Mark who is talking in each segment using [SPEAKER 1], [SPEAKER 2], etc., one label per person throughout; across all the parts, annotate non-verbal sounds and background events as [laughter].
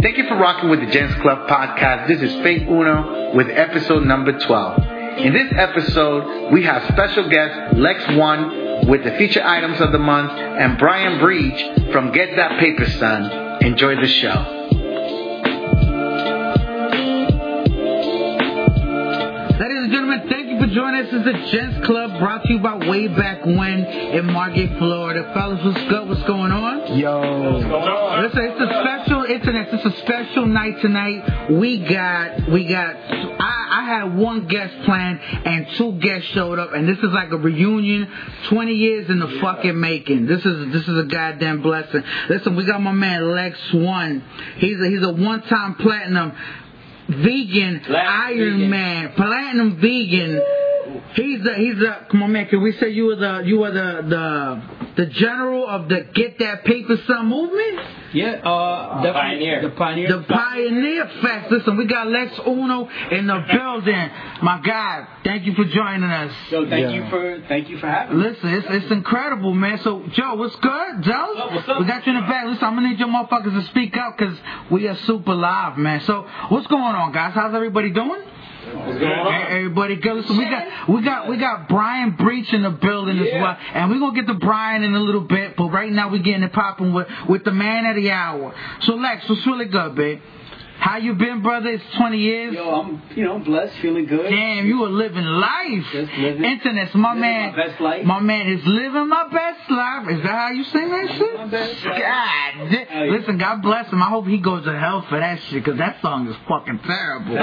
[SPEAKER 1] Thank you for rocking with the Gents Club podcast. This is Faith Uno with episode number 12. In this episode, we have special guest Lex One with the feature items of the month and Brian Breach from Get That Paper Son. Enjoy the show. Ladies and gentlemen, thank you for joining us. This is the Gents Club brought to you by Way Back When in Margate, Florida. Fellas, what's good? What's going on?
[SPEAKER 2] Yo.
[SPEAKER 1] Listen, it's a special internet. It's a special night tonight. We got, we got. I, I had one guest planned and two guests showed up, and this is like a reunion. Twenty years in the fucking making. This is this is a goddamn blessing. Listen, we got my man Lex One. He's a, he's a one time platinum vegan Iron
[SPEAKER 2] vegan.
[SPEAKER 1] Man, platinum vegan. He's a he's a come on man, can we say you were the you were the the the general of the get that paper son movement?
[SPEAKER 3] Yeah, uh, definitely
[SPEAKER 2] Pioneer.
[SPEAKER 3] The pioneer.
[SPEAKER 1] The Pioneer Fest. Listen, we got Lex Uno in the building. My God, thank you for joining us.
[SPEAKER 3] so thank
[SPEAKER 2] Yeah.
[SPEAKER 3] you for thank you for having me.
[SPEAKER 1] Listen, it's, it's incredible, man. So, Joe, what's good, Joe?
[SPEAKER 3] What's up, what's up?
[SPEAKER 1] We got you in the back. Listen, I'm gonna need your motherfuckers to speak up because we are super live, man. So, what's going on, guys? How's everybody doing?
[SPEAKER 3] What's going
[SPEAKER 1] Hey,
[SPEAKER 3] on?
[SPEAKER 1] Everybody good. Listen, we got we got we got Brian Breach in the building as
[SPEAKER 3] Yeah.
[SPEAKER 1] well, and we're gonna get to Brian in a little bit. But right now we're getting it popping with with the man of the hour. So Lex, what's really good, babe? How you been, brother? It's 20 years.
[SPEAKER 3] Yo, I'm you know blessed, feeling good.
[SPEAKER 1] Damn, you were living life.
[SPEAKER 3] Just living-
[SPEAKER 1] Internet's my
[SPEAKER 3] living
[SPEAKER 1] man.
[SPEAKER 3] my best life.
[SPEAKER 1] My man is living my best life. Is that how you sing that shit?
[SPEAKER 3] My best
[SPEAKER 1] God,
[SPEAKER 3] life.
[SPEAKER 1] di-
[SPEAKER 3] Hell yeah.
[SPEAKER 1] listen, God bless him. I hope he goes to hell for that shit because that song is fucking terrible.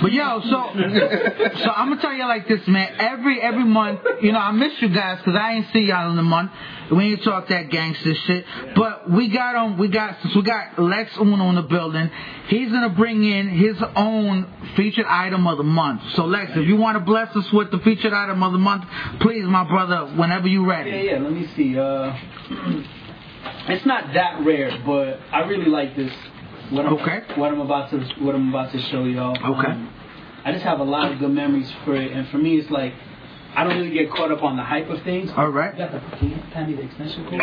[SPEAKER 1] but yo, so so I'm gonna tell you like this, man. Every every month, you know, I miss you guys because I ain't see y'all in the month. We ain't talk that gangster shit. But we got um, we got since we got Lex Uno in the building, he's gonna bring in his own featured item of the month. So Lex, if you want to bless us with the featured item of the month, please, my brother, whenever you ready.
[SPEAKER 3] Yeah, yeah. Let me see. Uh, it's not that rare, but I really like this. What I'm,
[SPEAKER 1] Okay.
[SPEAKER 3] What I'm about to what I'm about to show y'all.
[SPEAKER 1] Okay.
[SPEAKER 3] I just have a lot of good memories for it, and for me, it's like I don't really get caught up on the hype of things.
[SPEAKER 1] All right.
[SPEAKER 3] You got the panty the extension cord.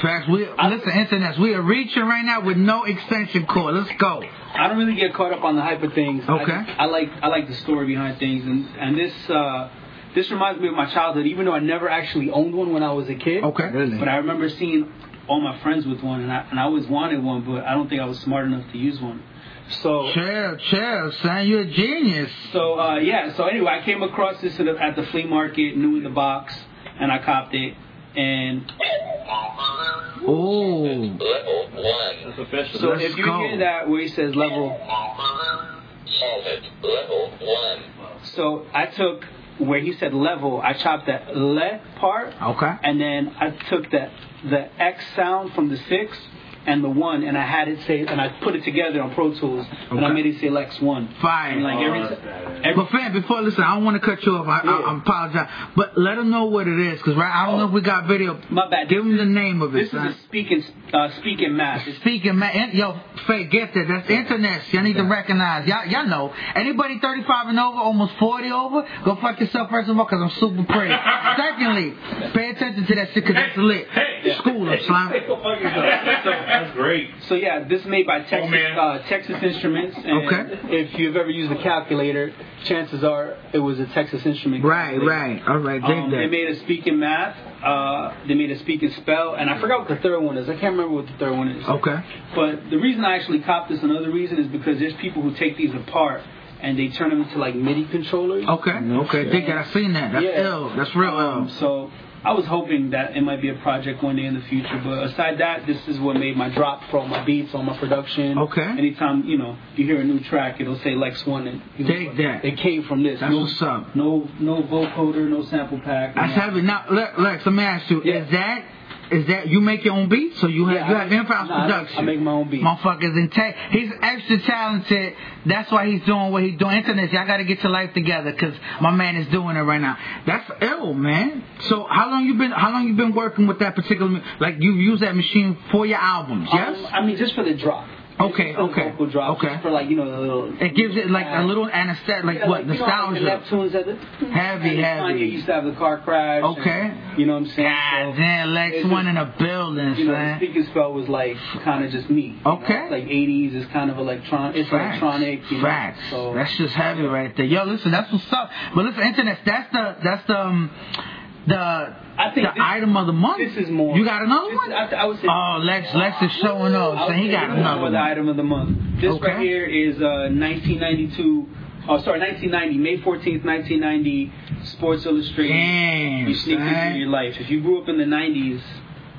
[SPEAKER 1] Facts. We listen, internet. We are reaching right now with no extension cord. Let's go.
[SPEAKER 3] I don't really get caught up on the hype of things. I-
[SPEAKER 1] Okay.
[SPEAKER 3] I, like I like the story behind things, and and this uh, this reminds me of my childhood. Even though I never actually owned one when I was a kid.
[SPEAKER 1] Okay. Really?
[SPEAKER 3] But I remember seeing all my friends with one, and I and I always wanted one, but I don't think I was smart enough to use one. So.
[SPEAKER 1] Chill, chill, son. You're a genius.
[SPEAKER 3] So uh, yeah, so anyway, I came across this at the, at the flea market, new in the box, and I copped it. And
[SPEAKER 1] Oh,
[SPEAKER 4] One.
[SPEAKER 3] so
[SPEAKER 1] Let's
[SPEAKER 3] if you
[SPEAKER 1] go.
[SPEAKER 3] hear that where he says level
[SPEAKER 4] Solid. Level one.
[SPEAKER 3] So I took where he said level, I chopped that le part.
[SPEAKER 1] Okay.
[SPEAKER 3] And then I took the the X sound from the six and the one, and I had it say, and I put it together on Pro Tools, and
[SPEAKER 1] Okay.
[SPEAKER 3] I
[SPEAKER 1] Oh,
[SPEAKER 3] made it say Lex one.
[SPEAKER 1] Fire.
[SPEAKER 3] And like every, ti- every
[SPEAKER 1] But fam, before listen, I don't want to cut you off. I, I, I apologize, but let them know what it is, cause right, I don't know if we got video.
[SPEAKER 3] my bad.
[SPEAKER 1] Give them the name of it,
[SPEAKER 3] This is a
[SPEAKER 1] son.
[SPEAKER 3] speaking uh, speaking math. It's
[SPEAKER 1] Speaking, man, in- yo, Faye, get that. That's internet. Y'all need to recognize. Y'all, y'all know. Anybody 35 and over, almost 40 over, go fuck yourself first of all, cause I'm super
[SPEAKER 3] [laughs]
[SPEAKER 1] pretty. Secondly, pay attention to that shit, cause that's lit. School them,
[SPEAKER 3] [laughs]
[SPEAKER 1] slime.
[SPEAKER 5] That's great.
[SPEAKER 3] So yeah, this is made by Texas
[SPEAKER 5] man.
[SPEAKER 3] uh, Texas Instruments. And
[SPEAKER 1] Oh, Okay.
[SPEAKER 3] If you've ever used a calculator, chances are it was a Texas Instrument.
[SPEAKER 1] Right,
[SPEAKER 3] calculator.
[SPEAKER 1] right. All right, dig
[SPEAKER 3] Um, they
[SPEAKER 1] that.
[SPEAKER 3] made a speak in math. Uh, they made a speak in spell, and I forgot what the third one is. I can't remember what the third one is.
[SPEAKER 1] okay.
[SPEAKER 3] But the reason I actually copped this, another reason, is because there's people who take these apart and they turn them into like MIDI controllers.
[SPEAKER 1] Okay. Okay. Dig that. I seen that. That's
[SPEAKER 3] Yeah.
[SPEAKER 1] ill. That's real
[SPEAKER 3] Um,
[SPEAKER 1] ill.
[SPEAKER 3] so I was hoping that it might be a project one day in the future, but aside that, this is what made my drop for all my beats, all my production.
[SPEAKER 1] Okay.
[SPEAKER 3] Anytime you know you hear a new track, it'll say Lex One, and you know,
[SPEAKER 1] Dig that.
[SPEAKER 3] It came from this.
[SPEAKER 1] That's
[SPEAKER 3] no,
[SPEAKER 1] what's up.
[SPEAKER 3] No, no vocoder, no sample pack.
[SPEAKER 1] That's
[SPEAKER 3] no-
[SPEAKER 1] heavy. Now, Le- Lex, let me ask you:
[SPEAKER 3] Yeah.
[SPEAKER 1] Is that is that you make your own beats? So you have
[SPEAKER 3] Yeah,
[SPEAKER 1] you
[SPEAKER 3] I
[SPEAKER 1] have
[SPEAKER 3] make-
[SPEAKER 1] in-house
[SPEAKER 3] nah, I make-
[SPEAKER 1] production.
[SPEAKER 3] I make my own beats.
[SPEAKER 1] Motherfuckers, in tech. He's extra talented. That's why he's doing what he's doing. Internet, y'all got to get your life together because my man is doing it right now. That's ill, man. So how long you been? How long you been working with that particular? ma- Like you use that machine for your albums? Yes.
[SPEAKER 3] Um, I mean, Um, just for the drop.
[SPEAKER 1] Okay,
[SPEAKER 3] It's the
[SPEAKER 1] okay,
[SPEAKER 3] Vocal drops
[SPEAKER 1] okay.
[SPEAKER 3] for like you know the little.
[SPEAKER 1] It gives it like a little anesthetic, like
[SPEAKER 3] Yeah,
[SPEAKER 1] what
[SPEAKER 3] you know, like
[SPEAKER 1] nostalgia.
[SPEAKER 3] the Neptunes at the
[SPEAKER 1] Heavy,
[SPEAKER 3] and
[SPEAKER 1] heavy.
[SPEAKER 3] Kanye used to have the car crash. and-
[SPEAKER 1] Okay.
[SPEAKER 3] you know what I'm saying?
[SPEAKER 1] God
[SPEAKER 3] So,
[SPEAKER 1] Ah, damn, Lex
[SPEAKER 3] it's
[SPEAKER 1] one
[SPEAKER 3] just-
[SPEAKER 1] in a building,
[SPEAKER 3] You know, the
[SPEAKER 1] son.
[SPEAKER 3] speaking spell was like kind of just me. you know?
[SPEAKER 1] Okay.
[SPEAKER 3] It's like 80s is kind of electron. It's
[SPEAKER 1] Facts.
[SPEAKER 3] electronic. You know?
[SPEAKER 1] Facts.
[SPEAKER 3] So
[SPEAKER 1] That's just heavy right there. Yo, listen, that's what's up. But listen, internet, that's the that's the um, the
[SPEAKER 3] I think
[SPEAKER 1] the
[SPEAKER 3] this-
[SPEAKER 1] item of the month.
[SPEAKER 3] this is more.
[SPEAKER 1] You got another
[SPEAKER 3] this
[SPEAKER 1] one?
[SPEAKER 3] Is, I, I would say.
[SPEAKER 1] Oh, Lex, Lex is showing
[SPEAKER 3] I
[SPEAKER 1] up.
[SPEAKER 3] would
[SPEAKER 1] Saying he
[SPEAKER 3] say
[SPEAKER 1] got
[SPEAKER 3] this is
[SPEAKER 1] another
[SPEAKER 3] more the
[SPEAKER 1] one.
[SPEAKER 3] item of the month. This
[SPEAKER 1] Okay.
[SPEAKER 3] right here is uh, 1992. Oh, sorry, 1990, May 14th, 1990, Sports Illustrated.
[SPEAKER 1] Damn,
[SPEAKER 3] You sneak into your
[SPEAKER 1] son.
[SPEAKER 3] life. If you grew up in the 90s,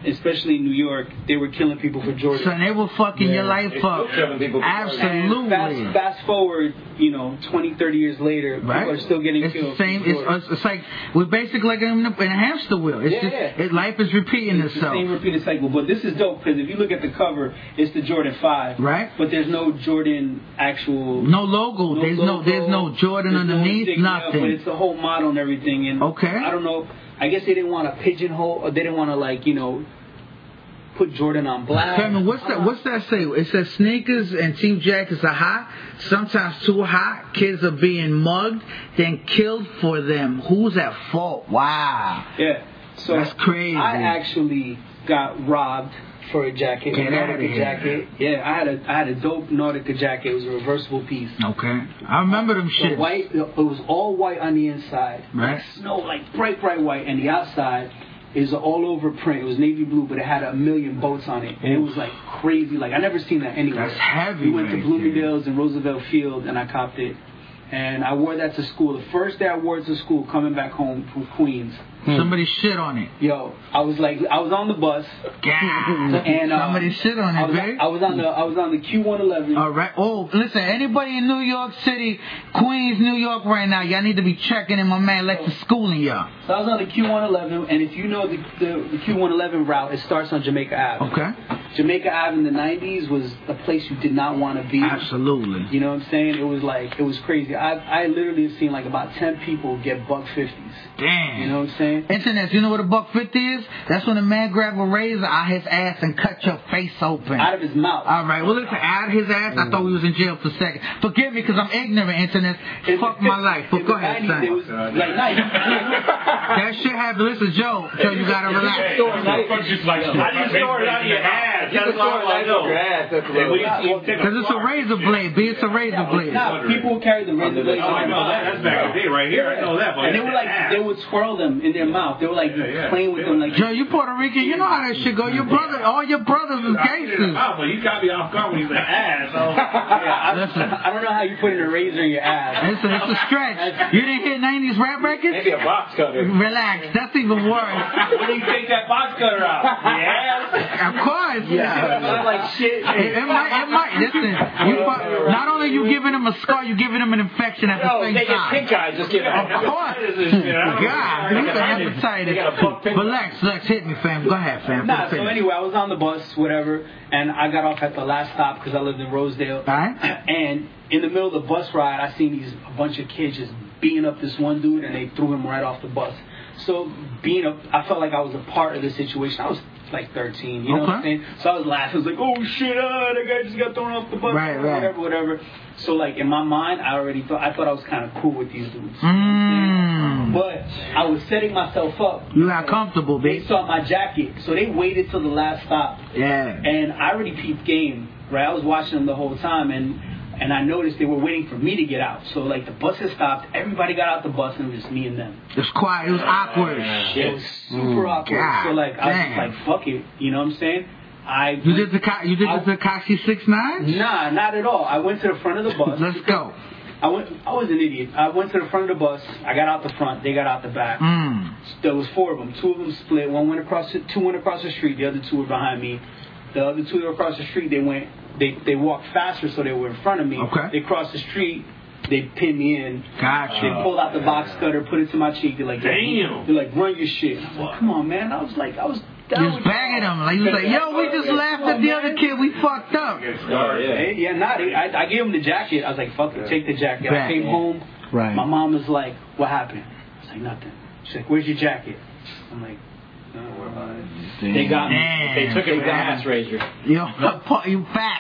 [SPEAKER 3] especially in New York, they were killing people for Jordan.
[SPEAKER 1] Son, they were fucking your life up.
[SPEAKER 5] Seven people.
[SPEAKER 1] Absolutely.
[SPEAKER 3] And Fast, fast forward, you know, 20, 30 years later,
[SPEAKER 1] Right?
[SPEAKER 3] people are still getting
[SPEAKER 1] it's
[SPEAKER 3] killed.
[SPEAKER 1] the same.
[SPEAKER 3] for
[SPEAKER 1] It's,
[SPEAKER 3] Jordan.
[SPEAKER 1] it's, it's like we're basically like in a, in a hamster wheel. It's
[SPEAKER 3] Yeah,
[SPEAKER 1] just
[SPEAKER 3] yeah.
[SPEAKER 1] It, life is repeating
[SPEAKER 3] It's the
[SPEAKER 1] itself.
[SPEAKER 3] same repeated cycle. But this is dope because if you look at the cover, it's the Jordan 5.
[SPEAKER 1] Right.
[SPEAKER 3] But there's no Jordan actual.
[SPEAKER 1] No logo.
[SPEAKER 3] no
[SPEAKER 1] there's no
[SPEAKER 3] logo,
[SPEAKER 1] there's no Jordan
[SPEAKER 3] there's no
[SPEAKER 1] underneath.
[SPEAKER 3] insignia,
[SPEAKER 1] nothing.
[SPEAKER 3] But it's the whole model and everything. And
[SPEAKER 1] Okay.
[SPEAKER 3] I don't know. I guess they didn't want to pigeonhole, or they didn't want to like you know, put Jordan on black.
[SPEAKER 1] Fam, what's that? What's that say? It says sneakers and team jackets are hot, sometimes too hot. Kids are being mugged, then killed for them. Who's at fault? Wow.
[SPEAKER 3] Yeah. So
[SPEAKER 1] That's crazy.
[SPEAKER 3] I actually got robbed for a jacket.
[SPEAKER 1] Get
[SPEAKER 3] a
[SPEAKER 1] outta
[SPEAKER 3] Nautica
[SPEAKER 1] here.
[SPEAKER 3] jacket. Yeah, I had a I had a dope Nautica jacket. It was a reversible piece.
[SPEAKER 1] Okay, I remember them
[SPEAKER 3] The
[SPEAKER 1] shit.
[SPEAKER 3] white, it was all white on the inside,
[SPEAKER 1] Right.
[SPEAKER 3] [laughs] like snow, like bright, bright white, and the outside is all over print. It was navy blue, but it had a million boats on it, and it was like crazy. Like I never seen that anywhere.
[SPEAKER 1] That's heavy
[SPEAKER 3] We went to
[SPEAKER 1] right
[SPEAKER 3] Bloomingdale's and Roosevelt Field, and I copped it, and I wore that to school. The first day I wore it to school, coming back home from Queens,
[SPEAKER 1] Somebody shit on it.
[SPEAKER 3] Yo, I was like, I was on the bus,
[SPEAKER 1] God.
[SPEAKER 3] [laughs] and um,
[SPEAKER 1] Somebody shit on
[SPEAKER 3] I
[SPEAKER 1] it,
[SPEAKER 3] was,
[SPEAKER 1] baby.
[SPEAKER 3] I was on the, I was on the Q111.
[SPEAKER 1] All right. Oh, listen, anybody in New York City, Queens, New York right now, y'all need to be checking in my man Lexus schooling y'all.
[SPEAKER 3] So I was on the Q111, and if you know the, the, the Q111 route, it starts on Jamaica Ave.
[SPEAKER 1] Okay?
[SPEAKER 3] Jamaica Ave in the 90s was a place you did not want to be.
[SPEAKER 1] Absolutely.
[SPEAKER 3] You know what I'm saying? It was like, it was crazy. I, I literally have seen like about 10 people get buck 50s.
[SPEAKER 1] Damn.
[SPEAKER 3] You know what I'm saying?
[SPEAKER 1] Internet, you know what a buck fifty is? That's when a man grab a razor out his ass and cut your face open.
[SPEAKER 3] Out of his mouth.
[SPEAKER 1] All right, well listen, out his ass. I thought we was in jail for a second. Forgive me, cause I'm ignorant, internet.
[SPEAKER 3] In the
[SPEAKER 1] Fuck my
[SPEAKER 3] 50s,
[SPEAKER 1] life. But
[SPEAKER 3] in
[SPEAKER 1] go
[SPEAKER 3] the
[SPEAKER 1] ahead,
[SPEAKER 3] 90s, It was
[SPEAKER 1] son.
[SPEAKER 3] like nice.
[SPEAKER 5] [laughs]
[SPEAKER 1] That shit happened. Listen, Joe. Joe, you gotta relax.
[SPEAKER 5] Fuck just like
[SPEAKER 2] How do you store it out your ass? That's all I wanna know.
[SPEAKER 1] Cause it's a razor blade. Be it's a
[SPEAKER 3] [laughs]
[SPEAKER 1] razor blade.
[SPEAKER 3] Nah, people carry the razor blades.
[SPEAKER 5] Oh, I know that. That's back in the day right here. I know that. But
[SPEAKER 3] And they were like, they would twirl them in their mouth. They were like
[SPEAKER 5] Yeah, yeah.
[SPEAKER 3] playing with them like.
[SPEAKER 1] Joe, you Puerto Rican. You know how that shit go. Your brother, all your brothers is gangsters.
[SPEAKER 5] But you got me off guard when you said ass. I was like, [laughs]
[SPEAKER 3] Yeah, [laughs] I,
[SPEAKER 1] Listen.
[SPEAKER 3] I don't know how you put an eraser in your ass.
[SPEAKER 1] It's a, it's a stretch. You didn't hear '90s rap records?
[SPEAKER 2] Maybe a box cutter.
[SPEAKER 1] Relax. That's even worse.
[SPEAKER 5] When you take that box cutter out, yeah.
[SPEAKER 1] Of course.
[SPEAKER 3] [laughs] It looked like shit.
[SPEAKER 1] It, it might, it might. Listen, you, fu- not only you giving him a scar, you giving him an infection at the
[SPEAKER 2] No,
[SPEAKER 1] same
[SPEAKER 2] they get
[SPEAKER 1] time.
[SPEAKER 2] pink eye. Just give
[SPEAKER 1] Of
[SPEAKER 2] it.
[SPEAKER 1] course. God,
[SPEAKER 5] They
[SPEAKER 1] he's
[SPEAKER 5] got
[SPEAKER 1] an
[SPEAKER 2] They got a
[SPEAKER 1] hepatitis.
[SPEAKER 2] pump pin.
[SPEAKER 1] But Lex, Lex, hit me, fam. Go ahead, fam.
[SPEAKER 3] Nah, so
[SPEAKER 1] Finish.
[SPEAKER 3] anyway, I was on the bus, whatever, and I got off at the last stop because I lived in Rosedale.
[SPEAKER 1] Alright.
[SPEAKER 3] [clears throat] And in the middle of the bus ride, I seen these a bunch of kids just beating up this one dude, and they threw him right off the bus. So being up, I felt like I was a part of the situation. I was like 13, you know what I'm
[SPEAKER 1] Okay.
[SPEAKER 3] saying? So I was laughing. I was like, oh shit, ah, that guy just got thrown off the bus,
[SPEAKER 1] Right, right.
[SPEAKER 3] whatever, whatever. So like in my mind, I already thought I thought I was kind of cool with these dudes.
[SPEAKER 1] Mm,
[SPEAKER 3] But I was setting myself up.
[SPEAKER 1] you got comfortable,
[SPEAKER 3] They
[SPEAKER 1] bitch.
[SPEAKER 3] saw my jacket, so they waited till the last stop,
[SPEAKER 1] Yeah.
[SPEAKER 3] and I already peeped game. Right, I was watching them the whole time, and and I noticed they were waiting for me to get out. So like the bus had stopped, everybody got out the bus, and it was just me and them.
[SPEAKER 1] It was quiet. It was awkward.
[SPEAKER 3] It was super awkward.
[SPEAKER 1] Mm. God
[SPEAKER 3] so like I was just
[SPEAKER 1] damn.
[SPEAKER 3] like, fuck it, you know what I'm saying? I
[SPEAKER 1] You did the Ka- you did the Takashi six nine.
[SPEAKER 3] nah, not at all. I went to the front
[SPEAKER 1] [laughs]
[SPEAKER 3] of the bus.
[SPEAKER 1] Let's go.
[SPEAKER 3] I went. I was an idiot. I went to the front of the bus. I got out the front. They got out the back.
[SPEAKER 1] Mm.
[SPEAKER 3] There was four of them. Two of them split. One went across. The, two went across the street. The other two were behind me. The other two that were across the street. They went. They they walked faster, so they were in front of me.
[SPEAKER 1] Okay.
[SPEAKER 3] They crossed the street. They pinned me in.
[SPEAKER 1] Gotcha.
[SPEAKER 3] They pulled out the box cutter, put it to my cheek. They're like,
[SPEAKER 5] Damn.
[SPEAKER 3] They're like, run your shit. I'm like, Come on, man. I was like, I was. down
[SPEAKER 1] You was
[SPEAKER 3] with
[SPEAKER 1] bagging
[SPEAKER 3] y'all.
[SPEAKER 1] him. Like you was like, yo, we just laughed at the other kid. We fucked up.
[SPEAKER 2] Yeah.
[SPEAKER 3] Hey, yeah, nah. They, I, I gave him the jacket. I was like, fuck it, take the jacket.
[SPEAKER 1] Right.
[SPEAKER 3] I came home.
[SPEAKER 1] Right.
[SPEAKER 3] My mom was like, what happened? I was like, nothing. She's like, where's your jacket? I'm like, uh,
[SPEAKER 2] They got me.
[SPEAKER 1] Damn. [laughs]
[SPEAKER 2] They took it with an ass razor.
[SPEAKER 1] Yo, you facts.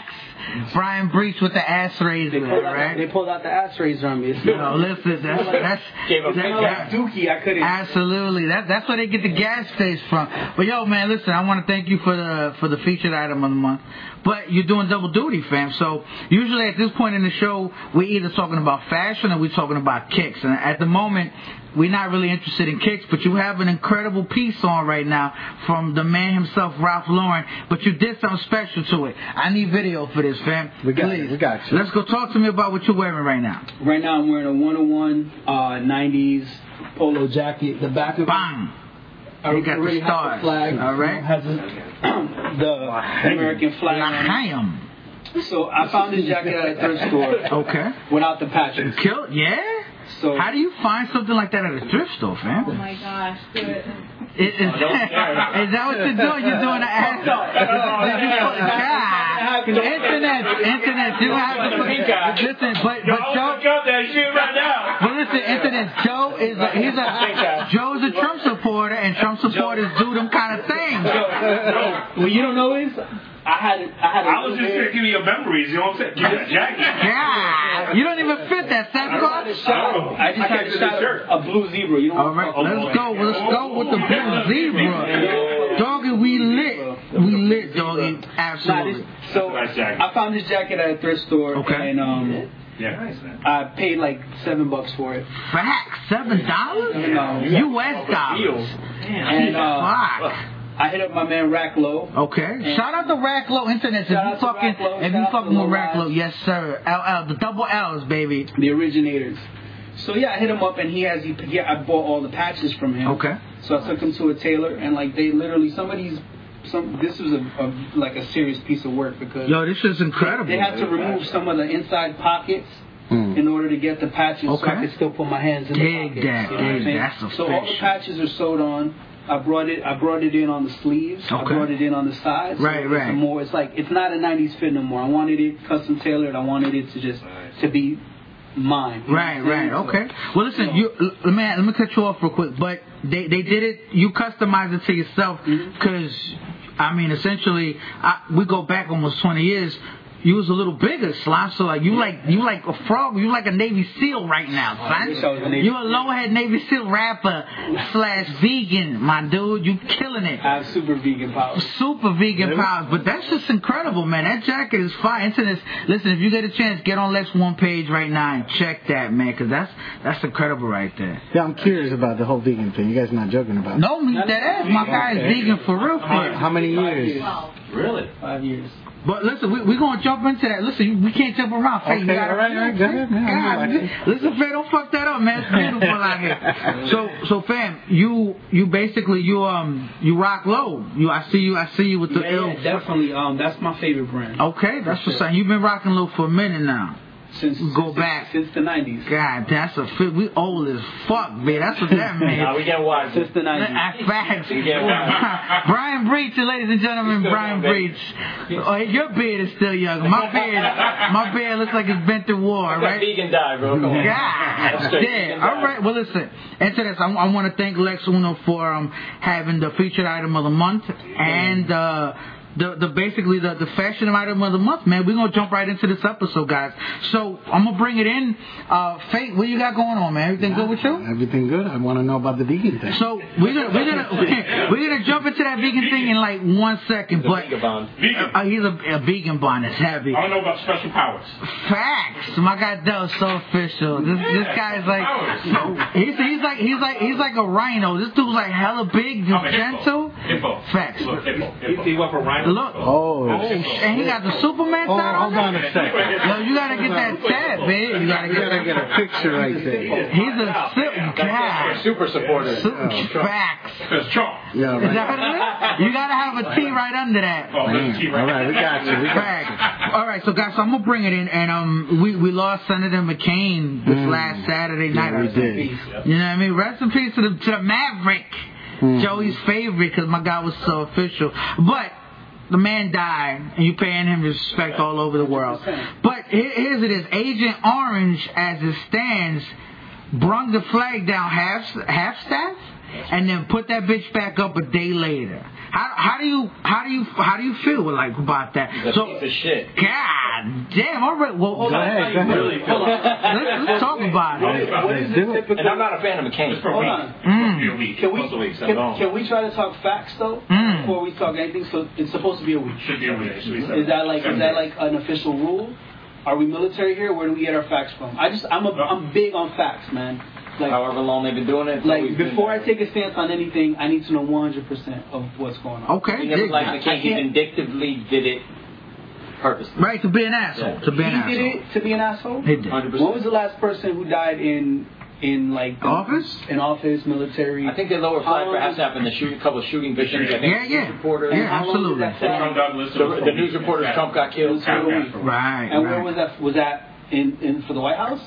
[SPEAKER 1] Brian Breach with the ass razor,
[SPEAKER 3] They pulled, out,
[SPEAKER 1] right?
[SPEAKER 3] they pulled out the ass razor on me. [laughs] It's
[SPEAKER 1] No, listen, that's that's
[SPEAKER 2] Gave a
[SPEAKER 1] that-
[SPEAKER 2] big
[SPEAKER 1] that-
[SPEAKER 3] like Dookie, I couldn't.
[SPEAKER 1] Absolutely. That, that's where they get the gas stays from. But yo, man, listen, I want to thank you for the for the featured item of the month. But you're doing double duty, fam. So usually at this point in the show, we're either talking about fashion or we're talking about kicks. And at the moment, we're not really interested in kicks. But you have an incredible piece on right now from the man himself, Ralph Lauren. But you did something special to it. I need video for this, fam.
[SPEAKER 6] We got
[SPEAKER 1] Please.
[SPEAKER 6] you, we got you.
[SPEAKER 1] Let's go talk to me about what you're wearing right now.
[SPEAKER 3] Right now, I'm wearing a 101 uh, 90s polo jacket. The back of
[SPEAKER 1] Bang.
[SPEAKER 3] it
[SPEAKER 1] You got the
[SPEAKER 3] already has
[SPEAKER 1] stars.
[SPEAKER 3] flag. [clears throat]
[SPEAKER 1] All right.
[SPEAKER 3] Has a- the American flag on
[SPEAKER 1] Lahayim.
[SPEAKER 3] it. So I found this jacket at a thrift store
[SPEAKER 1] [laughs] Okay.
[SPEAKER 3] without the patches.
[SPEAKER 1] Kill, yeah.
[SPEAKER 3] So [laughs]
[SPEAKER 1] How do you find something like that at a thrift store, fam?
[SPEAKER 7] Oh my gosh, do it.
[SPEAKER 1] is, is, [laughs] is that what you're doing? You're doing an ass
[SPEAKER 3] Oh, No.
[SPEAKER 1] God. Internet, internet, you're gonna have to
[SPEAKER 2] Pinky.
[SPEAKER 1] listen. But but Joe,
[SPEAKER 2] got that shit right now.
[SPEAKER 1] but listen, internet. Joe is a, he's a Joe's a Trump supporter, and Trump supporters do them kind of things.
[SPEAKER 3] what you don't know is I had a- I had a
[SPEAKER 5] I was
[SPEAKER 3] little
[SPEAKER 5] just
[SPEAKER 3] hair.
[SPEAKER 5] thinking of your memories, you know what I'm saying? Give me a jacket.
[SPEAKER 1] Yeah, you don't even fit that
[SPEAKER 3] I had a
[SPEAKER 1] sackcloth.
[SPEAKER 3] shot-
[SPEAKER 5] Oh,
[SPEAKER 3] I
[SPEAKER 5] I
[SPEAKER 3] just had
[SPEAKER 5] can't
[SPEAKER 3] a
[SPEAKER 5] do
[SPEAKER 3] shot
[SPEAKER 5] this shirt.
[SPEAKER 3] of a blue zebra. You know
[SPEAKER 1] All right, let's go. Well, let's go with the blue zebra, doggy. We lit, we lit, doggy.
[SPEAKER 3] Nah, this,
[SPEAKER 1] Absolutely.
[SPEAKER 3] so
[SPEAKER 5] That's a nice jacket.
[SPEAKER 3] I found this jacket at a thrift store
[SPEAKER 1] Okay.
[SPEAKER 3] and um,
[SPEAKER 5] Yeah, nice, man.
[SPEAKER 3] I paid like seven bucks for it.
[SPEAKER 1] Facts, seven dollars?
[SPEAKER 3] No.
[SPEAKER 1] U.S. dollars.
[SPEAKER 3] And uh,
[SPEAKER 1] Fuck.
[SPEAKER 3] I hit up my man Racklow.
[SPEAKER 1] Oh. Okay. Shout out to Racklow Internet. If
[SPEAKER 3] Shout
[SPEAKER 1] you
[SPEAKER 3] out to
[SPEAKER 1] fucking,
[SPEAKER 3] Racklow,
[SPEAKER 1] if
[SPEAKER 3] shout
[SPEAKER 1] you
[SPEAKER 3] out
[SPEAKER 1] fucking
[SPEAKER 3] to
[SPEAKER 1] with
[SPEAKER 3] Lil
[SPEAKER 1] Racklow,
[SPEAKER 3] Nas.
[SPEAKER 1] yes sir. LL, the double L's, baby.
[SPEAKER 3] the originators. So yeah, I hit him up and he has he, he I bought all the patches from him.
[SPEAKER 1] Okay.
[SPEAKER 3] So I took him to a tailor and like they literally somebody's some this was a, a like a serious piece of work because
[SPEAKER 1] Yo, this is incredible.
[SPEAKER 3] they had to remove some of the inside pockets.
[SPEAKER 6] Mm.
[SPEAKER 3] In order to get the patches, so
[SPEAKER 1] Okay.
[SPEAKER 3] I could still put my hands in
[SPEAKER 1] Dig
[SPEAKER 3] the pockets.
[SPEAKER 1] that,
[SPEAKER 3] you
[SPEAKER 1] dig
[SPEAKER 3] know what I'm saying?
[SPEAKER 1] that. That's a
[SPEAKER 3] so all the
[SPEAKER 1] fish.
[SPEAKER 3] patches are sewed on. I brought it. I brought it in on the sleeves. I
[SPEAKER 1] Okay.
[SPEAKER 3] brought it in on the sides. So
[SPEAKER 1] Right,
[SPEAKER 3] it's
[SPEAKER 1] right.
[SPEAKER 3] a More. It's like it's not a '90s fit no more. I wanted it custom tailored. I wanted it to just to be mine. you know
[SPEAKER 1] Right,
[SPEAKER 3] what I'm
[SPEAKER 1] right,
[SPEAKER 3] saying? So-
[SPEAKER 1] okay. Well, listen, you l- man, let me cut you off real quick. But they they did it. You customized it to yourself
[SPEAKER 3] Mm-hmm.
[SPEAKER 1] because, I mean, essentially, I, we go back almost twenty years. You was a little bigger, slime. So like you like you like a frog. You like a Navy SEAL right now,
[SPEAKER 3] I wish I was a
[SPEAKER 1] son.
[SPEAKER 3] Oh, Navy
[SPEAKER 1] You a low head Navy SEAL rapper slash vegan, my dude. You killing it
[SPEAKER 3] I have super vegan powers.
[SPEAKER 1] super vegan powers, but that's just incredible, man. That jacket is fire. Internet, listen, if you get a chance, get on Let's One page right now and check that, man, because that's that's incredible right there.
[SPEAKER 6] Yeah, I'm curious about the whole vegan thing. You guys not joking about it.
[SPEAKER 1] No meat that ass. My guy is vegan for real, for real.
[SPEAKER 6] How many years?
[SPEAKER 7] Well,
[SPEAKER 2] Really?
[SPEAKER 3] Five years.
[SPEAKER 1] But listen, we're we gonna jump into that. Listen, you- we can't jump around. Faye, you
[SPEAKER 6] Okay,
[SPEAKER 1] gotta-
[SPEAKER 6] all right, all right, go ahead, man. I'm
[SPEAKER 1] God,
[SPEAKER 6] relaxing.
[SPEAKER 1] listen, Faye, don't fuck that
[SPEAKER 6] [laughs]
[SPEAKER 1] up, man. It's beautiful out here. So, so fam, you you basically you um you rock low. You I see you I see you with the
[SPEAKER 3] Yeah,
[SPEAKER 1] ill.
[SPEAKER 3] yeah, definitely. Um, that's my favorite brand.
[SPEAKER 1] Okay, that's what's up. You've been rocking low for a minute now.
[SPEAKER 3] Since
[SPEAKER 1] Go
[SPEAKER 3] since,
[SPEAKER 1] back.
[SPEAKER 3] since the '90s.
[SPEAKER 1] God, that's a fit. We old as fuck, man. That's what that
[SPEAKER 2] Nah,
[SPEAKER 1] means.
[SPEAKER 2] we getting wise.
[SPEAKER 3] Since the '90s.
[SPEAKER 1] That's facts.
[SPEAKER 2] Yeah, wow.
[SPEAKER 1] Brian Breach, ladies and gentlemen,
[SPEAKER 2] still
[SPEAKER 1] Brian
[SPEAKER 2] young, baby.
[SPEAKER 1] Breach. Oh, your beard is still young. My beard, my beard looks like it's been through war,
[SPEAKER 2] That
[SPEAKER 1] right?
[SPEAKER 2] vegan diet, bro. Come on. That's
[SPEAKER 1] God
[SPEAKER 2] straight
[SPEAKER 1] damn.
[SPEAKER 2] vegan
[SPEAKER 1] All
[SPEAKER 2] diet.
[SPEAKER 1] right. Well, listen. Into this, I, I want to thank Lex Uno for um, having the featured item of the month and uh, the the basically the the fashion item of the month. Man, we're gonna jump right into this episode, guys. So I'm gonna bring it in. Uh, Fate, what you got going on, man? Everything good with you?
[SPEAKER 6] Everything good? I want to know about the vegan thing.
[SPEAKER 1] So we're gonna [laughs] we're gonna we're gonna jump into that vegan thing in like one second,
[SPEAKER 2] The
[SPEAKER 1] but.
[SPEAKER 2] vegan bond.
[SPEAKER 5] Vegan.
[SPEAKER 1] Uh, he's a, a vegan bun. It's heavy.
[SPEAKER 5] I don't know about special powers.
[SPEAKER 1] Facts. My guy Dove's so official. This this guy's like he's he's like he's like he's like a rhino. This dude's like hella
[SPEAKER 5] I'm a
[SPEAKER 1] big, just
[SPEAKER 5] hippo.
[SPEAKER 1] gentle.
[SPEAKER 5] Hippo.
[SPEAKER 1] Facts.
[SPEAKER 5] Look, hippo. hippo.
[SPEAKER 2] He went for Ryan.
[SPEAKER 1] Look.
[SPEAKER 6] Oh,
[SPEAKER 1] Oh, and he got the Superman
[SPEAKER 6] oh,
[SPEAKER 1] side
[SPEAKER 6] hold
[SPEAKER 1] on
[SPEAKER 6] on
[SPEAKER 1] there.
[SPEAKER 6] a second.
[SPEAKER 1] Yo, you gotta get that tab, man. You gotta
[SPEAKER 6] You
[SPEAKER 1] get
[SPEAKER 6] gotta get
[SPEAKER 1] that.
[SPEAKER 6] a picture right there.
[SPEAKER 1] He's a sip guy.
[SPEAKER 2] Super supporter.
[SPEAKER 6] Oh,
[SPEAKER 1] Super facts.
[SPEAKER 5] Because Trump.
[SPEAKER 6] Yeah,
[SPEAKER 1] Is
[SPEAKER 6] right.
[SPEAKER 1] that what it is? You gotta have a T right under that.
[SPEAKER 5] Oh, that's
[SPEAKER 6] Man.
[SPEAKER 5] cheap,
[SPEAKER 6] All right, we got you. We got you.
[SPEAKER 1] Facts. All right, so guys, so I'm gonna bring it in, and um, we we lost Senator McCain this
[SPEAKER 6] Mm.
[SPEAKER 1] last Saturday night.
[SPEAKER 6] Yeah, we did.
[SPEAKER 1] You know what I mean? Rest in peace to the, to the Maverick,
[SPEAKER 6] Mm.
[SPEAKER 1] Joey's favorite, because my guy was so official. But the man died, and you paying him respect all over the world.
[SPEAKER 3] 100%.
[SPEAKER 1] But here- here's it is: Agent Orange, as it stands, brung the flag down half half staff, and then put that bitch back up a day later. How, how do you how do you how do you feel like about that?
[SPEAKER 2] He's a piece of shit.
[SPEAKER 1] God, God damn! All right. Well,
[SPEAKER 3] Hold
[SPEAKER 6] Go
[SPEAKER 3] on,
[SPEAKER 6] ahead,
[SPEAKER 3] wait,
[SPEAKER 6] go ahead.
[SPEAKER 3] really, hold on.
[SPEAKER 1] let's, let's talk about
[SPEAKER 3] What
[SPEAKER 1] it.
[SPEAKER 3] is, what is the
[SPEAKER 6] Do it.
[SPEAKER 3] typical?
[SPEAKER 7] And I'm not a fan of McCain.
[SPEAKER 5] It's for a
[SPEAKER 3] Hold
[SPEAKER 5] week.
[SPEAKER 3] on.
[SPEAKER 5] It's supposed to
[SPEAKER 6] Mm.
[SPEAKER 5] be a week.
[SPEAKER 3] Can we
[SPEAKER 7] Most of the weeks,
[SPEAKER 3] can,
[SPEAKER 7] I don't.
[SPEAKER 3] can we try to talk facts though
[SPEAKER 1] Mm.
[SPEAKER 3] before we talk anything? So it's supposed to be a week.
[SPEAKER 5] Should be a week. Should be seven-
[SPEAKER 3] Is that like
[SPEAKER 5] seven
[SPEAKER 3] is that
[SPEAKER 5] days.
[SPEAKER 3] like an official rule? Are we military here? Where do we get our facts from? I just I'm a, I'm big on facts, man. Like
[SPEAKER 7] However long they've been doing it. it's always
[SPEAKER 3] like
[SPEAKER 7] been
[SPEAKER 3] before I
[SPEAKER 7] that.
[SPEAKER 3] take a stance on anything, I need to know 100 percent of what's going on.
[SPEAKER 7] He
[SPEAKER 1] Okay,
[SPEAKER 7] never
[SPEAKER 1] dig that.
[SPEAKER 7] liked McCain. He vindictively did it purposely.
[SPEAKER 1] right to be an asshole. To be an
[SPEAKER 3] he
[SPEAKER 1] asshole.
[SPEAKER 3] did it to be an asshole.
[SPEAKER 1] He did.
[SPEAKER 7] 100%.
[SPEAKER 3] When was the last person who died in in like the-
[SPEAKER 1] Office?
[SPEAKER 3] In office, military.
[SPEAKER 7] I think they lower
[SPEAKER 3] How
[SPEAKER 7] flag for
[SPEAKER 3] long
[SPEAKER 7] half happened. The shoot, a couple of shooting victims. I think
[SPEAKER 1] Yeah,
[SPEAKER 7] the news
[SPEAKER 1] yeah.
[SPEAKER 7] Reporter.
[SPEAKER 1] Yeah,
[SPEAKER 3] How long
[SPEAKER 1] absolutely.
[SPEAKER 3] was that
[SPEAKER 5] Trump
[SPEAKER 3] for?
[SPEAKER 5] got listed
[SPEAKER 7] The,
[SPEAKER 5] for a
[SPEAKER 7] the
[SPEAKER 5] week.
[SPEAKER 7] news reporter
[SPEAKER 5] Exactly.
[SPEAKER 7] Trump got
[SPEAKER 3] It
[SPEAKER 7] killed.
[SPEAKER 3] was for a
[SPEAKER 5] Yeah.
[SPEAKER 3] week.
[SPEAKER 1] Right,
[SPEAKER 3] And where
[SPEAKER 1] right.
[SPEAKER 3] was that? Was that in, in for the White House?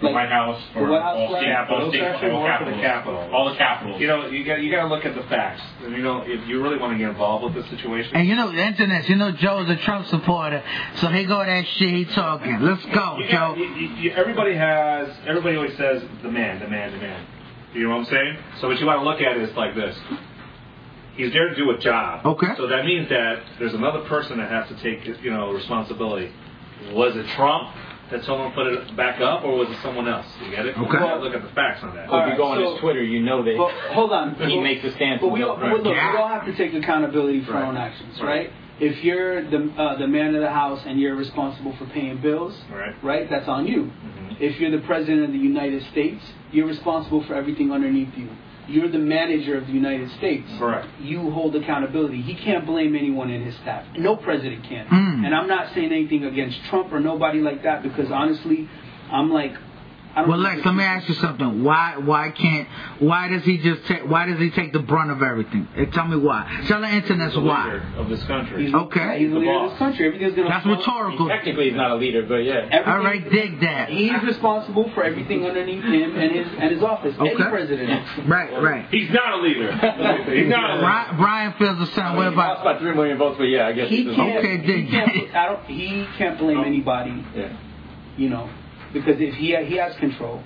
[SPEAKER 5] The White House,
[SPEAKER 3] the
[SPEAKER 5] for
[SPEAKER 3] White House
[SPEAKER 5] all
[SPEAKER 3] flag?
[SPEAKER 5] states, all
[SPEAKER 2] Those
[SPEAKER 5] states,
[SPEAKER 2] are actually
[SPEAKER 5] all
[SPEAKER 2] more for the
[SPEAKER 5] capitals,
[SPEAKER 2] capitals.
[SPEAKER 5] all the capitals.
[SPEAKER 2] You know, you got you got to look at the facts. And, You know, if you really want to get involved with the situation,
[SPEAKER 1] And you know the internet. You know Joe's a Trump supporter, so here go that shit he talking. Let's go,
[SPEAKER 2] You got-
[SPEAKER 1] Joe.
[SPEAKER 2] you- you- you- everybody has. Everybody always says the man, the man, the man. You know what I'm saying? So what you want to look at is like this. He's there to do a job.
[SPEAKER 1] Okay.
[SPEAKER 2] So that means that there's another person that has to take you know responsibility. Was it Trump that told him to put it back up, or was it someone else? You get it? You
[SPEAKER 1] Okay.
[SPEAKER 2] gotta look at the facts on that.
[SPEAKER 7] If you go
[SPEAKER 3] All
[SPEAKER 7] on
[SPEAKER 3] right,
[SPEAKER 7] his
[SPEAKER 3] so-
[SPEAKER 7] Twitter, you know that
[SPEAKER 3] But hold on.
[SPEAKER 7] he makes a stance.
[SPEAKER 3] But we
[SPEAKER 7] and
[SPEAKER 3] all,
[SPEAKER 7] goes,
[SPEAKER 3] well, look,
[SPEAKER 1] Yeah.
[SPEAKER 3] we all have to take accountability for our own
[SPEAKER 2] Right.
[SPEAKER 3] actions,
[SPEAKER 2] Right.
[SPEAKER 3] right? If you're the uh, the man of the house and you're responsible for paying bills,
[SPEAKER 2] Right.
[SPEAKER 3] that's on you.
[SPEAKER 1] Mm-hmm.
[SPEAKER 2] Mhm.
[SPEAKER 3] If you're the president of the United States, you're responsible for everything underneath you. You're the manager of the United States.
[SPEAKER 2] Correct.
[SPEAKER 3] You hold accountability. He can't blame anyone in his staff. No president can.
[SPEAKER 1] Mm.
[SPEAKER 3] And I'm not saying anything against Trump or nobody like that because honestly, I'm like, I don't.
[SPEAKER 1] Well, Lex, let me ask you something. Why, why can't, why does he just take, why does he take the brunt of everything? Eh, Tell me why. Tell the internet
[SPEAKER 2] He's the
[SPEAKER 1] why.
[SPEAKER 2] leader of this country.
[SPEAKER 3] He's,
[SPEAKER 1] Okay.
[SPEAKER 3] He's the
[SPEAKER 2] The
[SPEAKER 3] leader of
[SPEAKER 2] boss.
[SPEAKER 3] this country. Everything's gonna.
[SPEAKER 1] That's
[SPEAKER 3] fall-
[SPEAKER 1] rhetorical.
[SPEAKER 7] Technically, he's not a leader, but yeah.
[SPEAKER 3] Everything-
[SPEAKER 1] All right, dig that.
[SPEAKER 3] He's responsible for everything underneath him and his and his office. Any
[SPEAKER 1] Okay.
[SPEAKER 3] president.
[SPEAKER 1] Right, right.
[SPEAKER 2] He's not a leader. He's not a leader.
[SPEAKER 1] Brian, Brian feels the same way
[SPEAKER 7] He lost
[SPEAKER 1] about.
[SPEAKER 7] by three million votes, but yeah, I guess
[SPEAKER 3] He
[SPEAKER 7] it's-
[SPEAKER 3] can't.
[SPEAKER 1] Okay,
[SPEAKER 3] he,
[SPEAKER 1] dig Oh.
[SPEAKER 3] can't I don't, he can't blame anybody.
[SPEAKER 7] Yeah.
[SPEAKER 3] You know, because if he he has control,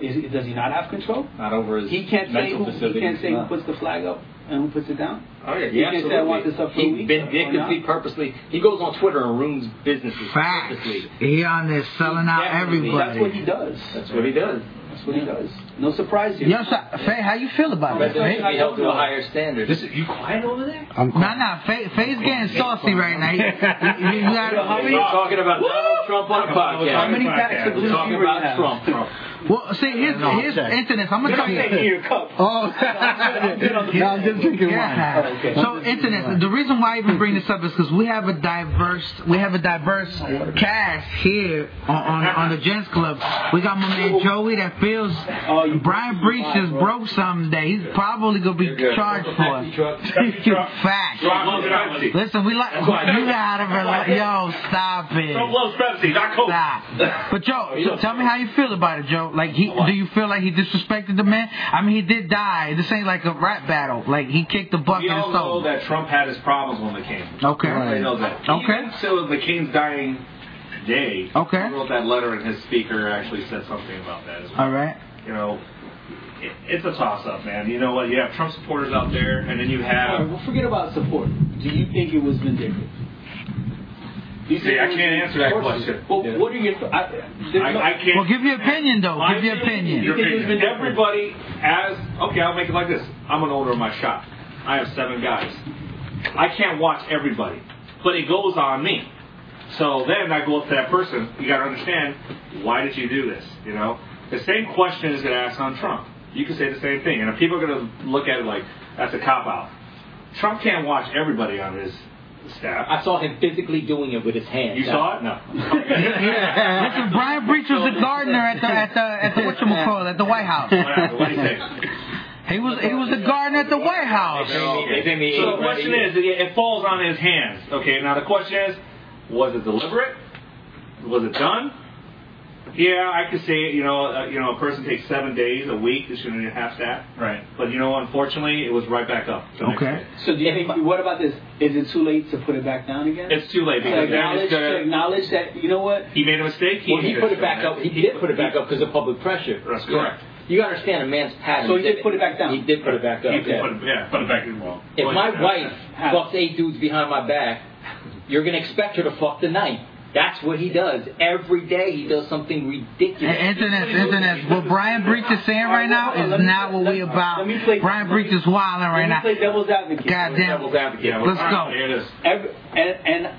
[SPEAKER 3] is, does he not have control?
[SPEAKER 7] Not over his
[SPEAKER 3] He can't say
[SPEAKER 7] mental
[SPEAKER 3] who, he
[SPEAKER 7] facility.
[SPEAKER 3] can't say
[SPEAKER 7] Nah.
[SPEAKER 3] who puts the flag up and who puts it down.
[SPEAKER 7] Oh, yeah,
[SPEAKER 3] He can't say, "I want this up for a
[SPEAKER 7] He
[SPEAKER 3] week," or
[SPEAKER 7] vindictively,
[SPEAKER 3] not.
[SPEAKER 7] purposely. He goes on Twitter and ruins businesses.
[SPEAKER 1] Facts.
[SPEAKER 7] Purposely.
[SPEAKER 1] He on there selling out
[SPEAKER 7] Definitely.
[SPEAKER 3] That's what he
[SPEAKER 1] everybody.
[SPEAKER 3] does.
[SPEAKER 7] That's what he does.
[SPEAKER 3] That's what he does. No surprise here.
[SPEAKER 1] Yo, so, Faye, how you feel about it?
[SPEAKER 7] But he
[SPEAKER 1] Faye?
[SPEAKER 7] should be held to a higher standard.
[SPEAKER 2] This is, you quiet over there?
[SPEAKER 6] I'm
[SPEAKER 1] Nah, nah, Faye, Faye's getting saucy right now. He- he- he got-
[SPEAKER 7] We're talking about Donald Trump on a
[SPEAKER 3] How
[SPEAKER 7] podcast.
[SPEAKER 3] many facts of
[SPEAKER 7] We're
[SPEAKER 3] blue
[SPEAKER 7] talking about Trump.
[SPEAKER 1] well, see, here's, here's internet. I'm gonna tell you.
[SPEAKER 3] your cup.
[SPEAKER 1] [laughs]
[SPEAKER 6] Oh,
[SPEAKER 3] I'm good on the-
[SPEAKER 6] no, I'm just drinking
[SPEAKER 1] Yeah.
[SPEAKER 6] wine.
[SPEAKER 3] okay.
[SPEAKER 1] So, internet. The reason why I even bring this up is because we have a diverse, we have a diverse cast here on, on, on the Gents Club. We got my man Joey that feels
[SPEAKER 3] Oh, you-
[SPEAKER 1] Brian Breach just broke something that he's probably gonna be charged for. [laughs] Fact.
[SPEAKER 5] Rob loves Pepsi.
[SPEAKER 1] Listen, we like you gotta relax. Yo, stop
[SPEAKER 5] Trump
[SPEAKER 1] it.
[SPEAKER 5] loves Pepsi, not Coke.
[SPEAKER 1] Stop. But Joe, so tell me how you feel about it, Joe. Like, he, do you feel like he disrespected the man? I mean, he did die. This ain't like a rap battle. Like, he kicked the bucket
[SPEAKER 2] We
[SPEAKER 1] and
[SPEAKER 2] all know
[SPEAKER 1] sold.
[SPEAKER 2] that Trump had his problems when McCain.
[SPEAKER 1] Okay.
[SPEAKER 2] Everybody knows that.
[SPEAKER 1] Okay.
[SPEAKER 2] Even So McCain's dying day.
[SPEAKER 1] Okay.
[SPEAKER 2] He wrote that letter, and his speaker actually said something about that as well.
[SPEAKER 1] All right.
[SPEAKER 2] You know, it, it's a toss-up, man. You know what? You have Trump supporters out there, and then you
[SPEAKER 3] All right,
[SPEAKER 2] have.
[SPEAKER 3] well, forget about support. Do you think it was vindictive? Do you
[SPEAKER 2] See,
[SPEAKER 3] think it
[SPEAKER 2] I
[SPEAKER 3] was
[SPEAKER 2] can't answer that
[SPEAKER 3] forceful?
[SPEAKER 2] question.
[SPEAKER 3] Well,
[SPEAKER 7] Yeah.
[SPEAKER 3] what are your th- I,
[SPEAKER 2] I,
[SPEAKER 3] there's no-
[SPEAKER 2] I can't.
[SPEAKER 1] Well, give your opinion though.
[SPEAKER 2] My
[SPEAKER 1] Give your
[SPEAKER 2] Your
[SPEAKER 1] opinion.
[SPEAKER 3] You think it was
[SPEAKER 2] opinion.
[SPEAKER 3] been-
[SPEAKER 2] Everybody, as okay, I'll make it like this. I'm an owner of my shop. I have seven guys. I can't watch everybody, but it goes on me. So then I go up to that person. You got to understand why did you do this? You know, the same question is going to ask on Trump. You can say the same thing, and if people are going to look at it like that's a cop out. Trump can't watch everybody on his staff.
[SPEAKER 7] I saw him physically doing it with his hands.
[SPEAKER 2] You saw it? No.
[SPEAKER 1] Listen,
[SPEAKER 2] [laughs]
[SPEAKER 1] Brian Breach was the gardener at the at the at the whatchamacallit, at the White House.
[SPEAKER 2] What happened? What do you think?
[SPEAKER 1] He was he was the gardener at the White House.
[SPEAKER 7] They made me
[SPEAKER 2] So
[SPEAKER 7] eat
[SPEAKER 2] the question
[SPEAKER 7] right
[SPEAKER 2] is, it, it falls on his hands. Okay, now the question is, was it deliberate? Was it done? Yeah, I could say, you know, uh, you know, a person takes seven days, a week, it shouldn't even half that.
[SPEAKER 5] Right.
[SPEAKER 2] But you know, unfortunately, it was right back up. the next
[SPEAKER 1] Okay.
[SPEAKER 2] day.
[SPEAKER 3] so do you think? What about this? Is it too late to put it back down again?
[SPEAKER 2] It's too late
[SPEAKER 3] to
[SPEAKER 2] because now
[SPEAKER 3] acknowledge,
[SPEAKER 2] it's
[SPEAKER 3] to
[SPEAKER 2] gonna,
[SPEAKER 3] acknowledge that you know what?
[SPEAKER 2] he made a mistake.
[SPEAKER 7] Well, he
[SPEAKER 2] should
[SPEAKER 7] put it
[SPEAKER 2] have
[SPEAKER 7] back
[SPEAKER 2] done
[SPEAKER 7] up.
[SPEAKER 2] that.
[SPEAKER 7] He did put it back up because of public pressure.
[SPEAKER 2] That's correct.
[SPEAKER 7] You gotta understand a man's pattern.
[SPEAKER 3] So he did put it back down.
[SPEAKER 7] He did put it back
[SPEAKER 2] He
[SPEAKER 7] up.
[SPEAKER 2] did
[SPEAKER 7] yeah.
[SPEAKER 2] put it, yeah,
[SPEAKER 5] Put it back in wrong.
[SPEAKER 7] If
[SPEAKER 2] Well,
[SPEAKER 7] my
[SPEAKER 2] yeah.
[SPEAKER 7] wife fucks eight dudes behind my back, you're gonna expect her to fuck the ninth. That's what he does. Every day he does something ridiculous.
[SPEAKER 1] Hey, Internet, internet. What Brian Breach is saying right now is not what we about. Brian Breach is wilding right
[SPEAKER 3] Let me
[SPEAKER 1] now.
[SPEAKER 3] play devil's advocate.
[SPEAKER 1] Goddamn.
[SPEAKER 7] Devil's advocate.
[SPEAKER 5] Yeah,
[SPEAKER 1] Let's
[SPEAKER 5] all right,
[SPEAKER 1] go.
[SPEAKER 5] Here it is.
[SPEAKER 3] Every, and, and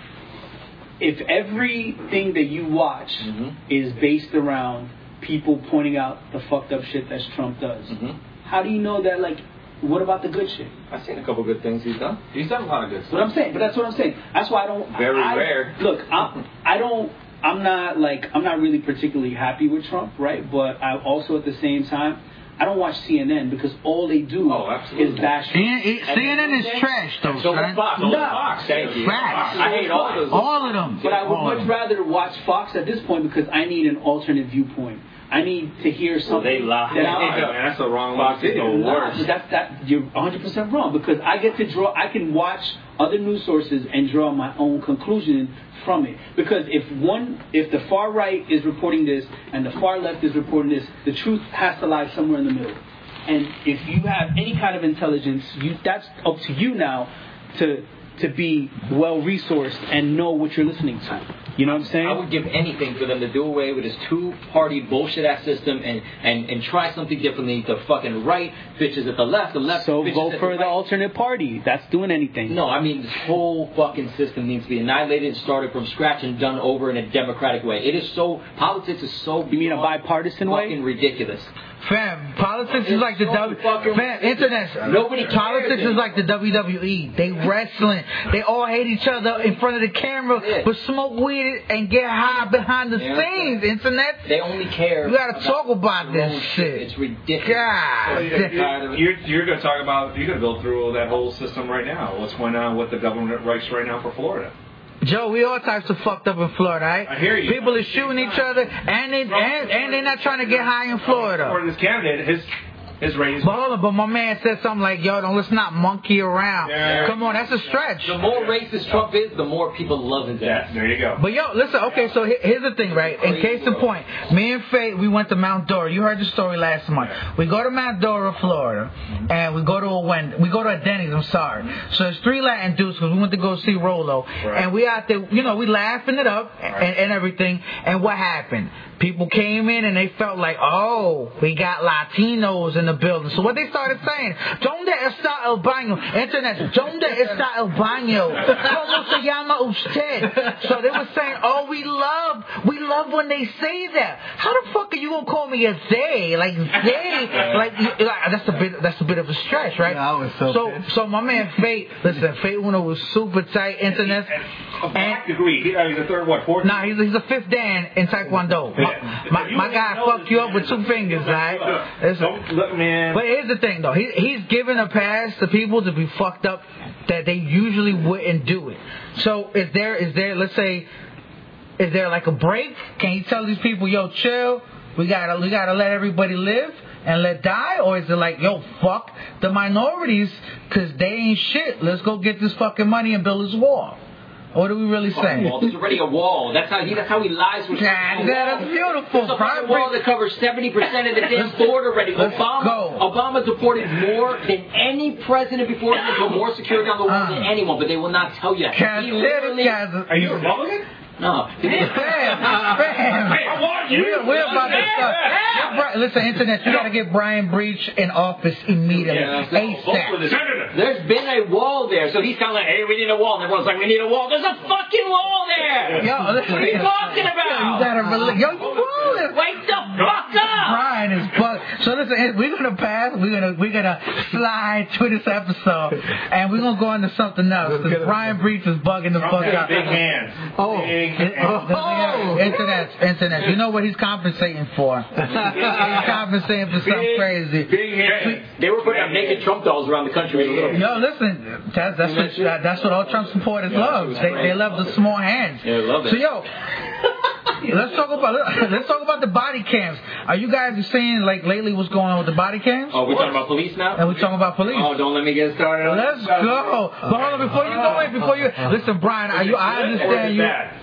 [SPEAKER 3] if everything that you watch
[SPEAKER 7] Mhm.
[SPEAKER 3] is based around people pointing out the fucked up shit that Trump does,
[SPEAKER 7] Mhm.
[SPEAKER 3] how do you know that, like, what about the good shit?
[SPEAKER 7] I've seen a couple good things he's done.
[SPEAKER 2] He's done a lot of good
[SPEAKER 3] What I'm saying, but that's what I'm saying. That's why I don't.
[SPEAKER 7] Very
[SPEAKER 3] I,
[SPEAKER 7] rare.
[SPEAKER 3] Look, I, I don't. I'm not like I'm not really particularly happy with Trump, right? But I also at the same time, I don't watch CNN because all they do
[SPEAKER 2] Oh, absolutely.
[SPEAKER 3] is bash.
[SPEAKER 1] And it- CNN is trash though,
[SPEAKER 7] So was
[SPEAKER 1] son.
[SPEAKER 7] Fox.
[SPEAKER 2] So
[SPEAKER 3] No.
[SPEAKER 2] Fox.
[SPEAKER 7] Thank you.
[SPEAKER 1] Facts.
[SPEAKER 7] I hate all those.
[SPEAKER 1] All of them.
[SPEAKER 3] But I would
[SPEAKER 1] All of
[SPEAKER 3] much
[SPEAKER 1] them.
[SPEAKER 3] rather watch Fox at this point because I need an alternate viewpoint. I need to hear something.
[SPEAKER 7] they lie.
[SPEAKER 3] that
[SPEAKER 7] [laughs]
[SPEAKER 2] I
[SPEAKER 3] I-
[SPEAKER 2] know, and that's the wrong
[SPEAKER 7] Fox
[SPEAKER 2] one.
[SPEAKER 7] is the
[SPEAKER 2] Nah,
[SPEAKER 7] worst.
[SPEAKER 3] Nah, that's that. You're 100 percent wrong because I get to draw. I can watch other news sources and draw my own conclusion from it. Because if one, if the far right is reporting this and the far left is reporting this, the truth has to lie somewhere in the middle. And if you have any kind of intelligence, you that's up to you now to to be well resourced and know what you're listening to. You know what I'm saying?
[SPEAKER 7] I would give anything for them to do away with this two-party bullshit ass system and, and, and try something differently. The fucking right bitches at the left, the left
[SPEAKER 3] so
[SPEAKER 7] bitches
[SPEAKER 3] vote
[SPEAKER 7] at
[SPEAKER 3] for
[SPEAKER 7] the,
[SPEAKER 3] the,
[SPEAKER 7] right.
[SPEAKER 3] alternate party. That's doing anything.
[SPEAKER 7] No, I mean this whole fucking system needs to be annihilated, and started from scratch, and done over in a democratic way. It is so politics is so.
[SPEAKER 3] You mean a
[SPEAKER 7] beyond
[SPEAKER 3] bipartisan way?
[SPEAKER 7] Fucking ridiculous.
[SPEAKER 1] Fam, politics is like the
[SPEAKER 7] so
[SPEAKER 1] W.
[SPEAKER 7] fucking
[SPEAKER 1] Fam, internet.
[SPEAKER 7] Nobody cares
[SPEAKER 1] Politics is
[SPEAKER 7] anymore.
[SPEAKER 1] like the WWE. They wrestling. They all hate each other in front of the camera,
[SPEAKER 7] Yeah.
[SPEAKER 1] but smoke weed and get high behind the
[SPEAKER 7] Yeah.
[SPEAKER 1] scenes. Internet.
[SPEAKER 7] They only care.
[SPEAKER 1] You gotta
[SPEAKER 7] about
[SPEAKER 1] talk about
[SPEAKER 7] their own
[SPEAKER 1] this shit.
[SPEAKER 7] It's ridiculous.
[SPEAKER 1] God.
[SPEAKER 7] I'm tired of it.
[SPEAKER 5] You're, you're going to talk about, you're going to go through that whole system right now. What's going on with the government rights right now for Florida?
[SPEAKER 1] Joe, we all types of fucked up in Florida, right?
[SPEAKER 5] I hear you.
[SPEAKER 1] People are shooting each other, and they and, and they're not trying to get high in
[SPEAKER 5] For
[SPEAKER 1] Florida.
[SPEAKER 5] this candidate, his his ratings.
[SPEAKER 1] But hold on, but my man said something like, "Yo, don't let's not monkey around."
[SPEAKER 5] Yeah.
[SPEAKER 1] Come on, that's a stretch.
[SPEAKER 7] The more racist Trump is, the more people love his
[SPEAKER 5] Yeah,
[SPEAKER 7] ass.
[SPEAKER 5] there you go.
[SPEAKER 1] But yo, listen, okay, so he- here's the thing, right? In case in point, me and Faye, we went to Mount Dora. You heard the story last month. We go to Mount Dora, Florida, and we go to a Wend- we go to a Denny's, I'm sorry. So it's three Latin dudes because we went to go see Rolo. And we out there, you know, we laughing it up and, and everything. And what happened? People came in and they felt like, oh, we got Latinos in the building. So what they started saying, ¿Dónde está el baño? Internet, ¿dónde está el baño? ¿Cómo se llama usted? So they were saying, oh, we love, we love when they say that. How the fuck are you gonna call me a they? Like they, like, you- like, that's a bit, that's a bit of a stretch, right?
[SPEAKER 6] Yeah, I was so
[SPEAKER 1] so,
[SPEAKER 6] pissed.
[SPEAKER 1] so my man Fate, listen, Fate Uno was super tight, Internet.
[SPEAKER 5] A black degree. He, uh, he's a third, what, fourth?
[SPEAKER 1] Nah, he's, he's a fifth Dan in Taekwondo. My, my, my guy fucked you up with two fingers, alright? Listen.
[SPEAKER 5] Don't look, man.
[SPEAKER 1] But here's the thing, though. He, he's giving a pass to people to be fucked up that they usually wouldn't do it. So is there, is there, let's say, is there like a break? Can you tell these people, yo, chill? We gotta, we gotta let everybody live and let die, or is it like, yo, fuck the minorities, cause they ain't shit. Let's go get this fucking money and build this wall. What do we really say?
[SPEAKER 7] Well, there's already a wall. That's how he. That's how he lies with.
[SPEAKER 1] God, that is beautiful.
[SPEAKER 7] It's a
[SPEAKER 1] Brian
[SPEAKER 7] fucking wall that covers 70% of the damn border already.
[SPEAKER 1] let's
[SPEAKER 7] Obama,
[SPEAKER 1] go.
[SPEAKER 7] Obama deported more than any president before him, put more security on the wall than
[SPEAKER 1] Uh.
[SPEAKER 7] anyone, but they will not tell you. that.
[SPEAKER 1] God,
[SPEAKER 7] He
[SPEAKER 1] that
[SPEAKER 7] literally-
[SPEAKER 1] is guys.
[SPEAKER 5] Are you a Republican?
[SPEAKER 7] No.
[SPEAKER 1] Fam, fam.
[SPEAKER 5] Hey, I want you.
[SPEAKER 1] We're, we're about to
[SPEAKER 5] Yeah.
[SPEAKER 1] start. Bri- Listen, internet, you gotta get Brian Breach in office immediately,
[SPEAKER 7] Yeah, so
[SPEAKER 5] Vote for
[SPEAKER 1] ASAP.
[SPEAKER 5] the senator.
[SPEAKER 7] [laughs] There's been a wall there, so he's kind of like, hey, we need a wall. And everyone's like, we need a wall. There's a fucking wall there!
[SPEAKER 1] Yo, listen.
[SPEAKER 7] What are you talking about?
[SPEAKER 1] You gotta rela- Yo, you rolling.
[SPEAKER 7] Wake the fuck up!
[SPEAKER 1] Brian is fucked. So listen, eh, we're gonna pass. We're gonna we're gonna slide to this episode, and we're gonna go into something else because Brian Breach is bugging the fuck
[SPEAKER 5] Trump
[SPEAKER 1] out.
[SPEAKER 5] has big hands.
[SPEAKER 1] Oh,
[SPEAKER 5] Big
[SPEAKER 1] it-
[SPEAKER 5] hands.
[SPEAKER 1] oh. internet, internet. You know what he's compensating
[SPEAKER 7] [laughs]
[SPEAKER 1] for? he's compensating for something
[SPEAKER 5] Big-
[SPEAKER 1] crazy.
[SPEAKER 5] Big hands.
[SPEAKER 7] They were putting up naked Trump dolls around the country with a little.
[SPEAKER 1] Yo, listen, that's that's what that, that's what all Trump supporters love. They, they love the small hands.
[SPEAKER 7] Yeah, they love it.
[SPEAKER 1] So
[SPEAKER 7] [laughs]
[SPEAKER 1] yo, let's talk about let's talk about the body cams. Are you guys seeing like lately what's going on with the body cams?
[SPEAKER 7] Oh, we're talking about police now?
[SPEAKER 1] And we're talking about police.
[SPEAKER 7] Oh, don't let me get started on
[SPEAKER 1] Let's
[SPEAKER 7] this.
[SPEAKER 1] go. But hold on, before you go in, before you listen, Brian, are you? I
[SPEAKER 5] Or is it
[SPEAKER 1] understand you.
[SPEAKER 5] bad?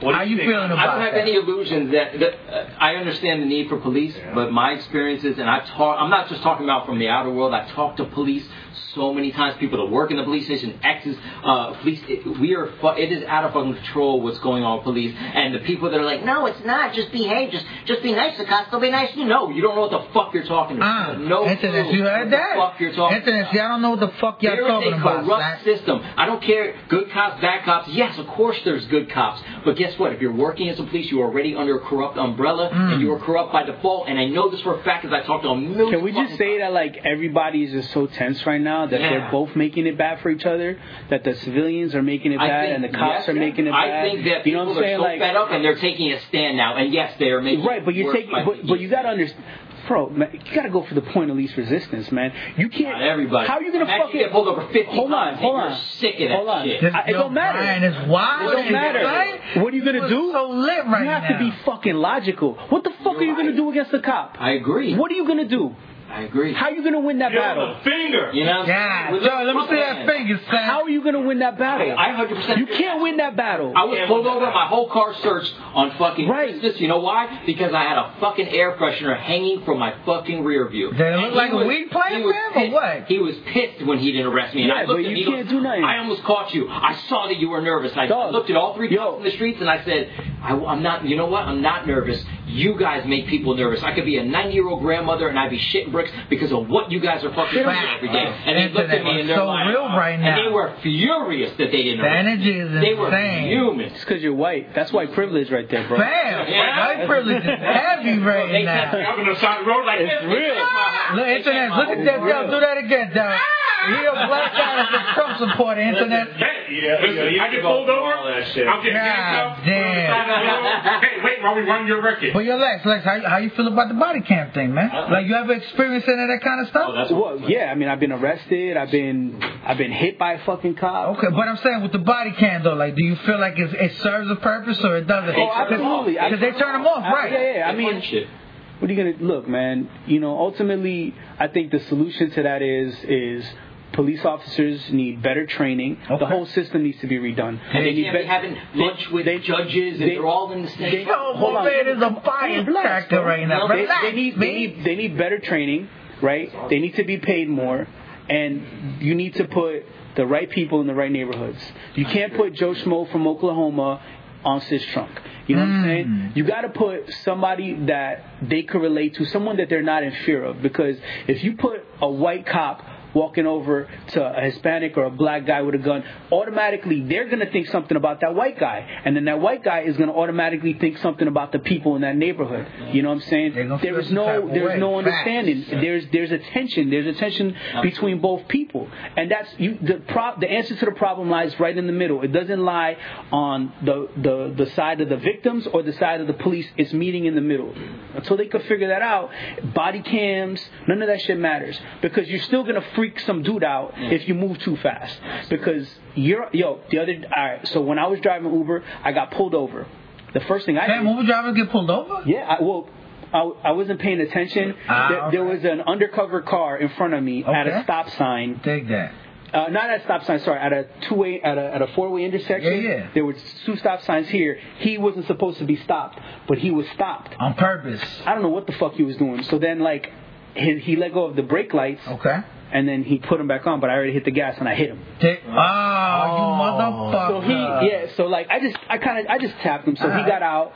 [SPEAKER 5] What do
[SPEAKER 1] How you
[SPEAKER 5] think?
[SPEAKER 1] feeling
[SPEAKER 7] I
[SPEAKER 1] about
[SPEAKER 7] don't have
[SPEAKER 1] that?
[SPEAKER 7] any illusions that, that uh, I understand the need for police, but my experiences, and I talk, I'm not just talking about from the outer world. I talk to police so many times. People that work in the police station, exes, uh, police. It, we are. Fu- it is out of fucking control what's going on with police, and the people that are like, no, it's not. Just behave. Just just be nice to cops. They'll be nice to you. No, you don't know what the fuck you're talking
[SPEAKER 1] Uh,
[SPEAKER 7] about. Ah, no,
[SPEAKER 1] internet,
[SPEAKER 7] clue
[SPEAKER 1] you
[SPEAKER 7] what
[SPEAKER 1] heard
[SPEAKER 7] the
[SPEAKER 1] that?
[SPEAKER 7] fuck you're talking
[SPEAKER 1] internet,
[SPEAKER 7] about.
[SPEAKER 1] see, I don't know what the fuck y'all
[SPEAKER 7] There is
[SPEAKER 1] talking
[SPEAKER 7] a
[SPEAKER 1] about.
[SPEAKER 7] corrupt
[SPEAKER 1] son.
[SPEAKER 7] system. I don't care, good cops, bad cops. Yes, of course there's good cops. But guess what? If you're working as a police, you're already under a corrupt umbrella,
[SPEAKER 1] Hmm.
[SPEAKER 7] and you are corrupt by default. And I know this for a fact because I talked to a million.
[SPEAKER 3] Can we just
[SPEAKER 7] fucking
[SPEAKER 3] say
[SPEAKER 7] cops.
[SPEAKER 3] that like everybody is just so tense right now that
[SPEAKER 7] Yeah.
[SPEAKER 3] they're both making it bad for each other, that the civilians are making it
[SPEAKER 7] I
[SPEAKER 3] bad
[SPEAKER 7] think-
[SPEAKER 3] and the cops
[SPEAKER 7] yes,
[SPEAKER 3] are making it bad.
[SPEAKER 7] I think that
[SPEAKER 3] you know
[SPEAKER 7] people
[SPEAKER 3] what I'm saying?
[SPEAKER 7] are so
[SPEAKER 3] like, uh,
[SPEAKER 7] fed up and they're taking a stand now. And yes, they are making
[SPEAKER 3] Right, but you're
[SPEAKER 7] worse
[SPEAKER 3] taking,
[SPEAKER 7] by
[SPEAKER 3] but, but you gotta
[SPEAKER 7] making-
[SPEAKER 3] understand, bro. Man, you gotta go for the point of least resistance, man. You can't.
[SPEAKER 7] Not everybody.
[SPEAKER 3] How are you gonna
[SPEAKER 7] Imagine
[SPEAKER 3] fucking
[SPEAKER 7] you get pulled over 50
[SPEAKER 3] Hold on,
[SPEAKER 7] times and
[SPEAKER 3] hold
[SPEAKER 7] you're
[SPEAKER 3] on.
[SPEAKER 7] sick of that
[SPEAKER 3] hold on.
[SPEAKER 7] shit.
[SPEAKER 1] This
[SPEAKER 3] I- it
[SPEAKER 1] Joe
[SPEAKER 3] don't matter.
[SPEAKER 1] Bryan is wild.
[SPEAKER 3] It don't
[SPEAKER 1] and
[SPEAKER 3] matter.
[SPEAKER 1] insane.
[SPEAKER 3] What are you gonna
[SPEAKER 1] He was
[SPEAKER 3] do?
[SPEAKER 1] So lit right
[SPEAKER 3] you have
[SPEAKER 1] now.
[SPEAKER 3] to be fucking logical. What the fuck are you gonna
[SPEAKER 7] right.
[SPEAKER 3] do against the cop?
[SPEAKER 7] I agree.
[SPEAKER 3] What are you gonna do?
[SPEAKER 7] I agree.
[SPEAKER 3] How are you gonna win that battle?
[SPEAKER 5] Feel the finger.
[SPEAKER 7] you know?
[SPEAKER 1] Yeah,
[SPEAKER 7] With
[SPEAKER 1] Joe, let me
[SPEAKER 7] the-
[SPEAKER 1] see that finger, son.
[SPEAKER 3] How are you gonna win that battle?
[SPEAKER 7] I 100%
[SPEAKER 3] You can't win that battle.
[SPEAKER 7] I was pulled over, my whole car searched on fucking
[SPEAKER 3] Right.
[SPEAKER 7] Christmas. You know why? Because I had a fucking air freshener hanging from my fucking rear view.
[SPEAKER 1] Did it look
[SPEAKER 7] And
[SPEAKER 1] like
[SPEAKER 7] he
[SPEAKER 1] a weed plant
[SPEAKER 7] he was
[SPEAKER 1] then, or
[SPEAKER 7] pissed-
[SPEAKER 1] what?
[SPEAKER 7] He was pissed when he didn't arrest me. And
[SPEAKER 3] Yeah,
[SPEAKER 7] I looked
[SPEAKER 3] but
[SPEAKER 7] at him.
[SPEAKER 3] you
[SPEAKER 7] he
[SPEAKER 3] can't
[SPEAKER 7] goes,
[SPEAKER 3] do nothing.
[SPEAKER 7] I almost caught you. I saw that you were nervous. I
[SPEAKER 3] Dog.
[SPEAKER 7] looked at all three
[SPEAKER 3] Yo.
[SPEAKER 7] cops in the streets and I said, I, am not. You know what? I'm not nervous. You guys make people nervous. I could be a 90 year old grandmother and I'd be shitting bricks because of what you guys are fucking doing
[SPEAKER 1] Fact.
[SPEAKER 7] every day. And they
[SPEAKER 1] Internet
[SPEAKER 7] looked at me
[SPEAKER 1] is
[SPEAKER 7] and they're
[SPEAKER 1] so
[SPEAKER 7] like,
[SPEAKER 1] real right
[SPEAKER 7] and
[SPEAKER 1] now.
[SPEAKER 7] they were furious that they didn't.
[SPEAKER 1] The
[SPEAKER 7] arrest me.
[SPEAKER 1] energy is
[SPEAKER 7] They were
[SPEAKER 1] insane.
[SPEAKER 7] fumans.
[SPEAKER 3] It's because you're white. That's white privilege right there, bro.
[SPEAKER 1] Bam!
[SPEAKER 7] Yeah.
[SPEAKER 1] White privilege
[SPEAKER 7] [laughs]
[SPEAKER 1] is heavy right
[SPEAKER 7] They
[SPEAKER 1] now.
[SPEAKER 7] kept-
[SPEAKER 5] I'm on the side of the road like
[SPEAKER 3] It's
[SPEAKER 5] this.
[SPEAKER 3] real.
[SPEAKER 1] Look, internet, look at that. Yo, do that again, Doc. You're a black guy that's a Trump supporter, internet.
[SPEAKER 5] Yeah,
[SPEAKER 2] Listen,
[SPEAKER 5] yeah, you
[SPEAKER 2] I
[SPEAKER 5] can
[SPEAKER 2] get
[SPEAKER 5] go
[SPEAKER 2] pulled
[SPEAKER 5] through
[SPEAKER 2] over.
[SPEAKER 5] all that shit.
[SPEAKER 2] I'm getting
[SPEAKER 1] God
[SPEAKER 2] handcuffed. put on the
[SPEAKER 1] damn.
[SPEAKER 2] side of the road. Hey, wait, while we run your record.
[SPEAKER 1] But yo, Lex, Lex, how, how you feel about the body cam thing, man? Like, you ever experienced any of that kind of stuff?
[SPEAKER 7] Uh-huh. Oh, that's
[SPEAKER 3] Well, yeah. I mean, I've been arrested. I've been, I've been hit by a fucking cop.
[SPEAKER 1] Okay, but I'm saying with the body cam though, like, do you feel like it, it serves a purpose or it doesn't?
[SPEAKER 3] Oh, absolutely.
[SPEAKER 1] Because they turn them off,
[SPEAKER 3] I-
[SPEAKER 1] right?
[SPEAKER 3] Yeah, yeah. I mean,
[SPEAKER 7] shit.
[SPEAKER 3] what are you gonna look, man? You know, ultimately, I think the solution to that is is police officers need better training.
[SPEAKER 1] Okay.
[SPEAKER 3] The whole system needs to be redone.
[SPEAKER 7] And they
[SPEAKER 3] need
[SPEAKER 7] can't be having lunch with judges, and
[SPEAKER 3] they-
[SPEAKER 7] they're all in the same.
[SPEAKER 3] they-
[SPEAKER 1] Yo,
[SPEAKER 3] Hold on.
[SPEAKER 1] man, is a fire
[SPEAKER 3] Relax,
[SPEAKER 1] tractor
[SPEAKER 3] bro.
[SPEAKER 1] right now.
[SPEAKER 3] They,
[SPEAKER 1] Relax,
[SPEAKER 3] they need, they
[SPEAKER 1] man.
[SPEAKER 3] need they need better training, right? They need to be paid more, and you need to put the right people in the right neighborhoods. You can't put Joe Schmo from Oklahoma on Sis Trunk. You know what I'm saying? You got to put somebody that they could relate to, someone that they're not in fear of, because if you put a white cop walking over to a Hispanic or a black guy with a gun, automatically they're gonna think something about that white guy, and then that white guy is gonna automatically think something about the people in that neighborhood. You know what I'm saying?
[SPEAKER 1] They're gonna
[SPEAKER 3] There
[SPEAKER 1] feel
[SPEAKER 3] is
[SPEAKER 1] some type
[SPEAKER 3] no
[SPEAKER 1] of
[SPEAKER 3] there's
[SPEAKER 1] way.
[SPEAKER 3] no
[SPEAKER 1] Facts.
[SPEAKER 3] understanding. There's there's a tension. There's a tension between both people, and that's you. The prop the answer to the problem lies right in the middle. It doesn't lie on the the the side of the victims or the side of the police. It's meeting in the middle. Until they could figure that out, body cams, none of that shit matters because you're still gonna freak some dude out if you move too fast. Because you're yo the other all right. So when I was driving Uber, I got pulled over. The first thing I
[SPEAKER 1] Damn,
[SPEAKER 3] did,
[SPEAKER 1] Uber drivers get pulled over?
[SPEAKER 3] yeah, I, well, I, I wasn't paying attention.
[SPEAKER 1] Ah,
[SPEAKER 3] there, there
[SPEAKER 1] okay.
[SPEAKER 3] was an undercover car in front of me at
[SPEAKER 1] Okay.
[SPEAKER 3] a stop sign.
[SPEAKER 1] Take that.
[SPEAKER 3] Uh, not at a stop sign, sorry, at a two-way, at a, at a four-way intersection.
[SPEAKER 1] Yeah, yeah.
[SPEAKER 3] There were two stop signs here. He wasn't supposed to be stopped, but he was stopped.
[SPEAKER 1] On purpose.
[SPEAKER 3] I don't know what the fuck he was doing. So then, like, he, he let go of the brake lights,
[SPEAKER 1] Okay.
[SPEAKER 3] and then he put them back on, but I already hit the gas, and I hit him.
[SPEAKER 1] Take, oh, you motherfucker.
[SPEAKER 3] Oh. So he, yeah, so, like, I just, I kind of, I just tapped him. So he
[SPEAKER 1] Alright.
[SPEAKER 3] got out.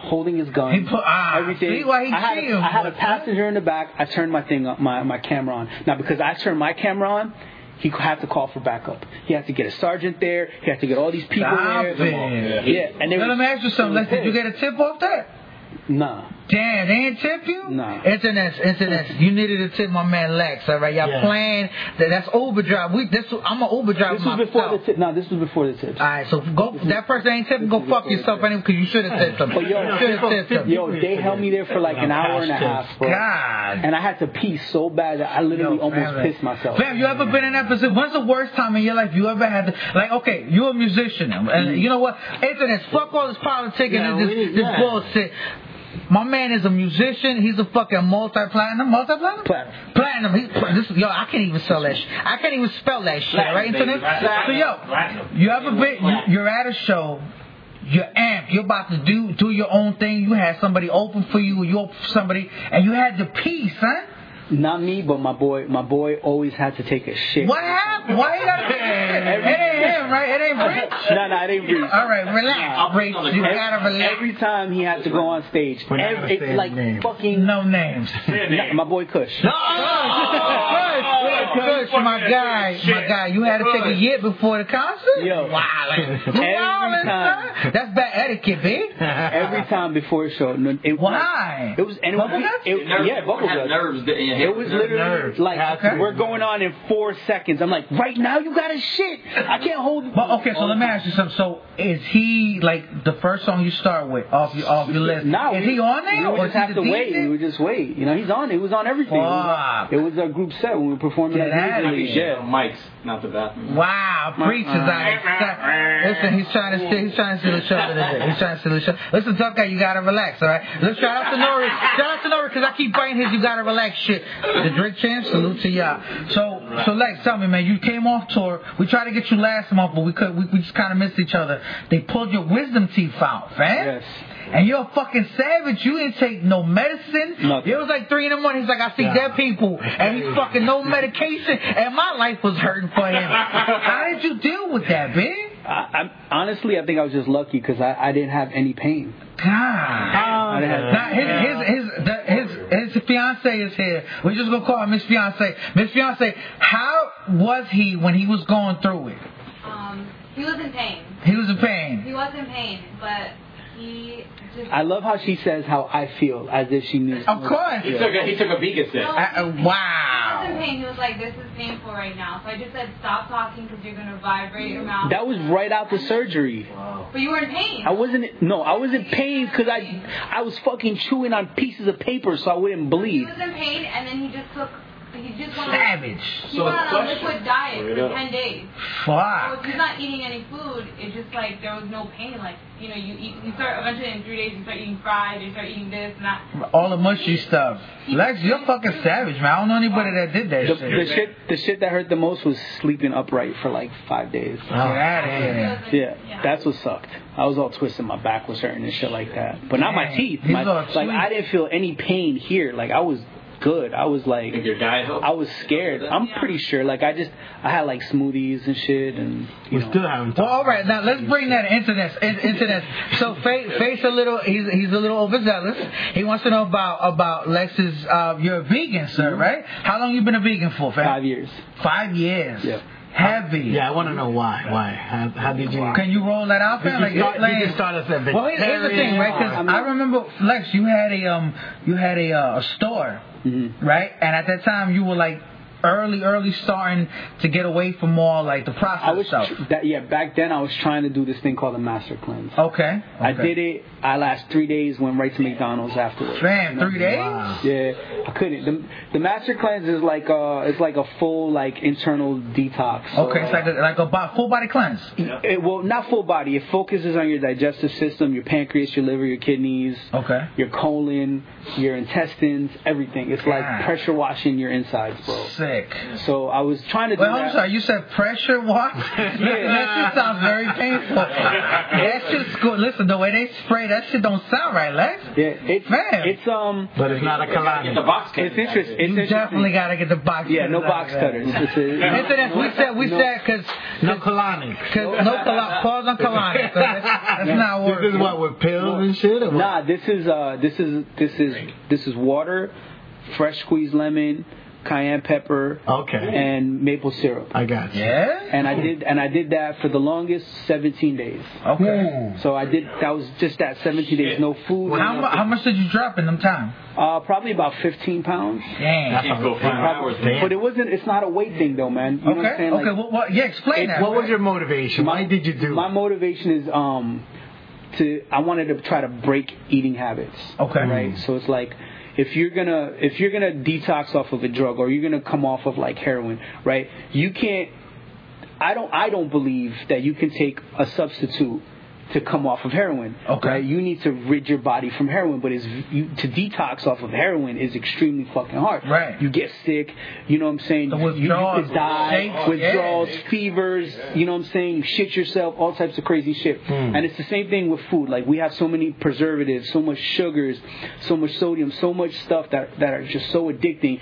[SPEAKER 3] Holding his gun,
[SPEAKER 1] Uh-huh. He put- ah,
[SPEAKER 3] everything.
[SPEAKER 1] see why he
[SPEAKER 3] I had,
[SPEAKER 1] cheated,
[SPEAKER 3] a, I had a
[SPEAKER 1] boy.
[SPEAKER 3] passenger in the back. I turned my thing up, my, my camera on. Now because I turned my camera on, he had to call for backup. He had to get a sergeant there. He had to get all these people
[SPEAKER 1] Stop
[SPEAKER 3] there.
[SPEAKER 1] it.
[SPEAKER 3] Yeah, and they
[SPEAKER 1] Now,
[SPEAKER 3] were-
[SPEAKER 1] let me ask you something. Lex, did you get a tip off that?
[SPEAKER 3] Nah.
[SPEAKER 1] Damn, they ain't tip you?
[SPEAKER 3] No.
[SPEAKER 1] Internet, internet. You needed to tip my man Lex, all right? Y'all
[SPEAKER 3] Yeah.
[SPEAKER 1] playing. That, that's Uber drive. We, this, I'm an Uber driver
[SPEAKER 3] This was
[SPEAKER 1] myself.
[SPEAKER 3] before the tip. No, this was before the tips.
[SPEAKER 1] all right, so go. That person ain't tipping. Go fuck yourself, anyway, because you should have tipped them.
[SPEAKER 3] But yo,
[SPEAKER 1] you should have tipped them.
[SPEAKER 3] Yo, they held me there for like an hour and a half, bro.
[SPEAKER 1] God.
[SPEAKER 3] And I had to pee so bad that I
[SPEAKER 1] Yo,
[SPEAKER 3] literally almost
[SPEAKER 1] fam,
[SPEAKER 3] pissed myself.
[SPEAKER 1] Fam, you ever been in that position? When's the worst time in your life you ever had? To, like, okay, you're a musician, and you know what? Internet, fuck all this politic and this, this bullshit. My man is a musician. He's a fucking multi-platinum, multi-platinum,
[SPEAKER 3] Platinum.
[SPEAKER 1] platinum. He, this, yo, I can't even sell that. Sh- I can't even spell that shit, right? Internet. So yo, you ever been? you- You're at a show. you're amped. You're about to do do your own thing. You had somebody open for you. You open for somebody, and you had the peace, huh?
[SPEAKER 3] Not me, but my boy. My boy always had to take a shit.
[SPEAKER 1] What happened? Why you gotta be It ain't him, right? It ain't Rich.
[SPEAKER 3] No, no, it ain't Reese.
[SPEAKER 1] [laughs] All right, relax, Rich. You gotta relax.
[SPEAKER 3] Every time he had to go on stage,
[SPEAKER 6] We're not gonna
[SPEAKER 3] every,
[SPEAKER 6] say
[SPEAKER 3] it's like
[SPEAKER 6] his name.
[SPEAKER 3] fucking
[SPEAKER 1] No
[SPEAKER 3] [laughs]
[SPEAKER 1] names.
[SPEAKER 3] Nah, my boy Kush.
[SPEAKER 1] No, Kush, Kush, Kush, my guy, my guy. You had to take a year before the concert.
[SPEAKER 3] Yo.
[SPEAKER 1] wildin', You
[SPEAKER 3] Every
[SPEAKER 1] wildin',
[SPEAKER 3] time.
[SPEAKER 1] son. That's bad etiquette, big.
[SPEAKER 3] [laughs] Every time before a show, no, it
[SPEAKER 1] Why?
[SPEAKER 3] It was and it
[SPEAKER 1] Bubble
[SPEAKER 3] was,
[SPEAKER 1] guts?
[SPEAKER 3] it,
[SPEAKER 7] Nerves,
[SPEAKER 3] yeah, bubble
[SPEAKER 7] have
[SPEAKER 3] guts.
[SPEAKER 7] nerves. that- yeah,
[SPEAKER 3] It was literally
[SPEAKER 6] Nerves.
[SPEAKER 3] like
[SPEAKER 6] Okay.
[SPEAKER 3] we're going on in four seconds. I'm like, right now you got a shit. I can't hold.
[SPEAKER 1] Well, okay, so let me ask you something. So, is he like the first song you start with off your off your list?
[SPEAKER 3] Nah,
[SPEAKER 1] is
[SPEAKER 3] we-
[SPEAKER 1] he on
[SPEAKER 3] We
[SPEAKER 1] there?
[SPEAKER 3] would
[SPEAKER 1] or
[SPEAKER 3] just
[SPEAKER 1] is
[SPEAKER 3] have
[SPEAKER 1] he
[SPEAKER 3] to
[SPEAKER 1] the
[SPEAKER 3] wait.
[SPEAKER 1] DJ?
[SPEAKER 3] We would just wait. You know, he's on. He was on everything.
[SPEAKER 1] Fuck.
[SPEAKER 3] It was a group set when we were performing.
[SPEAKER 1] Get
[SPEAKER 3] at
[SPEAKER 1] outta
[SPEAKER 3] Disney.
[SPEAKER 1] here.
[SPEAKER 7] Yeah, mics, not the bathroom.
[SPEAKER 1] Wow, preachers out. Listen, he's trying to steal, he's trying to steal the show today. He's trying to steal the show. Listen, tough guy, you gotta relax, all right? Let's shout out to Norris. Shout out to Norris because I keep biting his. You gotta relax shit. The drink champs, salute to y'all. So, so Lex, tell me, man, you came off tour. We tried to get you last month, but we could. We, we just kind of missed each other. They pulled your wisdom teeth out, man.
[SPEAKER 3] Yes.
[SPEAKER 1] And you're a fucking savage. You didn't take no medicine.
[SPEAKER 3] Nothing.
[SPEAKER 1] It was like three in the morning. He's like, I see dead people, and he's fucking no medication. And my life was hurting for him. How did you deal with that, bitch?
[SPEAKER 3] I, I, honestly, I think I was just lucky because I, I didn't have any pain.
[SPEAKER 1] God.
[SPEAKER 3] I didn't have-
[SPEAKER 1] Now, his, his, his, the, his, his fiance is here. We're just gonna call him Miss Fiance. Miss Fiance, how was he when he was going through it?
[SPEAKER 8] Um, he was in pain.
[SPEAKER 1] He was in pain.
[SPEAKER 8] He was in pain, but he just.
[SPEAKER 3] I love how she says how I feel as if she knew.
[SPEAKER 1] Of course.
[SPEAKER 7] He took a he took a Vega
[SPEAKER 8] No,
[SPEAKER 7] set.
[SPEAKER 1] I- uh, wow.
[SPEAKER 8] He was in pain. He was like, "This is painful right now." So I just said, "Stop talking because you're gonna vibrate your mouth."
[SPEAKER 3] That was right after surgery.
[SPEAKER 8] But you were in pain.
[SPEAKER 3] I wasn't no, I was in pain because I I was fucking chewing on pieces of paper so I wouldn't
[SPEAKER 8] He
[SPEAKER 3] bleed.
[SPEAKER 8] was in pain, and then he just took. He just went. on-
[SPEAKER 1] Savage.
[SPEAKER 8] He
[SPEAKER 7] So
[SPEAKER 8] went
[SPEAKER 7] the
[SPEAKER 8] on a
[SPEAKER 7] question- uh,
[SPEAKER 8] liquid diet
[SPEAKER 5] Straight
[SPEAKER 8] for
[SPEAKER 5] up.
[SPEAKER 8] ten days. So
[SPEAKER 3] Ah.
[SPEAKER 8] if
[SPEAKER 1] Fuck.
[SPEAKER 8] he's not eating any food, it's just like there was no pain. Like you know, you eat. You start eventually in three days. You start eating fried. You start eating this and that.
[SPEAKER 1] All the mushy stuff. Lex, you're fucking savage, man. I don't know anybody that did that
[SPEAKER 3] The,
[SPEAKER 1] shit.
[SPEAKER 3] the shit the shit that hurt the most was sleeping upright for like five days.
[SPEAKER 1] Get out of here.
[SPEAKER 8] He
[SPEAKER 3] Yeah,
[SPEAKER 8] wasn't-
[SPEAKER 3] that's what sucked. I was all twisted, my back was hurting and shit like that. But not my
[SPEAKER 1] Dang,
[SPEAKER 3] teeth.
[SPEAKER 1] these
[SPEAKER 3] My,
[SPEAKER 1] are
[SPEAKER 3] like I didn't feel any pain here. Like I was good. I was like
[SPEAKER 7] Think your diet helped?
[SPEAKER 3] I was scared. I'm
[SPEAKER 8] Yeah.
[SPEAKER 3] pretty sure. Like I just I had like smoothies and shit and
[SPEAKER 6] We
[SPEAKER 3] you know.
[SPEAKER 6] still haven't
[SPEAKER 1] Well,
[SPEAKER 6] talked.
[SPEAKER 1] all right. Now let's bring that into this. in- Into this. So face, face a little. He's he's a little overzealous. He wants to know about about Lex's. Uh, you're a vegan, sir,
[SPEAKER 6] Mm-hmm.
[SPEAKER 1] right? How long you been a vegan for? fam?
[SPEAKER 3] Five years.
[SPEAKER 1] Five years.
[SPEAKER 3] Yeah.
[SPEAKER 1] Heavy.
[SPEAKER 6] Yeah, I want to know why. Why? How, how did you?
[SPEAKER 1] Can you roll that out,
[SPEAKER 6] Did
[SPEAKER 1] fam?
[SPEAKER 6] you
[SPEAKER 1] Like
[SPEAKER 6] start- did
[SPEAKER 1] explain.
[SPEAKER 6] you start as a
[SPEAKER 1] Well, here's- here's the thing, right? Because
[SPEAKER 3] vegetarian?
[SPEAKER 1] I remember Lex, you had a um, you had a uh, a store,
[SPEAKER 6] Mm-hmm.
[SPEAKER 1] right? And at that time, you were like early, early starting to get away from more like the processed
[SPEAKER 3] I was
[SPEAKER 1] stuff.
[SPEAKER 3] tr- that yeah. Back then, I was trying to do this thing called a master cleanse.
[SPEAKER 1] okay,
[SPEAKER 3] I did it. I last three days. Went right to McDonald's afterwards.
[SPEAKER 1] Fam, three days.
[SPEAKER 6] Wow.
[SPEAKER 3] Yeah, I couldn't. The, the master cleanse is like uh, it's like a full like internal detox. So,
[SPEAKER 1] Okay, it's like a, like a bo- full body cleanse.
[SPEAKER 3] it, well, not full body. It focuses on your digestive system, your pancreas, your liver, your kidneys,
[SPEAKER 1] Okay.
[SPEAKER 3] your colon, your intestines, everything. It's like
[SPEAKER 1] God.
[SPEAKER 3] pressure washing your insides, bro.
[SPEAKER 1] Sick.
[SPEAKER 3] So I was trying to do
[SPEAKER 1] Wait,
[SPEAKER 3] that.
[SPEAKER 1] I'm sorry. You said pressure
[SPEAKER 3] [laughs]
[SPEAKER 1] wash. that, that shit sounds very painful. that shit's good. Listen, the way they spray that shit don't sound right, Lex.
[SPEAKER 3] Yeah, it's
[SPEAKER 1] Man.
[SPEAKER 3] it's um,
[SPEAKER 6] But it's not a
[SPEAKER 7] Get the
[SPEAKER 6] collage.
[SPEAKER 7] box
[SPEAKER 3] it's
[SPEAKER 7] cut.
[SPEAKER 3] interest. It's
[SPEAKER 1] You
[SPEAKER 3] interesting.
[SPEAKER 1] definitely gotta get the box.
[SPEAKER 3] Yeah, no
[SPEAKER 1] cutters out
[SPEAKER 3] box
[SPEAKER 1] of there.
[SPEAKER 3] cutters.
[SPEAKER 1] [laughs]
[SPEAKER 3] It's a-
[SPEAKER 1] Into this, we said we
[SPEAKER 3] No.
[SPEAKER 1] said because
[SPEAKER 6] No colonics.
[SPEAKER 1] because no colonic pause on colonic. So that's, that's not
[SPEAKER 6] This
[SPEAKER 1] working.
[SPEAKER 6] is what with pills and shit. Or what?
[SPEAKER 3] Nah, this is uh, this is this is this is water, fresh squeezed lemon, cayenne pepper,
[SPEAKER 6] Okay,
[SPEAKER 3] and maple syrup.
[SPEAKER 6] I got you.
[SPEAKER 1] Yeah.
[SPEAKER 3] And I did and I did that for the longest 17 days.
[SPEAKER 1] Okay.
[SPEAKER 6] Ooh.
[SPEAKER 3] So I did that was just that 17 days, no food.
[SPEAKER 1] How, mu- how much did you drop in them time?
[SPEAKER 3] Uh, probably about 15 pounds.
[SPEAKER 1] Damn.
[SPEAKER 6] That's
[SPEAKER 7] go
[SPEAKER 6] a-
[SPEAKER 7] five hours.
[SPEAKER 6] Damn.
[SPEAKER 3] But it wasn't. It's not a weight thing though, man. You know what I'm
[SPEAKER 1] Okay.
[SPEAKER 3] saying? Like,
[SPEAKER 1] okay. Well, well, yeah. Explain
[SPEAKER 3] It-
[SPEAKER 1] that.
[SPEAKER 6] What was your motivation? Why did you do?
[SPEAKER 3] my
[SPEAKER 6] it?
[SPEAKER 3] motivation is um to I wanted to try to break eating habits.
[SPEAKER 1] Okay.
[SPEAKER 3] Right. So it's like if you're gonna if you're gonna detox off of a drug or you're gonna come off of like heroin, right? You can't. I don't I don't believe that you can take a substitute to come off of heroin.
[SPEAKER 1] Okay.
[SPEAKER 3] right? You need to rid your body from heroin, but it's you, to detox off of heroin is extremely fucking hard.
[SPEAKER 1] Right.
[SPEAKER 3] You get sick. You know what I'm saying?
[SPEAKER 1] The
[SPEAKER 3] You- you
[SPEAKER 1] withdrawals,
[SPEAKER 3] could die.
[SPEAKER 1] shakes, yeah.
[SPEAKER 3] withdrawals, fevers. You know what I'm saying? You shit yourself. All types of crazy shit.
[SPEAKER 1] Hmm.
[SPEAKER 3] And it's the same thing with food. Like we have so many preservatives, so much sugars, so much sodium, so much stuff that that are just so addicting.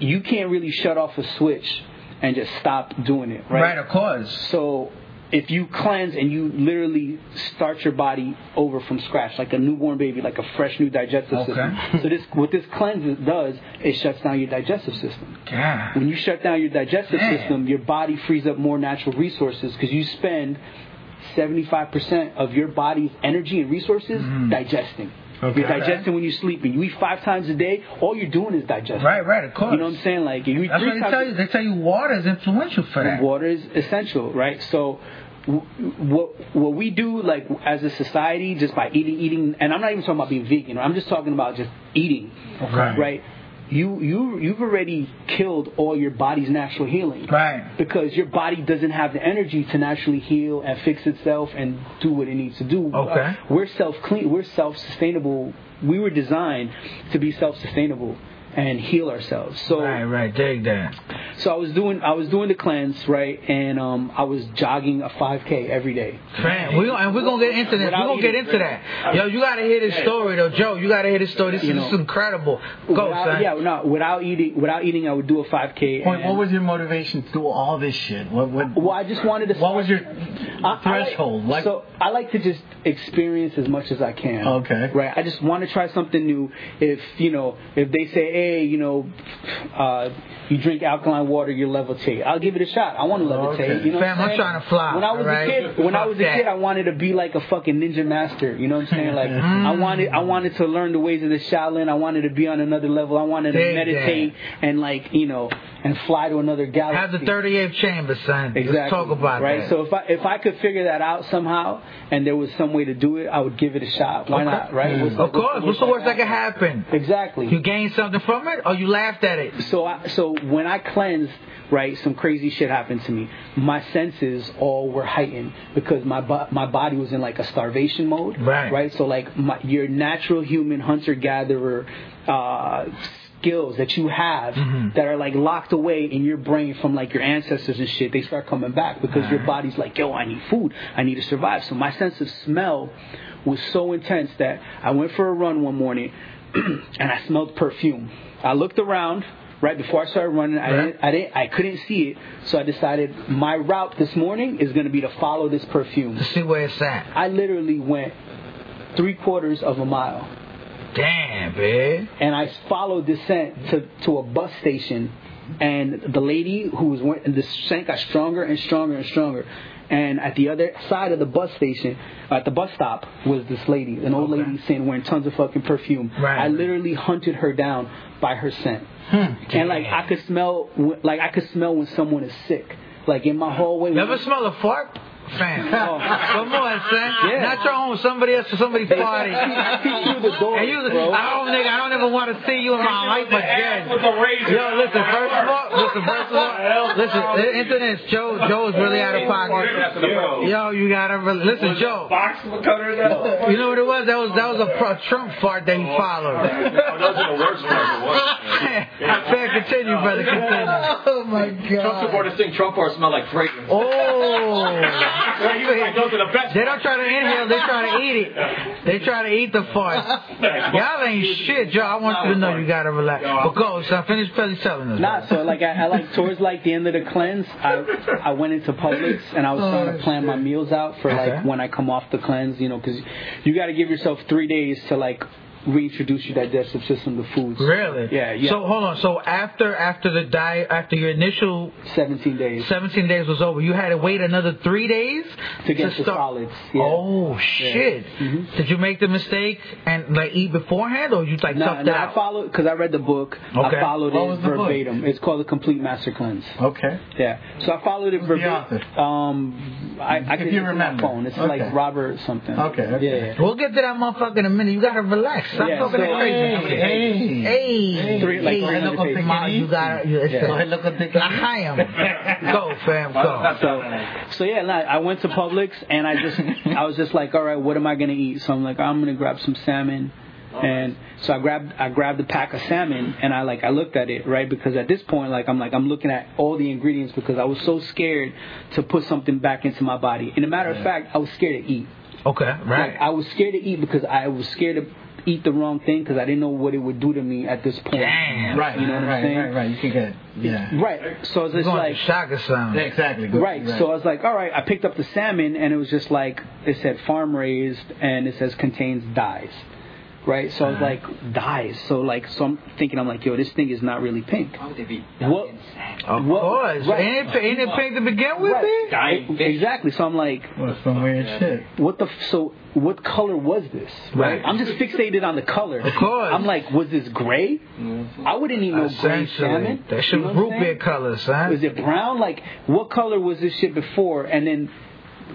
[SPEAKER 3] You can't really shut off a switch and just stop doing it.
[SPEAKER 1] Right, of course.
[SPEAKER 3] So if you cleanse and you literally start your body over from scratch, like a newborn baby, like a fresh new digestive system.
[SPEAKER 1] Okay.
[SPEAKER 3] So this what this cleanse does, it shuts down your digestive system.
[SPEAKER 1] God.
[SPEAKER 3] When you shut down your digestive
[SPEAKER 1] Damn.
[SPEAKER 3] system, your body frees up more natural resources because you spend 75% of your body's energy and resources
[SPEAKER 1] Mm-hmm.
[SPEAKER 3] digesting.
[SPEAKER 6] Okay.
[SPEAKER 3] You're digesting when you're sleeping. You eat five times a day. All you're doing is digesting.
[SPEAKER 1] Right, right, of course.
[SPEAKER 3] You know what I'm saying? Like you eat
[SPEAKER 1] That's
[SPEAKER 3] three
[SPEAKER 1] what they
[SPEAKER 3] times.
[SPEAKER 1] tell you. They tell you water is influential for that.
[SPEAKER 3] Water is essential, right? So, w- what what we do, like as a society, just by eating, eating, and I'm not even talking about being vegan. I'm just talking about just eating,
[SPEAKER 1] Okay.
[SPEAKER 3] right? You you you've already killed all your body's natural healing,
[SPEAKER 1] Right.
[SPEAKER 3] Because your body doesn't have the energy to naturally heal and fix itself and do what it needs to do. Uh,
[SPEAKER 1] Okay.
[SPEAKER 3] We're self clean. We're self sustainable. We were designed to be self sustainable and heal ourselves. So
[SPEAKER 1] Right, right, dig that.
[SPEAKER 3] so I was doing I was doing the cleanse right, and um, I was jogging a 5K every day.
[SPEAKER 1] Man, we and we're gonna get into this. We're
[SPEAKER 3] Without
[SPEAKER 1] gonna get
[SPEAKER 3] eating,
[SPEAKER 1] into that. Yo, you gotta hear this story though, Joe. You gotta hear this story. This,
[SPEAKER 3] You
[SPEAKER 1] is
[SPEAKER 3] know.
[SPEAKER 1] this is incredible. Go,
[SPEAKER 3] without,
[SPEAKER 1] son.
[SPEAKER 3] Yeah, no, without eating without eating, I would do a 5K.
[SPEAKER 6] Wait,
[SPEAKER 3] and-
[SPEAKER 6] what was your motivation to do all this shit? What, what,
[SPEAKER 3] well, I just wanted to.
[SPEAKER 6] what was your
[SPEAKER 3] I- I like-
[SPEAKER 6] threshold? Like,
[SPEAKER 3] so I like to just experience as much as I can.
[SPEAKER 6] Okay.
[SPEAKER 3] Right. I just want to try something new. If you know, if they say, hey, you know, uh, you drink alkaline water, you levitate. I'll give it a shot. I want to levitate.
[SPEAKER 6] Okay.
[SPEAKER 3] You know, what
[SPEAKER 1] Fam, I'm
[SPEAKER 3] saying?
[SPEAKER 1] trying to fly,
[SPEAKER 3] When I was
[SPEAKER 1] alright?
[SPEAKER 3] a kid, when I
[SPEAKER 1] Fuck
[SPEAKER 3] was a
[SPEAKER 1] that.
[SPEAKER 3] kid, I wanted to be like a fucking ninja master. You know what I'm saying? Like
[SPEAKER 1] Mm.
[SPEAKER 3] I wanted, I wanted to learn the ways of the Shaolin. I wanted to be on another level. I wanted to
[SPEAKER 1] Dig that.
[SPEAKER 3] meditate and like you know, and fly to another galaxy.
[SPEAKER 1] Have the 38th chamber, son.
[SPEAKER 3] Exactly.
[SPEAKER 1] Let's talk about
[SPEAKER 3] right?
[SPEAKER 1] that.
[SPEAKER 3] So if I if I could figure that out somehow, and there was some way to do it, I would give it a shot. Why not? Right? What's the-
[SPEAKER 1] of course. What's the worst that can happen?
[SPEAKER 3] Exactly.
[SPEAKER 1] You gain something from it, or you laughed at it.
[SPEAKER 3] so I, so when I cleansed, right, some crazy shit happened to me. My senses all were heightened because my bo- my body was in like a starvation mode,
[SPEAKER 1] Right.
[SPEAKER 3] So like my, your natural human hunter gatherer uh, skills that you have that are like locked away in your brain from like your ancestors and shit, they start coming back because your body's like, yo, I need food, I need to survive. So my sense of smell was so intense that I went for a run one morning [clears throat] and I smelled perfume. I looked around right before I started running. I didn't, I didn't, I couldn't see it, so I decided my route this morning is going to be to follow this perfume.
[SPEAKER 1] Let's see where it's at.
[SPEAKER 3] I literally went three quarters of a mile
[SPEAKER 1] Damn, man.
[SPEAKER 3] and I followed the scent to, to a bus station, and the lady who was wearing the scent got stronger and stronger and stronger. And at the other side of the bus station, at the bus stop, was this lady, an old lady saying wearing tons of fucking perfume.
[SPEAKER 1] Right. Hmm.
[SPEAKER 3] I literally hunted her down by her scent, and like I could smell, like I could smell when someone is sick, like in my hallway.
[SPEAKER 1] Never smell a fart, fam.
[SPEAKER 3] Oh.
[SPEAKER 1] Come on, son.
[SPEAKER 3] Yeah.
[SPEAKER 1] Not your own. Somebody else or somebody's
[SPEAKER 3] [laughs]
[SPEAKER 1] party.
[SPEAKER 3] I see through the door,
[SPEAKER 1] And you,
[SPEAKER 3] bro.
[SPEAKER 1] I don't, nigga, I don't ever want to see you in my life again.
[SPEAKER 5] With the razor.
[SPEAKER 1] Yo, listen, first of all, listen, first of all, listen, the internet's Joe, Joe's really out of pocket. Yo, you gotta, re- listen, Joe.
[SPEAKER 5] Box cutter that.
[SPEAKER 1] You know what it was? That was that was a pro- Trump fart that he followed. [laughs]
[SPEAKER 5] Oh, those are the worst ones.
[SPEAKER 1] Fair, continue, brother, continue.
[SPEAKER 6] oh my
[SPEAKER 7] Trump
[SPEAKER 6] god.
[SPEAKER 7] supporters think Trump farts smell like
[SPEAKER 1] [laughs]
[SPEAKER 7] fragrance.
[SPEAKER 1] Oh,
[SPEAKER 5] He was like, those are the best.
[SPEAKER 1] they don't try to inhale, they try to eat it. They try to eat the fart. Y'all ain't shit, Joe. I want you to know you gotta relax. But go, son. Finish really telling us.
[SPEAKER 3] Nah, so like I, I like towards like the end of the cleanse, I I went into Publix and I was
[SPEAKER 1] Oh,
[SPEAKER 3] trying to plan my meals out for like
[SPEAKER 1] Okay.
[SPEAKER 3] when I come off the cleanse, you know, because you got to give yourself three days to like reintroduce your digestive system to foods.
[SPEAKER 1] Really?
[SPEAKER 3] Yeah, yeah.
[SPEAKER 1] So hold on. So after after the diet, after your initial
[SPEAKER 3] Seventeen days
[SPEAKER 1] 17 days was over, you had to wait another three days
[SPEAKER 3] to get the
[SPEAKER 1] start-
[SPEAKER 3] solids. Yeah. Mm-hmm.
[SPEAKER 1] Oh shit! Did you make the mistake and like eat beforehand, or you like
[SPEAKER 3] No,
[SPEAKER 1] toughed
[SPEAKER 3] no, I
[SPEAKER 1] out?
[SPEAKER 3] followed because I read the book.
[SPEAKER 1] Okay.
[SPEAKER 3] I followed
[SPEAKER 6] What
[SPEAKER 3] it
[SPEAKER 6] was the book?
[SPEAKER 3] verbatim. It's called the Complete Master Cleanse.
[SPEAKER 6] Okay.
[SPEAKER 3] Yeah, so I followed it
[SPEAKER 6] the
[SPEAKER 3] verbatim. Um, I, I
[SPEAKER 6] If
[SPEAKER 3] can
[SPEAKER 6] you
[SPEAKER 3] it's in my
[SPEAKER 6] remember.
[SPEAKER 3] phone. It's
[SPEAKER 6] Okay.
[SPEAKER 3] like Robert something.
[SPEAKER 6] Okay, okay.
[SPEAKER 3] Yeah, yeah.
[SPEAKER 1] We'll get to that motherfucker in a minute. You gotta relax. Stop
[SPEAKER 3] Yeah,
[SPEAKER 1] talking
[SPEAKER 3] so-
[SPEAKER 1] that crazy.
[SPEAKER 6] Hey,
[SPEAKER 1] Hey,
[SPEAKER 6] hey,
[SPEAKER 3] Three- like
[SPEAKER 1] hey,
[SPEAKER 3] 400
[SPEAKER 1] look up
[SPEAKER 3] pages.
[SPEAKER 1] in my, you got it.
[SPEAKER 6] Yeah.
[SPEAKER 1] Look up in I am. Go, fam, go.
[SPEAKER 3] So, so yeah, like, I went to Publix and I just, I was just like, all right, what am I gonna eat? So I'm like, I'm gonna grab some salmon, and so I grabbed, I grabbed a pack of salmon and I like, I looked at it right because at this point, like, I'm like, I'm looking at all the ingredients because I was so scared to put something back into my body. And a matter of fact, I was scared to eat.
[SPEAKER 1] Okay,
[SPEAKER 3] Like,
[SPEAKER 1] right.
[SPEAKER 3] I was scared to eat because I was scared to eat the wrong thing because I didn't know what it would do to me at this point.
[SPEAKER 1] Damn.
[SPEAKER 6] Right,
[SPEAKER 3] You know what I'm
[SPEAKER 6] right,
[SPEAKER 3] saying?
[SPEAKER 6] right, right. You can get, yeah.
[SPEAKER 3] Right. So it's
[SPEAKER 1] You're
[SPEAKER 3] just
[SPEAKER 1] going
[SPEAKER 3] like
[SPEAKER 1] to shock or something.
[SPEAKER 6] Yeah, exactly. Go-
[SPEAKER 3] Right. So I was like, all right. I picked up the salmon, and it was just like it said farm raised, and it says contains dyes. Right. So I
[SPEAKER 1] Uh-huh.
[SPEAKER 3] was like dyes. So like, so I'm thinking, I'm like, yo, this thing is not really pink.
[SPEAKER 7] Why would they be
[SPEAKER 3] What?
[SPEAKER 1] Of
[SPEAKER 3] what-
[SPEAKER 1] course.
[SPEAKER 3] right.
[SPEAKER 1] Ain't, it, ain't it paid to begin with,
[SPEAKER 3] Right.
[SPEAKER 1] it?
[SPEAKER 7] dying fish?
[SPEAKER 3] Exactly. So I'm like,
[SPEAKER 6] Well, some weird shit.
[SPEAKER 3] what the? F- so what color was this? Right.
[SPEAKER 1] Right.
[SPEAKER 3] I'm just fixated on the color.
[SPEAKER 1] Of course. Mm-hmm.
[SPEAKER 3] I'm like, was this gray? I wouldn't eat no gray
[SPEAKER 1] Essentially.
[SPEAKER 3] salmon.
[SPEAKER 1] That
[SPEAKER 3] You
[SPEAKER 1] should
[SPEAKER 3] know what I'm
[SPEAKER 1] root
[SPEAKER 3] saying?
[SPEAKER 1] beer color, son.
[SPEAKER 3] Was it brown? Like, what color was this shit before? And then,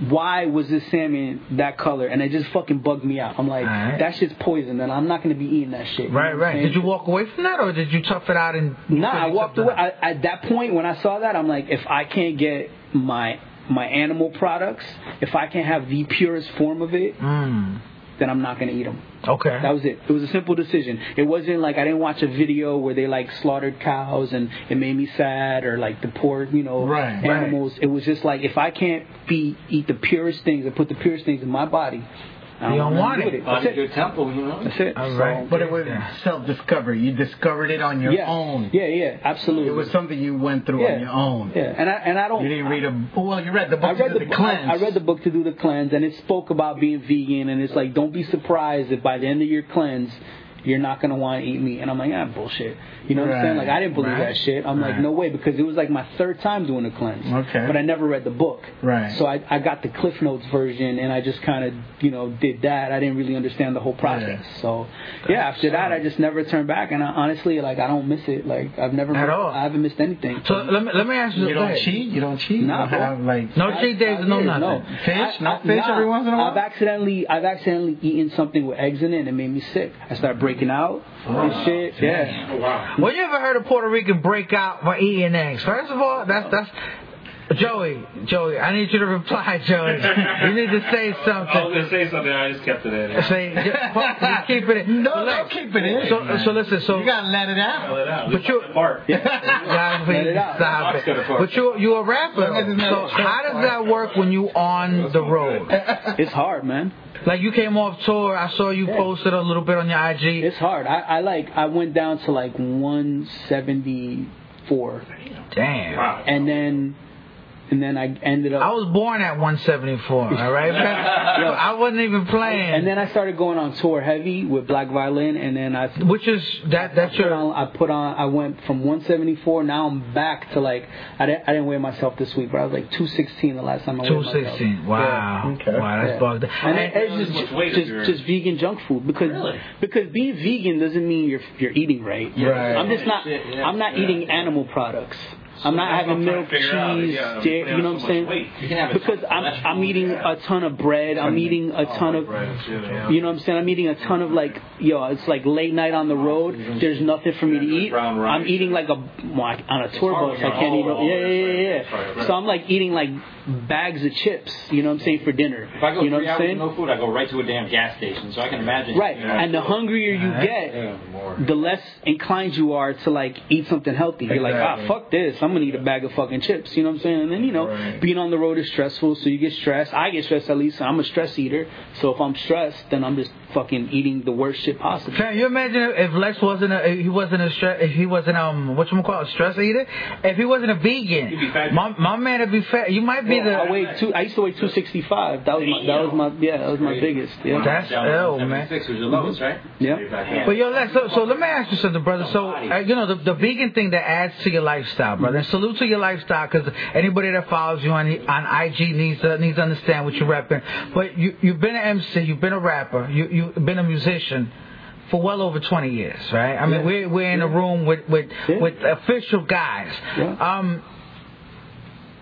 [SPEAKER 3] why was this salmon that color? And it just fucking bugged me out. I'm like,
[SPEAKER 1] Alright.
[SPEAKER 3] that shit's poison, and I'm not gonna be eating that shit. You know
[SPEAKER 1] Right,
[SPEAKER 3] what I'm
[SPEAKER 1] right.
[SPEAKER 3] saying?
[SPEAKER 1] Did you walk away from that, or did you tough it out and?
[SPEAKER 3] Nah, I walked away. I, at that point, when I saw that, I'm like, if I can't get my my animal products, if I can't have the purest form of it,
[SPEAKER 1] Mm.
[SPEAKER 3] then I'm not gonna eat them.
[SPEAKER 1] Okay.
[SPEAKER 3] That was it. It was a simple decision. It wasn't like I didn't watch a video where they like slaughtered cows and it made me sad or like the poor, you know,
[SPEAKER 6] Right, right.
[SPEAKER 3] animals. It was just like if I can't be eat the purest things and put the purest things in my body, I
[SPEAKER 1] You don't
[SPEAKER 3] wanna
[SPEAKER 1] want
[SPEAKER 3] do with
[SPEAKER 1] it.
[SPEAKER 3] That's
[SPEAKER 7] Under your
[SPEAKER 3] it.
[SPEAKER 7] temple, you know?
[SPEAKER 3] That's it.
[SPEAKER 1] All right.
[SPEAKER 6] But it was
[SPEAKER 1] Yeah.
[SPEAKER 6] self-discovery. You discovered it on your
[SPEAKER 3] yeah.
[SPEAKER 6] own.
[SPEAKER 3] Yeah, yeah, absolutely.
[SPEAKER 6] It was something you went through
[SPEAKER 3] yeah.
[SPEAKER 6] on your own.
[SPEAKER 3] Yeah, and I and I don't.
[SPEAKER 6] You didn't read a. Well, you read the book.
[SPEAKER 3] I read
[SPEAKER 6] to
[SPEAKER 3] the,
[SPEAKER 6] do
[SPEAKER 3] book-
[SPEAKER 6] cleanse.
[SPEAKER 3] I read the book to do the cleanse, and it spoke about being vegan, and it's like don't be surprised if by the end of your cleanse, you're not gonna want to eat meat. And I'm like, ah, bullshit. You know what I'm saying?
[SPEAKER 6] Right,
[SPEAKER 3] Like I didn't believe
[SPEAKER 6] right,
[SPEAKER 3] that shit. I'm like,
[SPEAKER 6] right.
[SPEAKER 3] no way, because it was like my third time doing a cleanse.
[SPEAKER 6] Okay.
[SPEAKER 3] But I never read the book.
[SPEAKER 6] Right.
[SPEAKER 3] So I I got the Cliff Notes version, and I just kind of you know did that. I didn't really understand the whole process. So yeah, after that, I just never turned back, and I, honestly, like I don't miss it. Like I've never
[SPEAKER 1] At all.
[SPEAKER 3] I haven't missed anything.
[SPEAKER 1] So let me let me ask you.
[SPEAKER 6] You
[SPEAKER 1] go
[SPEAKER 6] don't
[SPEAKER 1] ahead.
[SPEAKER 6] cheat. You don't cheat.
[SPEAKER 3] Nah,
[SPEAKER 6] you
[SPEAKER 3] bro.
[SPEAKER 6] don't have like.
[SPEAKER 1] No cheat days,
[SPEAKER 3] I- I
[SPEAKER 1] no
[SPEAKER 3] did,
[SPEAKER 1] nothing.
[SPEAKER 6] Fish?
[SPEAKER 3] I-
[SPEAKER 6] Not
[SPEAKER 3] I-
[SPEAKER 6] fish every once in a while?
[SPEAKER 3] I've accidentally, I've accidentally eaten something with eggs in it, and it made me sick. I started breaking out and shit.
[SPEAKER 2] Oh,
[SPEAKER 3] Yeah.
[SPEAKER 1] Well, you ever heard a Puerto Rican break out by eating eggs? First of all, that's that's. Joey, Joey, I need you to reply, [laughs] Joey. You need to
[SPEAKER 5] I
[SPEAKER 1] say
[SPEAKER 5] was
[SPEAKER 1] something.
[SPEAKER 5] gonna say something. I just kept it in.
[SPEAKER 1] Say, just, fuck, just keep it in.
[SPEAKER 6] [laughs] No,
[SPEAKER 1] But
[SPEAKER 6] no,
[SPEAKER 1] look,
[SPEAKER 6] keep it in.
[SPEAKER 1] So-
[SPEAKER 6] man.
[SPEAKER 1] so listen, so-
[SPEAKER 6] you gotta let it
[SPEAKER 5] Fill
[SPEAKER 6] out.
[SPEAKER 5] it out.
[SPEAKER 1] But
[SPEAKER 5] Just
[SPEAKER 1] you-
[SPEAKER 5] let it bark.
[SPEAKER 1] Yeah, please
[SPEAKER 3] Let it out.
[SPEAKER 1] stop
[SPEAKER 5] Let's
[SPEAKER 1] it.
[SPEAKER 5] get it for
[SPEAKER 1] But you, you're a rapper.
[SPEAKER 6] Let it
[SPEAKER 1] So
[SPEAKER 6] out.
[SPEAKER 1] how does that work when you on the road?
[SPEAKER 3] It's hard, man.
[SPEAKER 1] Like you came off tour, I saw you
[SPEAKER 3] Yeah.
[SPEAKER 1] posted a little bit on your IG.
[SPEAKER 3] It's hard. I, I like, I went down to like 174,
[SPEAKER 1] Damn.
[SPEAKER 5] Wow.
[SPEAKER 3] and then, and then I ended up.
[SPEAKER 1] I was born at 174, all
[SPEAKER 3] [laughs]
[SPEAKER 1] right? I wasn't even playing.
[SPEAKER 3] and then I started going on tour heavy with Black Violin, and then I
[SPEAKER 1] which is that that's
[SPEAKER 3] put
[SPEAKER 1] your
[SPEAKER 3] on, I put on, I went from 174. Now I'm back to like, I didn't, I didn't weigh myself this week, but I was like 216 the last time I weighed myself.
[SPEAKER 1] 216. Wow.
[SPEAKER 6] Yeah. Okay.
[SPEAKER 1] Wow, that's
[SPEAKER 3] Yeah.
[SPEAKER 1] bugged.
[SPEAKER 3] And it, it's
[SPEAKER 5] How much
[SPEAKER 3] just
[SPEAKER 5] weight
[SPEAKER 3] just,
[SPEAKER 5] if you're-
[SPEAKER 3] just vegan junk food because because being vegan doesn't mean you're you're eating right.
[SPEAKER 6] Right.
[SPEAKER 3] I'm just not
[SPEAKER 7] Shit, yeah.
[SPEAKER 3] I'm not
[SPEAKER 7] Yeah.
[SPEAKER 3] eating animal products. I'm not
[SPEAKER 5] that's what
[SPEAKER 3] having
[SPEAKER 5] I'm trying
[SPEAKER 3] milk,
[SPEAKER 5] to
[SPEAKER 3] cheese,
[SPEAKER 5] figure out. Yeah, I'm
[SPEAKER 3] dairy.
[SPEAKER 5] putting
[SPEAKER 3] You
[SPEAKER 5] on so
[SPEAKER 3] know what I'm
[SPEAKER 5] much
[SPEAKER 3] saying?
[SPEAKER 5] weight.
[SPEAKER 7] You can have a
[SPEAKER 3] Because I'm I'm eating a ton of bread. I'm eating
[SPEAKER 5] Oh
[SPEAKER 3] a ton of you know what I'm saying? I'm eating a ton of like, yo, it's like late night on the road. There's nothing for me to eat.
[SPEAKER 5] brown rice.
[SPEAKER 3] I'm eating like a well, I- on a tour bus. I can't eat.
[SPEAKER 5] Oh,
[SPEAKER 3] Yeah, yeah, yeah,
[SPEAKER 5] right, right,
[SPEAKER 3] yeah.
[SPEAKER 5] right.
[SPEAKER 3] So I'm like eating like bags of chips. You know what I'm saying for dinner.
[SPEAKER 7] If I go
[SPEAKER 3] You know
[SPEAKER 7] three
[SPEAKER 3] what I'm
[SPEAKER 7] hours with
[SPEAKER 3] saying?
[SPEAKER 7] no food, I go right to a damn gas station. So I can imagine.
[SPEAKER 3] Right.
[SPEAKER 7] You know,
[SPEAKER 3] And the hungrier you
[SPEAKER 1] Alright.
[SPEAKER 3] get, the less inclined you are to like eat something healthy. You're
[SPEAKER 6] Exactly.
[SPEAKER 3] like, ah, fuck this. I'm gonna eat a bag of fucking chips. You know what I'm saying? And then you know,
[SPEAKER 6] Right.
[SPEAKER 3] being on the road is stressful, so you get stressed. I get stressed at least. I'm a stress eater. So if I'm stressed, then I'm just fucking eating the worst shit possible.
[SPEAKER 1] Can you imagine if Lex wasn't a if he wasn't a stress if he wasn't um what you call a stress eater if he wasn't a
[SPEAKER 5] You'd be
[SPEAKER 1] vegan
[SPEAKER 5] fat.
[SPEAKER 1] my my man would be fat you might be
[SPEAKER 3] Well, I
[SPEAKER 1] the
[SPEAKER 3] weighed two. I used to weigh 265. That was my. That was my. Yeah, that was my biggest. Yeah.
[SPEAKER 1] that's ill man Mm-hmm.
[SPEAKER 7] Six was your lowest, right?
[SPEAKER 3] Yeah.
[SPEAKER 1] But yo, let so, so let me ask you something, brother. So uh, you know the, the vegan thing that adds to your lifestyle, brother.
[SPEAKER 3] Mm-hmm.
[SPEAKER 1] And salute to your lifestyle, because anybody that follows you on on IG needs to needs to understand what you're repping. But you you've been an MC, you've been a rapper, you you've been a musician. For well over 20 years, right? I mean,
[SPEAKER 3] Yeah.
[SPEAKER 1] we're, we're in a room with with,
[SPEAKER 3] Yeah.
[SPEAKER 1] with official guys.
[SPEAKER 3] Yeah.
[SPEAKER 1] Um,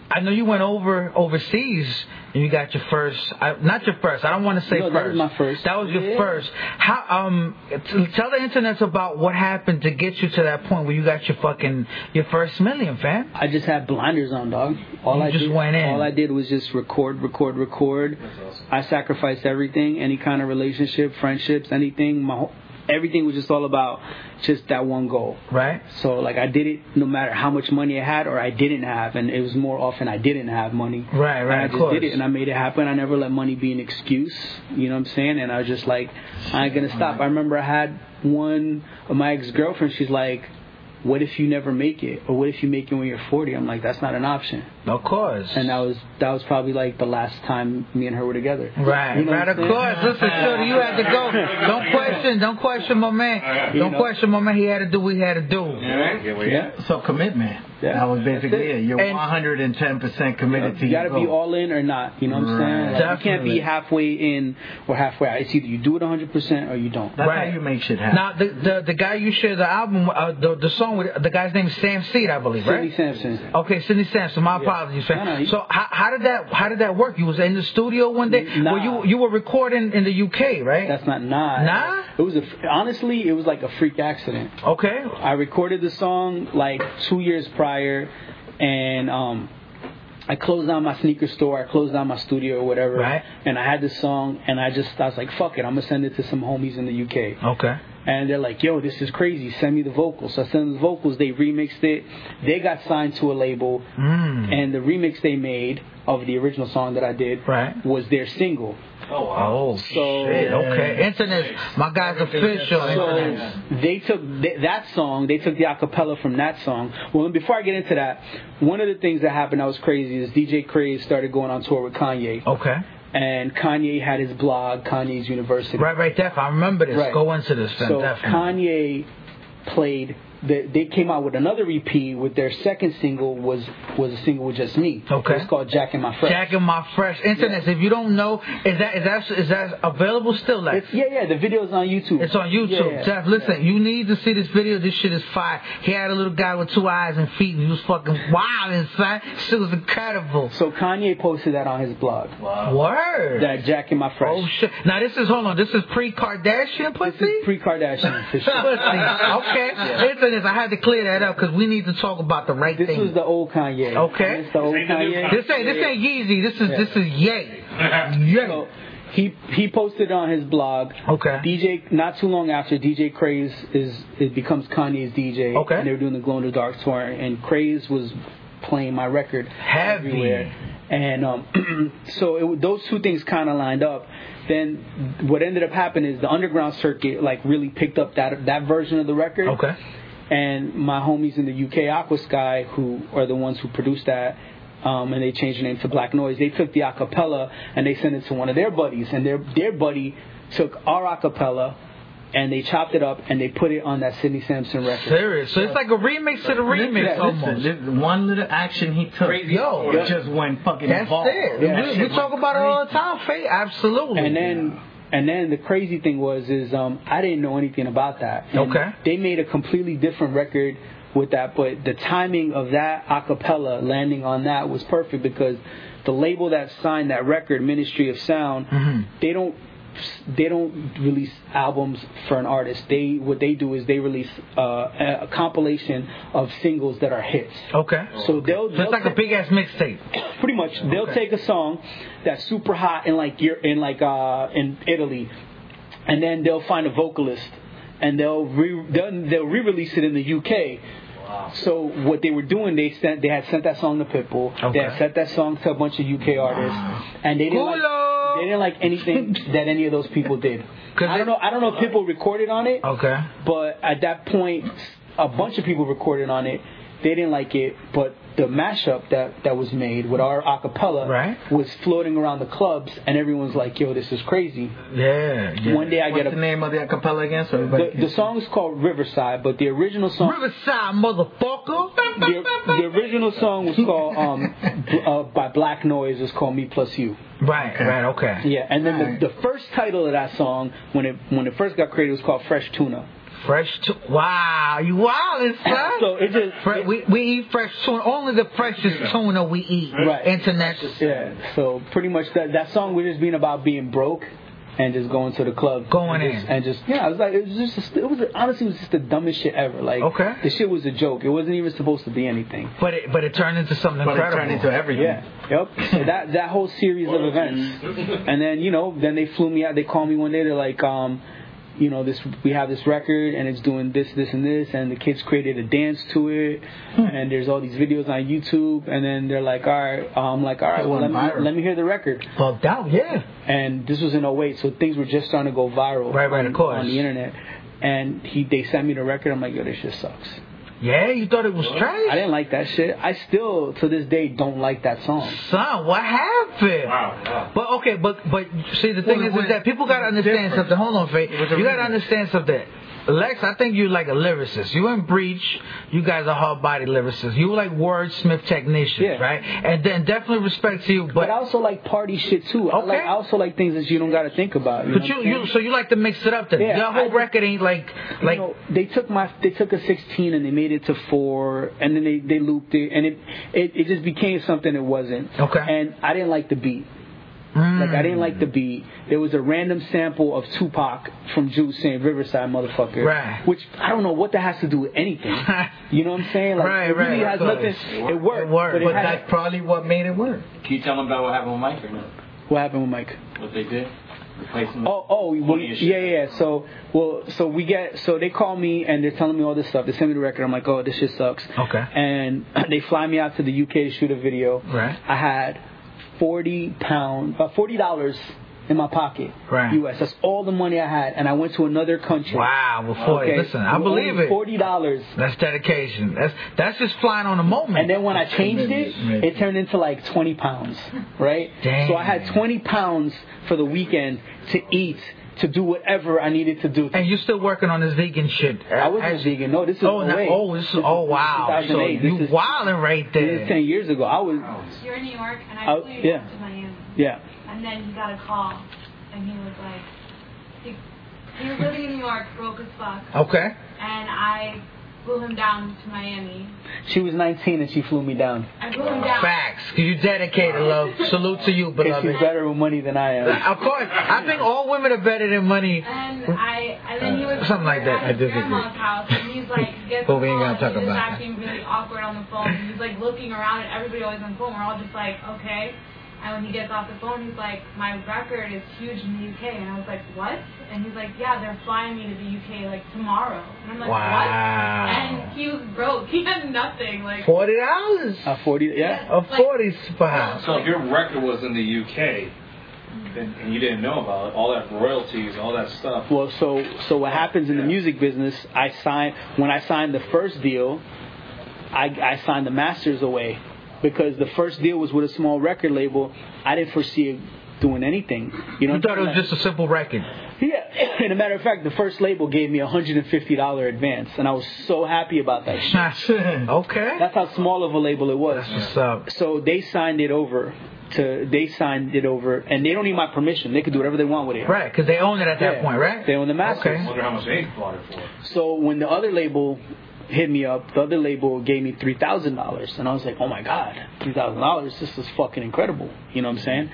[SPEAKER 1] I know you went over overseas. and you got your first, I, not your first. I don't want to say
[SPEAKER 3] No,
[SPEAKER 1] first.
[SPEAKER 3] that was my first.
[SPEAKER 1] That was your
[SPEAKER 3] Yeah.
[SPEAKER 1] first. How um, t- tell the internet about what happened to get you to that point where you got your fucking your first million, fam.
[SPEAKER 3] I just had blinders on, dog. All
[SPEAKER 1] You
[SPEAKER 3] I
[SPEAKER 1] just
[SPEAKER 3] did,
[SPEAKER 1] went in.
[SPEAKER 3] All I did was just record, record, record. I sacrificed everything, any kind of relationship, friendships, anything. My whole, everything was just all about just that one goal.
[SPEAKER 1] Right.
[SPEAKER 3] So like I did it no matter how much money I had or I didn't have, and it was more often I didn't have money.
[SPEAKER 1] Right, right,
[SPEAKER 3] And I
[SPEAKER 1] of
[SPEAKER 3] just
[SPEAKER 1] course.
[SPEAKER 3] did it, and I made it happen. I never let money be an excuse. You know what I'm saying? And I was just like, I ain't gonna stop. I remember I had one of my ex girlfriend. She's like, "What if you never make it? Or what if you make it when you're 40?" I'm like, "That's not an option."
[SPEAKER 1] Of course.
[SPEAKER 3] And that was that was probably like the last time me and her were together.
[SPEAKER 1] Right,
[SPEAKER 3] You know
[SPEAKER 1] right,
[SPEAKER 3] what
[SPEAKER 1] of
[SPEAKER 3] I'm saying?
[SPEAKER 1] course. Listen, Shorty, you had to go. Don't question, don't question my man.
[SPEAKER 3] You
[SPEAKER 1] Don't
[SPEAKER 3] know.
[SPEAKER 1] question my man. He had to do what he had to do.
[SPEAKER 3] Yeah.
[SPEAKER 6] So commitment.
[SPEAKER 3] [laughs] Yeah,
[SPEAKER 6] that was
[SPEAKER 3] that's
[SPEAKER 6] basically
[SPEAKER 3] it.
[SPEAKER 6] it. You're
[SPEAKER 1] And-
[SPEAKER 6] 110% committed to
[SPEAKER 3] you
[SPEAKER 6] your
[SPEAKER 3] gotta be
[SPEAKER 6] goal.
[SPEAKER 3] all in or not. You know what I'm saying?
[SPEAKER 6] Right.
[SPEAKER 3] Like, you can't
[SPEAKER 1] Definitely.
[SPEAKER 3] be halfway in or halfway out. It's either you do it 100 percent or you don't.
[SPEAKER 6] That's
[SPEAKER 1] Right.
[SPEAKER 6] how you make shit happen. [laughs]
[SPEAKER 1] Now, the, the the guy you shared the album, uh, the the song with, the guy's name is Sam Seed, I believe,
[SPEAKER 3] Sidney
[SPEAKER 1] right?
[SPEAKER 3] Sampson.
[SPEAKER 1] Okay, Sidney Sampson. My apologies, fam.
[SPEAKER 3] No, no, you-
[SPEAKER 1] so how, how did that how did that work? You was in the studio one day.
[SPEAKER 3] Nah.
[SPEAKER 1] Well, you you were recording in the UK, right?
[SPEAKER 3] That's not nah.
[SPEAKER 1] Nah?
[SPEAKER 3] It was a honestly, it was like a freak accident.
[SPEAKER 1] okay.
[SPEAKER 3] I recorded the song like two years prior, and um, I closed down my sneaker store, I closed down my studio or whatever,
[SPEAKER 1] Right.
[SPEAKER 3] and I had this song, and I just I was like, fuck it, I'm gonna send it to some homies in the UK.
[SPEAKER 1] Okay.
[SPEAKER 3] And they're like, yo, this is crazy. Send me the vocals. So I sent them the vocals. They remixed it. They got signed to a label.
[SPEAKER 1] Mm.
[SPEAKER 3] And the remix they made of the original song that I did
[SPEAKER 1] Right.
[SPEAKER 3] was their single.
[SPEAKER 5] Oh wow.
[SPEAKER 1] Oh
[SPEAKER 3] So-
[SPEAKER 1] shit. Okay. Internet. My guy's official. Internet.
[SPEAKER 3] So they took th- that song, they took the acapella from that song. Well, and before I get into that, one of the things that happened that was crazy is DJ Craze started going on tour with Kanye,
[SPEAKER 1] Okay.
[SPEAKER 3] and Kanye had his blog, Kanye's University.
[SPEAKER 1] Right, right, Def. I remember this.
[SPEAKER 3] Right.
[SPEAKER 1] Go into this, fam.
[SPEAKER 3] So
[SPEAKER 1] definitely.
[SPEAKER 3] Kanye played. The, they came out with another EP with their second single was was a single with just me.
[SPEAKER 1] Okay.
[SPEAKER 3] It's called Jack and My Friends.
[SPEAKER 1] Jack and my fresh internet. If you don't know, is that is that is that available still? Like
[SPEAKER 3] It's- yeah, yeah. The video's on YouTube.
[SPEAKER 1] It's on YouTube.
[SPEAKER 3] Yeah, yeah.
[SPEAKER 1] Jeff, listen, you need to see this video. This shit is fire. He had a little guy with two eyes and feet, and he was fucking wild inside. Shit was incredible.
[SPEAKER 3] So Kanye posted that on his blog.
[SPEAKER 1] Word.
[SPEAKER 3] That Jack and My Friends.
[SPEAKER 1] oh shit. Now this is hold on. This is pre-Kardashian pussy.
[SPEAKER 3] This is
[SPEAKER 1] [laughs]
[SPEAKER 3] pre-Kardashian for
[SPEAKER 1] Pussy.
[SPEAKER 3] sure.
[SPEAKER 1] Okay. Internet. I had to clear that up because we need to talk about the right
[SPEAKER 3] This
[SPEAKER 1] thing.
[SPEAKER 3] was the old Kanye.
[SPEAKER 1] Okay.
[SPEAKER 3] This the old
[SPEAKER 5] Ain't the new
[SPEAKER 3] Kanye.
[SPEAKER 5] Kanye.
[SPEAKER 1] this ain't this ain't Yeezy. This is
[SPEAKER 3] Yeah.
[SPEAKER 1] this is Ye. Ye.
[SPEAKER 3] So he he posted on his blog.
[SPEAKER 1] Okay.
[SPEAKER 3] DJ not too long after DJ Craze is it becomes Kanye's DJ.
[SPEAKER 1] Okay.
[SPEAKER 3] And they were doing the Glow in the Dark tour, and Craze was playing my record
[SPEAKER 1] Heavy.
[SPEAKER 3] everywhere. And um, [clears throat] so it, wa- those two things kind of lined up. Then what ended up happening is the underground circuit like really picked up that that version of the record.
[SPEAKER 1] Okay.
[SPEAKER 3] And my homies in the UK, Aqua Sky, who are the ones who produced that, um, and they changed the name to Black Noise. They took the acapella and they sent it to one of their buddies, and their their buddy took our acapella and they chopped it up and they put it on that Sidney Sampson record.
[SPEAKER 1] Serious. So it's like a remix to the remix
[SPEAKER 3] yeah,
[SPEAKER 1] almost.
[SPEAKER 6] Listen, this- one little action he took,
[SPEAKER 1] Yo.
[SPEAKER 6] it just went fucking
[SPEAKER 1] That's
[SPEAKER 6] viral.
[SPEAKER 1] it.
[SPEAKER 3] Yeah.
[SPEAKER 6] That
[SPEAKER 1] We- We,
[SPEAKER 6] shit
[SPEAKER 1] talk
[SPEAKER 6] went
[SPEAKER 1] about it
[SPEAKER 6] crazy.
[SPEAKER 1] all the time, Faye. Absolutely.
[SPEAKER 3] And then and then the crazy thing was is um, I didn't know anything about that. And
[SPEAKER 1] Okay.
[SPEAKER 3] They made a completely different record with that, but the timing of that acapella landing on that was perfect because the label that signed that record, Ministry of Sound,
[SPEAKER 1] Mm-hmm.
[SPEAKER 3] they don't they don't release albums for an artist. They what they do is they release uh, a a compilation of singles that are hits.
[SPEAKER 1] Oh, okay.
[SPEAKER 3] So they'll,
[SPEAKER 1] So
[SPEAKER 3] they'll
[SPEAKER 1] it's like a
[SPEAKER 3] take-
[SPEAKER 1] big ass mixtape.
[SPEAKER 3] pretty much they'll take a song that's super hot in like Eu- in like uh in Italy, and then they'll find a vocalist and they'll re then they'll re-release it in the UK. So what they were doing, they sent they had sent that song to Pitbull. They
[SPEAKER 1] Okay.
[SPEAKER 3] had sent that song to a bunch of UK artists, and they didn't
[SPEAKER 1] Culo.
[SPEAKER 3] like, they didn't like anything
[SPEAKER 1] [laughs]
[SPEAKER 3] that any of those people did.
[SPEAKER 1] 'Cause
[SPEAKER 3] I don't
[SPEAKER 1] they-
[SPEAKER 3] know. I don't know if Pitbull recorded on it.
[SPEAKER 1] Okay.
[SPEAKER 3] But at that point, a bunch of people recorded on it. They didn't like it, but the mashup that, that was made with our acapella
[SPEAKER 1] Right.
[SPEAKER 3] was floating around the clubs, and everyone's like, "Yo, this is crazy."
[SPEAKER 1] Yeah. yeah.
[SPEAKER 3] One day I
[SPEAKER 6] What's
[SPEAKER 3] get
[SPEAKER 6] the
[SPEAKER 3] a
[SPEAKER 6] name of the acapella again? So everybody
[SPEAKER 3] the,
[SPEAKER 6] can
[SPEAKER 3] the song's called Riverside, but the original song
[SPEAKER 1] Riverside, motherfucker.
[SPEAKER 3] the, the original song was called um, b- uh, by Black Noise was called Me Plus You.
[SPEAKER 1] Right. Right. Okay.
[SPEAKER 3] Yeah, and then
[SPEAKER 6] Alright.
[SPEAKER 3] the, the first title of that song when it when it first got created was called Fresh Tuna.
[SPEAKER 1] Fresh tuna. Wow, you wildin', son.
[SPEAKER 9] So it just
[SPEAKER 1] Fre- we, we eat fresh tuna. Only the freshest tuna we eat.
[SPEAKER 9] Right.
[SPEAKER 1] International.
[SPEAKER 9] yeah.
[SPEAKER 3] So pretty much that that song was just being about being broke and just going to the club,
[SPEAKER 1] Going
[SPEAKER 3] and just,
[SPEAKER 1] in.
[SPEAKER 3] and just yeah. I was like, it was just it was honestly it was just the dumbest shit ever. Like
[SPEAKER 1] Okay.
[SPEAKER 3] the shit was a joke. It wasn't even supposed to be anything.
[SPEAKER 1] But it but it turned into something
[SPEAKER 6] But it
[SPEAKER 1] incredible.
[SPEAKER 6] turned into everything.
[SPEAKER 3] Yeah. Yep. So that that whole series of events, and then you know, then they flew me out. They called me one day. They're like, um, you know, this we have this record and it's doing this, this, and this, and the kids created a dance to it, and there's all these videos on YouTube, and then they're like, all right, um, like, all right,
[SPEAKER 6] It
[SPEAKER 3] well, let
[SPEAKER 6] went
[SPEAKER 3] me
[SPEAKER 6] viral.
[SPEAKER 3] let me hear the record.
[SPEAKER 1] Bugged out, yeah.
[SPEAKER 3] and this was in 08, so things were just starting to go viral
[SPEAKER 1] Right, right,
[SPEAKER 3] on,
[SPEAKER 1] of course.
[SPEAKER 3] on the internet. And he, they sent me the record. I'm like, yo, this shit sucks.
[SPEAKER 1] Yeah, you thought it was
[SPEAKER 3] I
[SPEAKER 1] trash?
[SPEAKER 3] didn't like that shit. I still, to this day, don't like that song.
[SPEAKER 1] Son, what happened?
[SPEAKER 5] Wow. wow.
[SPEAKER 1] But okay, but but see the thing
[SPEAKER 6] Well,
[SPEAKER 1] is,
[SPEAKER 6] it
[SPEAKER 1] is that people gotta understand something. Hold on, Faye. You
[SPEAKER 6] was a
[SPEAKER 1] gotta
[SPEAKER 6] remix.
[SPEAKER 1] understand something. Lex, I think you're like a lyricist. You and Breach, you guys are hard body lyricists. You were like wordsmith technicians,
[SPEAKER 3] Yeah.
[SPEAKER 1] right? And then definitely respect to you, but
[SPEAKER 3] But I also like party shit too. I,
[SPEAKER 1] Okay.
[SPEAKER 3] like, I also like things that you don't got to think about. You
[SPEAKER 1] but
[SPEAKER 3] know
[SPEAKER 1] you,
[SPEAKER 3] what I'm saying?
[SPEAKER 1] you so you like to mix it up then.
[SPEAKER 3] Yeah,
[SPEAKER 1] Your
[SPEAKER 3] I
[SPEAKER 1] whole
[SPEAKER 3] just-
[SPEAKER 1] record ain't like
[SPEAKER 3] you
[SPEAKER 1] like
[SPEAKER 3] know, they took my they took a 16 and they made it to four and then they they looped it and it it, it just became something it wasn't
[SPEAKER 1] Okay.
[SPEAKER 3] and i didn't like the beat
[SPEAKER 1] Mm.
[SPEAKER 3] like i didn't like the beat there was a random sample of tupac from juice saying riverside motherfucker
[SPEAKER 1] Right.
[SPEAKER 3] which i don't know what that has to do with
[SPEAKER 1] [laughs]
[SPEAKER 3] anything you know what i'm saying like
[SPEAKER 1] Right,
[SPEAKER 3] it really
[SPEAKER 1] right,
[SPEAKER 3] has
[SPEAKER 1] of
[SPEAKER 3] nothing
[SPEAKER 1] course.
[SPEAKER 3] it worked
[SPEAKER 1] It worked,
[SPEAKER 3] but it
[SPEAKER 6] But
[SPEAKER 3] had-
[SPEAKER 6] that's probably what made it work.
[SPEAKER 7] Can you tell them about what happened with Mike or no?
[SPEAKER 3] what happened with mike
[SPEAKER 7] What they did? Replacing
[SPEAKER 3] Oh, oh, well,
[SPEAKER 7] Funny as
[SPEAKER 3] yeah,
[SPEAKER 7] shit.
[SPEAKER 3] yeah. yeah. So, well, so we get, so they call me and they're telling me all this stuff. They send me the record. I'm like, oh, this shit sucks.
[SPEAKER 1] Okay.
[SPEAKER 3] And [clears throat] they fly me out to the UK to shoot a video.
[SPEAKER 1] Right.
[SPEAKER 3] I had forty pound, uh, forty dollars in my pocket.
[SPEAKER 1] Right.
[SPEAKER 3] U.S. That's all the money I had, and I went to another country.
[SPEAKER 1] Wow, before
[SPEAKER 3] Okay.
[SPEAKER 1] listen, I
[SPEAKER 3] With
[SPEAKER 1] believe
[SPEAKER 3] only
[SPEAKER 1] it.
[SPEAKER 3] Forty dollars.
[SPEAKER 1] That's dedication. That's that's just flying on the moment.
[SPEAKER 3] And then when I changed it,
[SPEAKER 6] Maybe- maybe.
[SPEAKER 3] it turned into like 20 pounds, right?
[SPEAKER 1] Dang.
[SPEAKER 3] So I had 20 pounds for the weekend to eat, to do whatever I needed to do.
[SPEAKER 1] and you're still working on this vegan shit.
[SPEAKER 3] I wasn't vegan. No, this is
[SPEAKER 1] Oh, no,
[SPEAKER 3] away.
[SPEAKER 1] oh, this, oh, wow. So
[SPEAKER 3] 2008.
[SPEAKER 1] you
[SPEAKER 3] This is-
[SPEAKER 1] wilding right
[SPEAKER 3] This is
[SPEAKER 1] there.
[SPEAKER 3] 10 years ago. I was,
[SPEAKER 8] You're in New York, and I
[SPEAKER 3] Oh,
[SPEAKER 8] flew
[SPEAKER 3] yeah.
[SPEAKER 8] to Miami.
[SPEAKER 3] yeah.
[SPEAKER 8] And then he got a call, and he was like, he, he was living in New York, broke as fuck,
[SPEAKER 1] Okay.
[SPEAKER 8] and I flew him down to Miami.
[SPEAKER 3] She was 19 and she flew me down.
[SPEAKER 8] I flew him down.
[SPEAKER 1] Facts. You dedicated, love. Salute to you,
[SPEAKER 3] Because she's [laughs]
[SPEAKER 1] beloved.
[SPEAKER 3] better with money than
[SPEAKER 1] [laughs]
[SPEAKER 3] I am.
[SPEAKER 1] Of course, I think all women are better than money.
[SPEAKER 8] And I, and then he was
[SPEAKER 1] Uh, Something like that. I
[SPEAKER 8] at his
[SPEAKER 1] disagree.
[SPEAKER 8] grandma's house, and
[SPEAKER 1] [laughs]
[SPEAKER 8] he's like, gets
[SPEAKER 1] But we ain't
[SPEAKER 8] the
[SPEAKER 1] gonna
[SPEAKER 8] call,
[SPEAKER 1] talk
[SPEAKER 8] and he's
[SPEAKER 1] about
[SPEAKER 8] acting really awkward on the phone. He's like looking around at everybody always on the phone. We're all just like, okay. And when he gets off the phone, he's like, my record is huge in the UK. And I was like, what? And he's like, yeah, they're flying me to the UK like tomorrow. And I'm like, what?
[SPEAKER 1] Wow.
[SPEAKER 8] And he was broke. [laughs] He had nothing. Like,
[SPEAKER 1] Forty dollars.
[SPEAKER 3] Uh, 40, yeah.
[SPEAKER 1] A forty spot.
[SPEAKER 5] So if your record was in the UK and, and you didn't know about it, all that royalties, all that stuff.
[SPEAKER 3] Well, so so what happens in the music business? I signed when I signed the first deal, I, I signed the masters away because the first deal was with a small record label. I didn't foresee it doing anything. You know,
[SPEAKER 1] You thought it
[SPEAKER 3] Like-
[SPEAKER 1] was just a simple
[SPEAKER 3] [laughs]
[SPEAKER 1] record.
[SPEAKER 3] Yeah, and a matter of fact, the first label gave me a hundred and fifty dollar advance, and I was so happy about that. shit.
[SPEAKER 1] okay.
[SPEAKER 3] That's how small of a label it was.
[SPEAKER 1] That's what's up.
[SPEAKER 3] So they signed it over to they signed it over, and they don't need my permission. They could do whatever they want with it.
[SPEAKER 1] Right, because they own it at that
[SPEAKER 3] Yeah.
[SPEAKER 1] point, right?
[SPEAKER 3] They own the masters.
[SPEAKER 5] I
[SPEAKER 1] Okay.
[SPEAKER 5] wonder how much they bought it for.
[SPEAKER 3] So when the other label hit me up, the other label gave me three thousand dollars, and I was like, "Oh my god, three thousand dollars! This is fucking incredible." You know what I'm saying?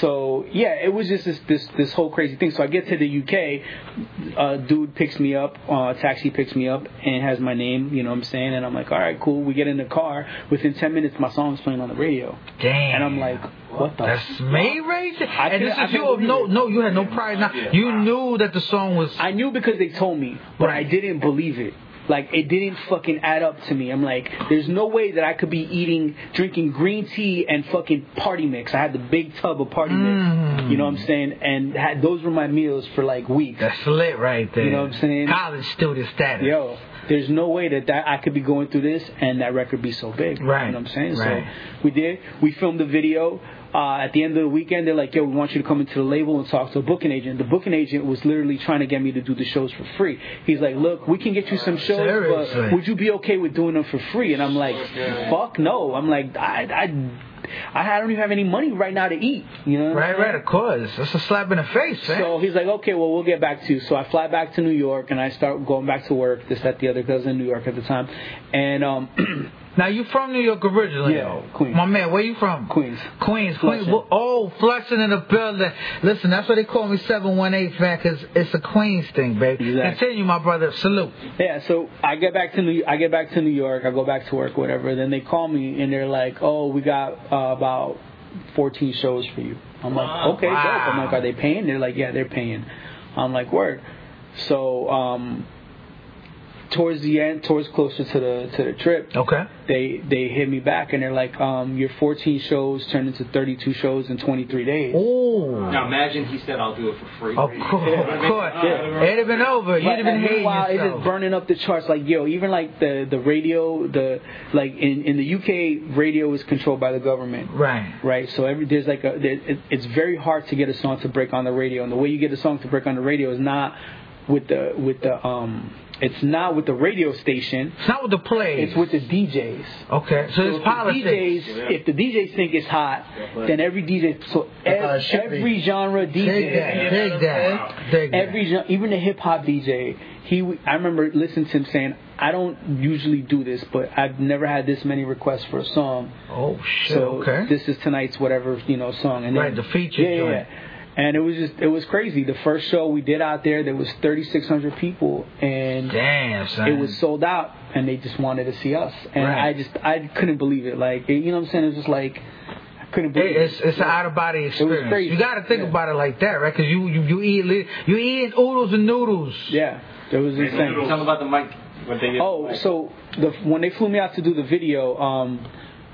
[SPEAKER 3] So yeah, it was just this this, this whole crazy thing. So I get to the UK, uh, dude picks me up, uh, taxi picks me up, and has my name. You know what I'm saying? And I'm like, "All right, cool." We get in the car. Within ten minutes, my song's playing on the radio,
[SPEAKER 1] Damn.
[SPEAKER 3] and I'm like, "What the?"
[SPEAKER 1] That's me, right?
[SPEAKER 3] I
[SPEAKER 1] And this
[SPEAKER 3] couldn't- I
[SPEAKER 1] is you.
[SPEAKER 3] couldn't
[SPEAKER 1] Of no,
[SPEAKER 3] believe it.
[SPEAKER 1] no, you had no pride. Now you knew that the song was.
[SPEAKER 3] I knew because they told me, but I
[SPEAKER 1] Right.
[SPEAKER 3] didn't believe it. Like it didn't fucking add up to me. I'm like, there's no way that I could be eating, drinking green tea and fucking party mix. I had the big tub of party
[SPEAKER 1] Mm.
[SPEAKER 3] mix. You know what I'm saying? And had, those were my meals for like weeks.
[SPEAKER 1] That's lit right there.
[SPEAKER 3] You know what I'm saying?
[SPEAKER 1] College student status.
[SPEAKER 3] Yo, there's no way that, that I could be going through this and that record be so big.
[SPEAKER 1] Right,
[SPEAKER 3] You know what I'm saying?
[SPEAKER 1] right.
[SPEAKER 3] So we did. We filmed the video. Uh, at the end of the weekend, they're like, yo, we want you to come into the label and talk to a booking agent. The booking agent was literally trying to get me to do the shows for free. He's like, look, we can get you some shows,
[SPEAKER 1] Seriously?
[SPEAKER 3] but would you be okay with doing them for free? And I'm like, fuck no. I'm like, I, I I don't even have any money right now to eat. You know what I'm
[SPEAKER 1] Right, right, of course. That's a slap in the face, man.
[SPEAKER 3] so he's like, okay, well, we'll get back to you. So I fly back to New York and I start going back to work, this, that, the other, because I was in New York at the time. And um, [clears throat]
[SPEAKER 1] now you from New York originally?
[SPEAKER 3] Yeah,
[SPEAKER 1] though.
[SPEAKER 3] Queens.
[SPEAKER 1] My man, where you from?
[SPEAKER 3] Queens.
[SPEAKER 1] Queens, Queens.
[SPEAKER 3] Flushing.
[SPEAKER 1] Oh, Flushing in the building. Listen, that's why they call me 718 fan, 'cause it's a Queens thing, baby.
[SPEAKER 3] Exactly.
[SPEAKER 1] Continue, my brother. Salute.
[SPEAKER 3] yeah, so I get back to New I get back to New York, I go back to work, whatever. Then they call me and they're like, oh, we got uh, about 14 shows for you. I'm like, okay,
[SPEAKER 1] Wow.
[SPEAKER 3] dope. I'm like, are they paying? They're like, yeah, they're paying. I'm like, word. So um, towards the end, towards closer to the to the trip,
[SPEAKER 1] Okay.
[SPEAKER 3] they they hit me back and they're like, um, your 14 shows turned into 32 shows in 23 days.
[SPEAKER 1] Oh, Ooh.
[SPEAKER 7] Now imagine he said, "I'll do it for free."
[SPEAKER 1] Of course, of course. It'd have been over. You'd have
[SPEAKER 3] But
[SPEAKER 1] been hating
[SPEAKER 3] meanwhile, it's
[SPEAKER 1] yourself.
[SPEAKER 3] just burning up the charts. Like yo, even like the the radio, the like in in the UK, radio is controlled by the government.
[SPEAKER 1] right.
[SPEAKER 3] Right, so every there's like a there, it, it's very hard to get a song to break on the radio, and the way you get a song to break on the radio is not with the with the um, it's not with the radio station,
[SPEAKER 1] It's not with the plays.
[SPEAKER 3] it's with the DJs.
[SPEAKER 1] okay, so,
[SPEAKER 3] So
[SPEAKER 1] it's
[SPEAKER 3] if
[SPEAKER 1] politics.
[SPEAKER 3] The DJs, if the DJs think it's hot, then every DJ, so
[SPEAKER 6] how it
[SPEAKER 3] ev-
[SPEAKER 6] should
[SPEAKER 3] every genre
[SPEAKER 1] Dig
[SPEAKER 3] DJ,
[SPEAKER 1] that, dig that, dig that.
[SPEAKER 3] every gen- even the hip hop DJ, he, w- I remember listening to him saying, I don't usually do this, but I've never had this many requests for a song.
[SPEAKER 1] oh shit,
[SPEAKER 3] So
[SPEAKER 1] okay.
[SPEAKER 3] this is tonight's whatever you know song. And
[SPEAKER 1] Right, the feature
[SPEAKER 3] Yeah, yeah,
[SPEAKER 1] joint.
[SPEAKER 3] yeah. And it was just it was crazy. The first show we did out there, there was 3,600 people, and
[SPEAKER 1] Damn, son.
[SPEAKER 3] it was sold out and they just wanted to see us and
[SPEAKER 1] Right.
[SPEAKER 3] i just i couldn't believe it like you know what i'm saying it's just like i couldn't believe
[SPEAKER 1] It-
[SPEAKER 3] it,
[SPEAKER 1] It's it's an out of body experience.
[SPEAKER 3] crazy.
[SPEAKER 1] You got to think
[SPEAKER 3] Yeah.
[SPEAKER 1] about it like that, right? Because you you you eat li- you eat oodles and noodles.
[SPEAKER 3] yeah it was insane
[SPEAKER 7] Tell him about the mic.
[SPEAKER 5] But they
[SPEAKER 3] oh so the when they flew me out to do the video um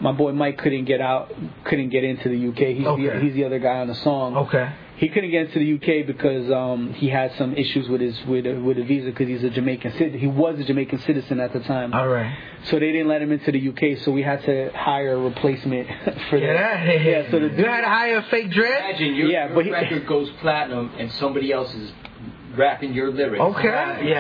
[SPEAKER 3] my boy mike couldn't get out couldn't get into the uk he's, the,
[SPEAKER 1] Okay.
[SPEAKER 3] he's the other guy on the song
[SPEAKER 1] Okay.
[SPEAKER 3] he couldn't get into the UK because um, he had some issues with his with a, with a visa because he's a Jamaican citizen. He was a Jamaican citizen at the time,
[SPEAKER 1] All right.
[SPEAKER 3] so they didn't let him into the UK. So we had to hire a replacement [laughs] for
[SPEAKER 1] Yeah.
[SPEAKER 3] that.
[SPEAKER 1] that-
[SPEAKER 3] Yeah, so the
[SPEAKER 1] [laughs] you had to hire a fake dread.
[SPEAKER 7] Imagine your,
[SPEAKER 3] Yeah,
[SPEAKER 7] your
[SPEAKER 3] but he-
[SPEAKER 7] record goes platinum and somebody else is rapping your lyrics.
[SPEAKER 1] Okay.
[SPEAKER 7] Can you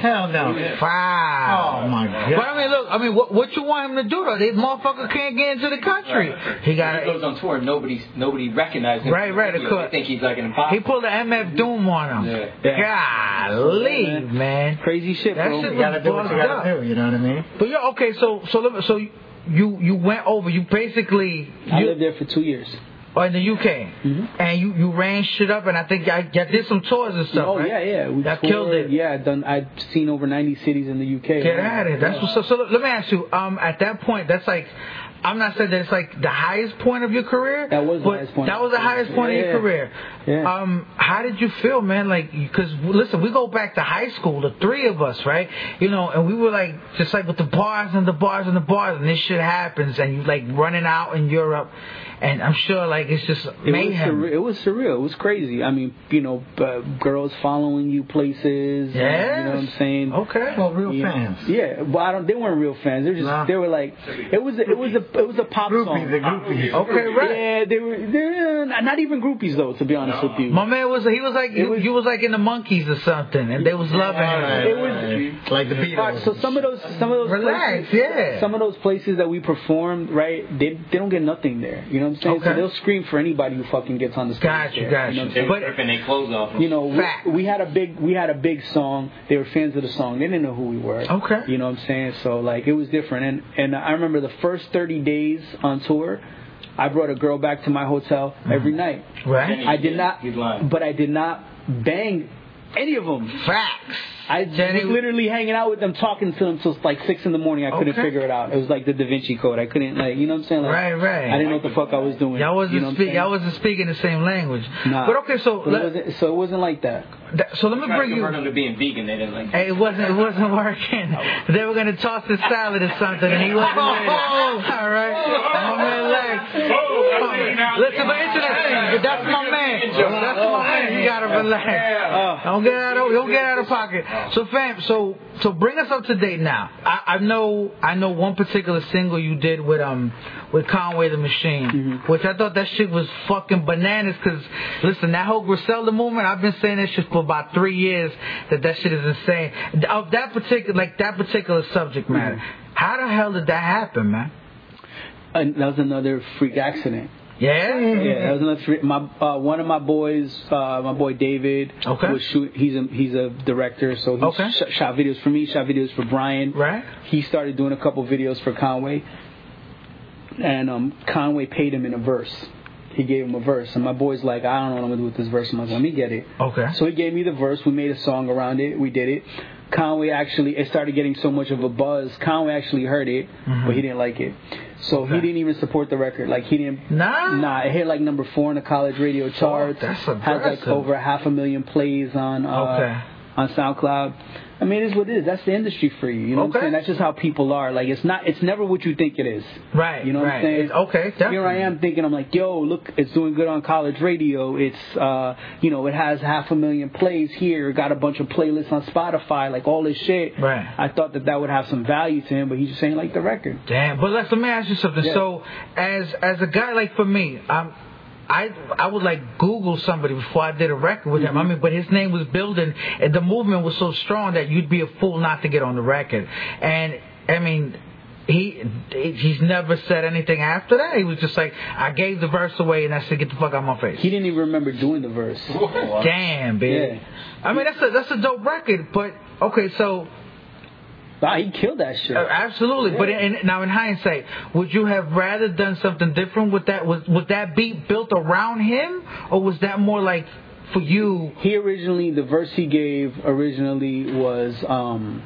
[SPEAKER 1] Yes.
[SPEAKER 6] Hell no.
[SPEAKER 1] Wow.
[SPEAKER 6] Oh my god.
[SPEAKER 1] But I mean, look. I mean, what what you want him to do though? This motherfucker can't get into the country. He got
[SPEAKER 7] He goes on tour and nobody nobody recognizes him.
[SPEAKER 1] Right, right, of
[SPEAKER 7] They
[SPEAKER 1] course.
[SPEAKER 7] think he's like an
[SPEAKER 1] he
[SPEAKER 7] imposter.
[SPEAKER 1] pulled an MF Doom on him. Golly, man.
[SPEAKER 3] Crazy shit,
[SPEAKER 1] That
[SPEAKER 3] bro.
[SPEAKER 1] shit
[SPEAKER 6] You gotta do what you gotta do, you know what I mean?
[SPEAKER 1] But yeah, okay. So so let me, so you you went over. You basically
[SPEAKER 3] I Mm-hmm.
[SPEAKER 1] you-
[SPEAKER 3] lived there for two years.
[SPEAKER 1] Oh, in the UK, and you you ran shit up, and I think I, I did some tours and stuff.
[SPEAKER 3] oh
[SPEAKER 1] right?
[SPEAKER 3] yeah, yeah. We
[SPEAKER 1] That
[SPEAKER 3] toured.
[SPEAKER 1] killed it.
[SPEAKER 3] Yeah, I've done. I've seen over ninety cities in the UK.
[SPEAKER 1] Get out of here. That's what's up. So let let me ask you. Um, at that point, that's like, I'm not saying that it's like the highest point of your career.
[SPEAKER 3] That was the
[SPEAKER 1] but
[SPEAKER 3] highest point.
[SPEAKER 1] That was the highest point
[SPEAKER 3] Yeah,
[SPEAKER 1] of your
[SPEAKER 3] yeah.
[SPEAKER 1] career.
[SPEAKER 3] Yeah.
[SPEAKER 1] Um, how did you feel, man? Like, because listen, we go back to high school, the three of us, right? You know, and we were like, just like with the bars and the bars and the bars, and this shit happens, and you like running out in Europe, and I'm sure like it's just
[SPEAKER 3] It was,
[SPEAKER 1] mayhem.
[SPEAKER 3] surreal. it was surreal. It was crazy. I mean, you know, uh, girls following you places.
[SPEAKER 1] Yes.
[SPEAKER 3] You know what I'm saying?
[SPEAKER 1] Okay.
[SPEAKER 6] Well, real
[SPEAKER 3] You know?
[SPEAKER 6] fans.
[SPEAKER 3] Yeah, but I don't. They weren't real fans. They were just.
[SPEAKER 6] Nah.
[SPEAKER 3] They were like. It was. It was a. It was a pop
[SPEAKER 6] Groupies,
[SPEAKER 3] song.
[SPEAKER 6] the groupies.
[SPEAKER 1] okay, right.
[SPEAKER 3] Yeah, they were. They're not even groupies though. To be honest with you.
[SPEAKER 1] My man was he was like you
[SPEAKER 3] was-
[SPEAKER 1] you was like in the monkeys or something, and they was loving
[SPEAKER 6] Alright,
[SPEAKER 1] him.
[SPEAKER 3] It was-
[SPEAKER 6] alright. like the Beatles.
[SPEAKER 3] Alright, so some of those, some of those
[SPEAKER 1] Relax,
[SPEAKER 3] places,
[SPEAKER 1] yeah.
[SPEAKER 3] Some of those places that we performed, right? They they don't get nothing there. You know what I'm saying? So
[SPEAKER 1] Okay.
[SPEAKER 3] they'll scream for anybody who fucking gets on the stage.
[SPEAKER 1] Got you,
[SPEAKER 3] there,
[SPEAKER 1] got
[SPEAKER 3] know what I'm
[SPEAKER 1] you.
[SPEAKER 7] They
[SPEAKER 3] saying?
[SPEAKER 7] were ripping their clothes off.
[SPEAKER 3] You know, we,
[SPEAKER 1] Fact.
[SPEAKER 3] we had a big we had a big song. They were fans of the song. They didn't know who we were.
[SPEAKER 1] Okay.
[SPEAKER 3] You know what I'm saying? So like it was different. And and I remember the first 30 days on tour, I brought a girl back to my hotel every
[SPEAKER 1] Mm-hmm.
[SPEAKER 3] night.
[SPEAKER 1] Right?
[SPEAKER 3] I did not,
[SPEAKER 7] He's lying.
[SPEAKER 3] but I did not bang any of them.
[SPEAKER 1] Facts.
[SPEAKER 3] I
[SPEAKER 1] Jenny-
[SPEAKER 3] was literally hanging out with them, talking to them till like six in the morning. I couldn't
[SPEAKER 1] Okay.
[SPEAKER 3] figure it out. It was like the Da Vinci Code. I couldn't like, you know what I'm saying? Like,
[SPEAKER 1] Right, right.
[SPEAKER 3] I didn't know what the fuck I was doing.
[SPEAKER 1] Y'all
[SPEAKER 3] you
[SPEAKER 1] wasn't
[SPEAKER 3] know what I'm
[SPEAKER 1] speak,
[SPEAKER 3] saying?
[SPEAKER 1] y'all wasn't speaking the same language.
[SPEAKER 3] Nah.
[SPEAKER 1] But okay, so
[SPEAKER 3] But it
[SPEAKER 1] let,
[SPEAKER 3] wasn't, so it wasn't like that.
[SPEAKER 1] that, so let me
[SPEAKER 7] Tried to
[SPEAKER 1] bring
[SPEAKER 7] convert
[SPEAKER 1] you.
[SPEAKER 7] him to being vegan. They didn't like.
[SPEAKER 1] Hey, it wasn't it wasn't
[SPEAKER 3] [laughs]
[SPEAKER 1] working. They were gonna toss the salad or something, and he wasn't ready. All right, my man,
[SPEAKER 3] Oh,
[SPEAKER 1] Lex. Listen, but into that thing. But that's my man. That's
[SPEAKER 3] Oh,
[SPEAKER 1] my man. You gotta
[SPEAKER 3] Ah,
[SPEAKER 1] relax. Don't get out of don't get out of pocket. So fam, so so bring us up to date now. I, I know I know one particular single you did with um with Conway the Machine,
[SPEAKER 3] Mm-hmm.
[SPEAKER 1] which I thought that shit was fucking bananas. Cause listen, that whole Griselda movement, I've been saying that shit for about three years. That that shit is insane. Of
[SPEAKER 3] Mm-hmm.
[SPEAKER 1] that particular like that particular subject matter. How the hell did that happen, man?
[SPEAKER 3] and that was another freak accident.
[SPEAKER 1] Yeah.
[SPEAKER 3] Yeah, that was another freak. My uh, one of my boys, uh, my boy David,
[SPEAKER 1] Okay.
[SPEAKER 3] was shoot. He's a he's a director, so he
[SPEAKER 1] Okay.
[SPEAKER 3] sh- shot videos for me, shot videos for Brian.
[SPEAKER 1] Right.
[SPEAKER 3] He started doing a couple videos for Conway, and um, Conway paid him in a verse. He gave him a verse, and my boy's like, I don't know what I'm gonna do with this verse. I'm like, let me get it.
[SPEAKER 1] Okay.
[SPEAKER 3] So he gave me the verse. We made a song around it. We did it. Conway actually, it started getting so much of a buzz. Conway actually heard it, but he didn't like it. So he didn't even support the record. Like he didn't.
[SPEAKER 1] Nah.
[SPEAKER 3] Nah, it hit like number four in the college radio charts.
[SPEAKER 1] that's
[SPEAKER 3] Has like
[SPEAKER 1] aggressive.
[SPEAKER 3] over half a million plays on uh,
[SPEAKER 1] Okay.
[SPEAKER 3] on SoundCloud. I mean, it is what it is. That's the industry for you. You know what
[SPEAKER 1] Okay.
[SPEAKER 3] I'm saying? That's just how people are. Like it's not. It's never what you think it is.
[SPEAKER 1] Right.
[SPEAKER 3] You know what
[SPEAKER 1] right.
[SPEAKER 3] I'm saying?
[SPEAKER 1] It's- okay. Definitely.
[SPEAKER 3] Here I am thinking, I'm like, yo, look, it's doing good on college radio. It's, uh, you know, it has half a million plays here. It Got a bunch of playlists on Spotify, like all this shit.
[SPEAKER 1] Right.
[SPEAKER 3] I thought that that would have some value to him, but he's just saying like the record.
[SPEAKER 1] Damn. But let let me ask you something.
[SPEAKER 3] Yeah.
[SPEAKER 1] So, as as a guy like for me, um, I I would like Google somebody before I did a record with him. I mean, but his name was building, and the movement was so strong that you'd be a fool not to get on the record. And I mean. He he's never said anything after that. He was just like, I gave the verse away, and I said, get the fuck out my face.
[SPEAKER 3] He didn't even remember doing the verse.
[SPEAKER 1] Damn, bitch. I mean, that's a that's a dope record, but okay, so
[SPEAKER 3] Wow, he killed that shit.
[SPEAKER 1] uh, absolutely. But in, in- now, in hindsight, would you have rather done something different with that? Was was that beat built around him, or was that more like for you?
[SPEAKER 3] He originally, the verse he gave originally was, um,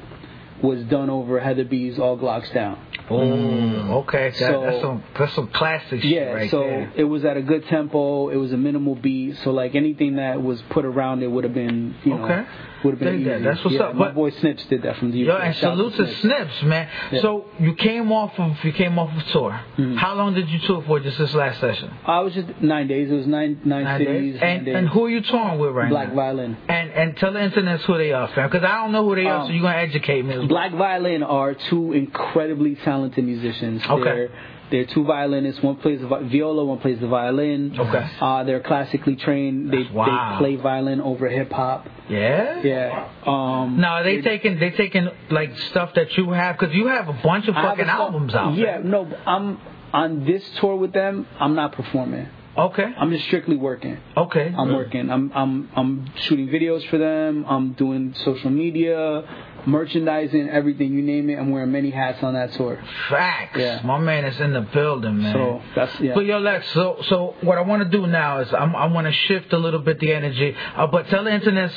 [SPEAKER 3] was done over Heather B's All Glocks Down.
[SPEAKER 1] Oh, okay, that,
[SPEAKER 3] Mm. So-
[SPEAKER 1] that's some that's some classic
[SPEAKER 3] Yeah,
[SPEAKER 1] shit right
[SPEAKER 3] so
[SPEAKER 1] there.
[SPEAKER 3] it was at a good tempo. It was a minimal beat. So like anything that was put around it would have been, you know,
[SPEAKER 1] Okay.
[SPEAKER 3] would have been
[SPEAKER 1] Dig that.
[SPEAKER 3] easy.
[SPEAKER 1] That's what's
[SPEAKER 3] yeah,
[SPEAKER 1] up.
[SPEAKER 3] My
[SPEAKER 1] But-
[SPEAKER 3] boy Snips did that from the UK.
[SPEAKER 1] Yo, and
[SPEAKER 3] Shout out
[SPEAKER 1] salute to Snips, man.
[SPEAKER 3] Yeah. Mm-hmm.
[SPEAKER 1] So you came off of you came off of tour. How long did you tour for? Just this last session,
[SPEAKER 3] I was just nine days. It was nine nine,
[SPEAKER 1] nine
[SPEAKER 3] cities.
[SPEAKER 1] days.
[SPEAKER 3] nine
[SPEAKER 1] And
[SPEAKER 3] days.
[SPEAKER 1] and who are you touring with right
[SPEAKER 3] Black
[SPEAKER 1] now?
[SPEAKER 3] Violin.
[SPEAKER 1] And and tell the internets who they are, fam, because I don't know who they are,
[SPEAKER 3] Um,
[SPEAKER 1] so you're gonna educate me.
[SPEAKER 3] Black Violin are two incredibly talented musicians.
[SPEAKER 1] Okay.
[SPEAKER 3] They're, they're two violinists. One plays the vi- viola, one plays the violin.
[SPEAKER 1] Okay.
[SPEAKER 3] Uh, they're classically trained. They,
[SPEAKER 1] Wow.
[SPEAKER 3] they play violin over hip hop.
[SPEAKER 1] Yeah.
[SPEAKER 3] Yeah. Um,
[SPEAKER 1] No, are they taking they taking like stuff that you have because you have a bunch of
[SPEAKER 3] I have
[SPEAKER 1] fucking
[SPEAKER 3] a song-
[SPEAKER 1] albums out.
[SPEAKER 3] Yeah,
[SPEAKER 1] man.
[SPEAKER 3] no, I'm on this tour with them. I'm not performing.
[SPEAKER 1] Okay.
[SPEAKER 3] I'm just strictly working.
[SPEAKER 1] Okay.
[SPEAKER 3] I'm working. I'm I'm I'm shooting videos for them. I'm doing social media, merchandising, everything you name it. I'm wearing many hats on that tour.
[SPEAKER 1] Facts.
[SPEAKER 3] Yeah.
[SPEAKER 1] My man is in the building, man.
[SPEAKER 3] So that's yeah.
[SPEAKER 1] But yo, Lex. So, so what I want to do now is I'm, I want to shift a little bit the energy. Uh, but tell the internets,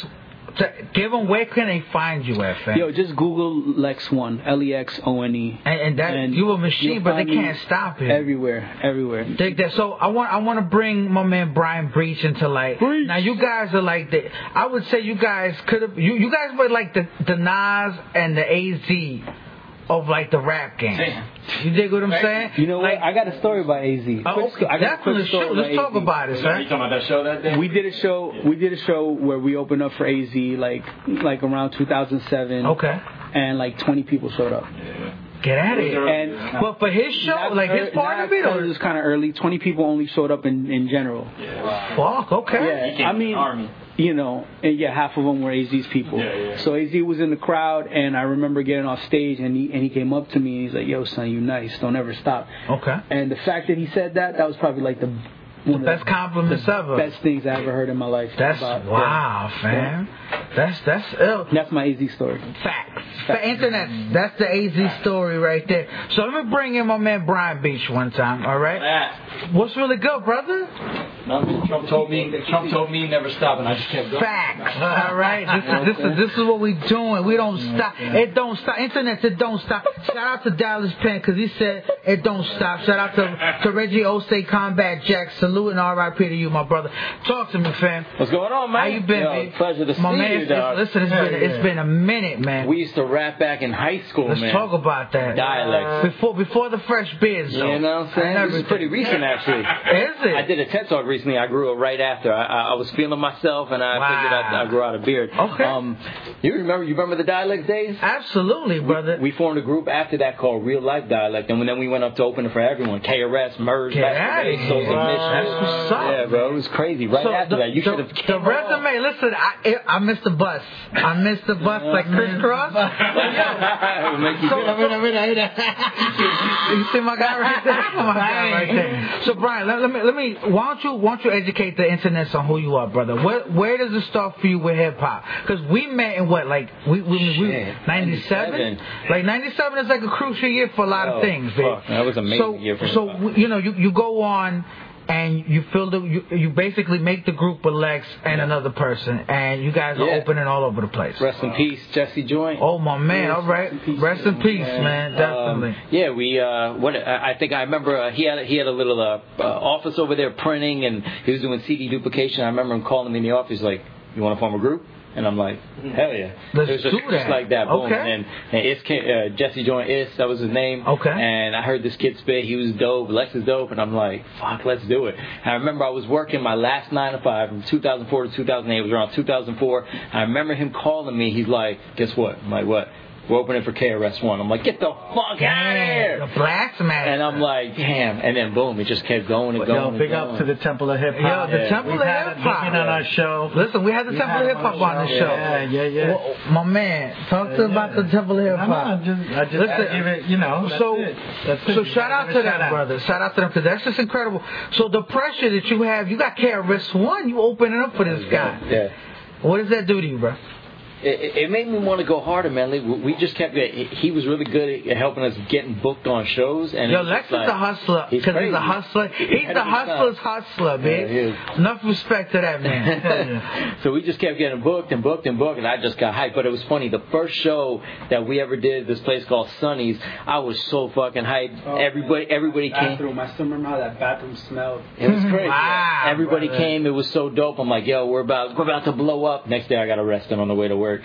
[SPEAKER 1] t- give them where can they find you at, fam?
[SPEAKER 3] Yo, just Google Lex One, L E X O N E.
[SPEAKER 1] and, and that
[SPEAKER 3] and
[SPEAKER 1] you a
[SPEAKER 3] you'll
[SPEAKER 1] machine, but they
[SPEAKER 3] find me
[SPEAKER 1] can't stop it.
[SPEAKER 3] Everywhere, everywhere.
[SPEAKER 1] Dig that. So I want I want to bring my man Brian Breach into like
[SPEAKER 3] Breach.
[SPEAKER 1] now. You guys are like the I would say you guys could have you you guys were like the the Nas and the Az of like the rap game. You dig what I'm saying?
[SPEAKER 3] You know
[SPEAKER 1] like,
[SPEAKER 3] what? I got a story about AZ.
[SPEAKER 1] oh,
[SPEAKER 3] Quick
[SPEAKER 1] okay,
[SPEAKER 3] sto- I got a
[SPEAKER 1] definitely.
[SPEAKER 3] quick story
[SPEAKER 1] Sure. Let's
[SPEAKER 3] about
[SPEAKER 1] talk
[SPEAKER 3] AZ.
[SPEAKER 1] about it,
[SPEAKER 5] Are you
[SPEAKER 1] sir.
[SPEAKER 5] talking about that show that day?
[SPEAKER 3] We did a show. We did a show where we opened up for AZ like like around 2007.
[SPEAKER 1] Okay,
[SPEAKER 3] And like 20 people showed up.
[SPEAKER 1] get at it.
[SPEAKER 3] And
[SPEAKER 1] But for his show, like his part of it,
[SPEAKER 3] it
[SPEAKER 1] or
[SPEAKER 3] was kind of early. 20 people only showed up in in general.
[SPEAKER 1] fuck, okay,
[SPEAKER 3] Yeah, I mean, you know, and yeah, half of them were AZ's people. So AZ was in the crowd, and I remember getting off stage, and he and he came up to me, and he's like, "Yo, son, you nice. Don't ever stop."
[SPEAKER 1] okay,
[SPEAKER 3] And the fact that he said that, that was probably like the one of
[SPEAKER 1] best compliments ever.
[SPEAKER 3] best things I ever heard in my life.
[SPEAKER 1] that's
[SPEAKER 3] about-
[SPEAKER 1] wow, fam. That's that's ill.
[SPEAKER 3] yeah. That's my AZ story.
[SPEAKER 1] Facts. For internet, that's the AZ story right there. So let me bring in my man Brian Beach one time, all right? What's really good, brother?
[SPEAKER 7] Trump told me. Trump told me never stop, and I just kept going.
[SPEAKER 1] Facts, all right? This is, this is, this is what we doing. We don't stop. It don't stop. Internet, it don't stop. Shout out to Dallas Penn, because he said it don't stop. Shout out to, to Reggie Ose, Combat Jack. Salute and RIP to you, my brother. Talk to me, fam.
[SPEAKER 9] What's going on, man?
[SPEAKER 1] How you been,
[SPEAKER 9] Yo,
[SPEAKER 1] B?
[SPEAKER 9] Pleasure to
[SPEAKER 1] my
[SPEAKER 9] see
[SPEAKER 1] man,
[SPEAKER 9] you,
[SPEAKER 1] it's-
[SPEAKER 9] dog.
[SPEAKER 1] it's- listen, it's been, it's been a minute, man.
[SPEAKER 9] we used to rap back in high school,
[SPEAKER 1] Let's
[SPEAKER 9] man.
[SPEAKER 1] talk about that. Uh,
[SPEAKER 9] Dialects.
[SPEAKER 1] Before before the fresh beers, though.
[SPEAKER 9] you know what I'm saying?
[SPEAKER 1] And
[SPEAKER 9] This
[SPEAKER 1] everything.
[SPEAKER 9] is
[SPEAKER 7] [laughs]
[SPEAKER 9] pretty recent, actually.
[SPEAKER 1] Is it?
[SPEAKER 9] I did a TED Talk
[SPEAKER 3] recently. I grew it right after. I, I, I was feeling myself, and I
[SPEAKER 1] Wow.
[SPEAKER 3] figured I'd, I'd grow out a beard.
[SPEAKER 1] Okay.
[SPEAKER 3] Um, you remember? You remember the dialect days?
[SPEAKER 1] Absolutely, brother.
[SPEAKER 3] We formed a group after that called Real Life Dialect, and then we went up to open it for everyone. KRS, Merge,
[SPEAKER 1] Get outta
[SPEAKER 3] Masquerade,
[SPEAKER 1] here.
[SPEAKER 3] Souls of Mission.
[SPEAKER 1] That's what's up,
[SPEAKER 3] Yeah, bro, it was crazy. Right after that, you should have
[SPEAKER 1] the resume. Listen, I I missed the bus. I missed the
[SPEAKER 9] Uh-huh.
[SPEAKER 1] bus like crisscross.
[SPEAKER 9] [laughs]
[SPEAKER 3] Make you
[SPEAKER 1] So-
[SPEAKER 3] feel-
[SPEAKER 1] so- [laughs] you see my guy
[SPEAKER 3] [laughs]
[SPEAKER 1] right there. My guy right there. So Brian, let, let me let me why don't you why don't you educate the internet on who you are, brother? Where where does it start for you with hip hop? Because we met in what like we we, we
[SPEAKER 3] Shit,
[SPEAKER 1] ninety seven.
[SPEAKER 3] 97.
[SPEAKER 1] Like ninety seven is like a crucial year for a lot
[SPEAKER 3] Oh,
[SPEAKER 1] of things,
[SPEAKER 3] fuck.
[SPEAKER 1] babe.
[SPEAKER 3] That was amazing
[SPEAKER 1] So
[SPEAKER 3] year for
[SPEAKER 1] so
[SPEAKER 3] hip-hop.
[SPEAKER 1] w- you know you you go on. And you fill the you, you basically make the group with Lex and another person, and you guys are
[SPEAKER 3] Yeah.
[SPEAKER 1] opening all over the place.
[SPEAKER 3] Rest in peace, Jesse Joint.
[SPEAKER 1] Oh my man! All right, rest in peace, man.
[SPEAKER 3] Um,
[SPEAKER 1] Definitely.
[SPEAKER 3] yeah, we. Uh, what I I think I remember uh, he had he had a little uh, uh, office over there printing, and he was doing CD duplication. I remember him calling me in the office like, "You want to form a group?" And I'm like, "Hell yeah!"
[SPEAKER 1] Let's
[SPEAKER 3] it was just,
[SPEAKER 1] do that.
[SPEAKER 3] just like that. Boom.
[SPEAKER 1] Okay.
[SPEAKER 3] And, and Is came, uh, Jesse joined Is. That was his name.
[SPEAKER 1] Okay.
[SPEAKER 3] And I heard this kid spit. He was dope. Lex is dope. And I'm like, "Fuck, let's do it." And I remember I was working my last nine to five from 2004 to 2008. It was around 2004. I remember him calling me. He's like, "Guess what?" I'm like, "What?" We're opening for KRS One. I'm like, get the fuck out of here.
[SPEAKER 1] The blacks, man.
[SPEAKER 3] And I'm like, damn. And then boom, it just kept going and going.
[SPEAKER 6] Yo,
[SPEAKER 3] and
[SPEAKER 6] big
[SPEAKER 3] going.
[SPEAKER 6] up to the Temple of Hip Hop.
[SPEAKER 1] Yo, the
[SPEAKER 3] Yeah.
[SPEAKER 1] Temple
[SPEAKER 6] We've
[SPEAKER 1] of
[SPEAKER 6] had
[SPEAKER 1] Hip
[SPEAKER 6] him
[SPEAKER 1] Hop.
[SPEAKER 6] been on our show.
[SPEAKER 1] Listen, we had the
[SPEAKER 6] We
[SPEAKER 1] Temple
[SPEAKER 6] had
[SPEAKER 1] of Hip
[SPEAKER 6] him
[SPEAKER 1] Hop on the show.
[SPEAKER 6] Yeah, yeah, yeah.
[SPEAKER 1] Well, my man, talk to
[SPEAKER 6] Yeah.
[SPEAKER 1] about the Temple of Hip
[SPEAKER 6] I know, I
[SPEAKER 1] Hop.
[SPEAKER 6] just, I just
[SPEAKER 1] Listen,
[SPEAKER 6] I give it, you know. That's
[SPEAKER 1] so,
[SPEAKER 6] it. That's it.
[SPEAKER 1] so
[SPEAKER 6] You
[SPEAKER 1] shout
[SPEAKER 6] gotta
[SPEAKER 1] out
[SPEAKER 6] give
[SPEAKER 1] to
[SPEAKER 6] it a shout
[SPEAKER 1] them,
[SPEAKER 6] out.
[SPEAKER 1] brother. Shout out to them because that's just incredible. So the pressure that you have, you got KRS One, you opening up for this guy.
[SPEAKER 3] Yeah.
[SPEAKER 1] What does that do to you, bro?
[SPEAKER 3] It, it- it made me want to go harder, man. Like, we- we just kept. He was really good at helping us getting booked on shows. And
[SPEAKER 1] Yo,
[SPEAKER 3] it's
[SPEAKER 1] Lex
[SPEAKER 3] just
[SPEAKER 1] is
[SPEAKER 3] like-
[SPEAKER 1] the hustler
[SPEAKER 3] he's
[SPEAKER 1] because he's
[SPEAKER 3] crazy.
[SPEAKER 1] a hustler. He's
[SPEAKER 3] Head
[SPEAKER 1] the
[SPEAKER 3] of his time.
[SPEAKER 1] hustler's hustler,
[SPEAKER 3] Yeah, he is.
[SPEAKER 1] bitch. Enough respect to that
[SPEAKER 3] [laughs]
[SPEAKER 1] man.
[SPEAKER 3] so we just kept getting booked and booked and booked, and I just got hyped. But it was funny. The first show that we ever did, this place called Sonny's, I was so fucking hyped.
[SPEAKER 9] Oh,
[SPEAKER 3] everybody, everybody came.
[SPEAKER 9] Bathroom. I still remember how that bathroom smelled.
[SPEAKER 3] It was crazy.
[SPEAKER 1] Wow,
[SPEAKER 3] Everybody
[SPEAKER 1] brother.
[SPEAKER 3] came. It was so dope. I'm like, yo, we're about we're about to blow up. Next day, I got arrested on the way to work.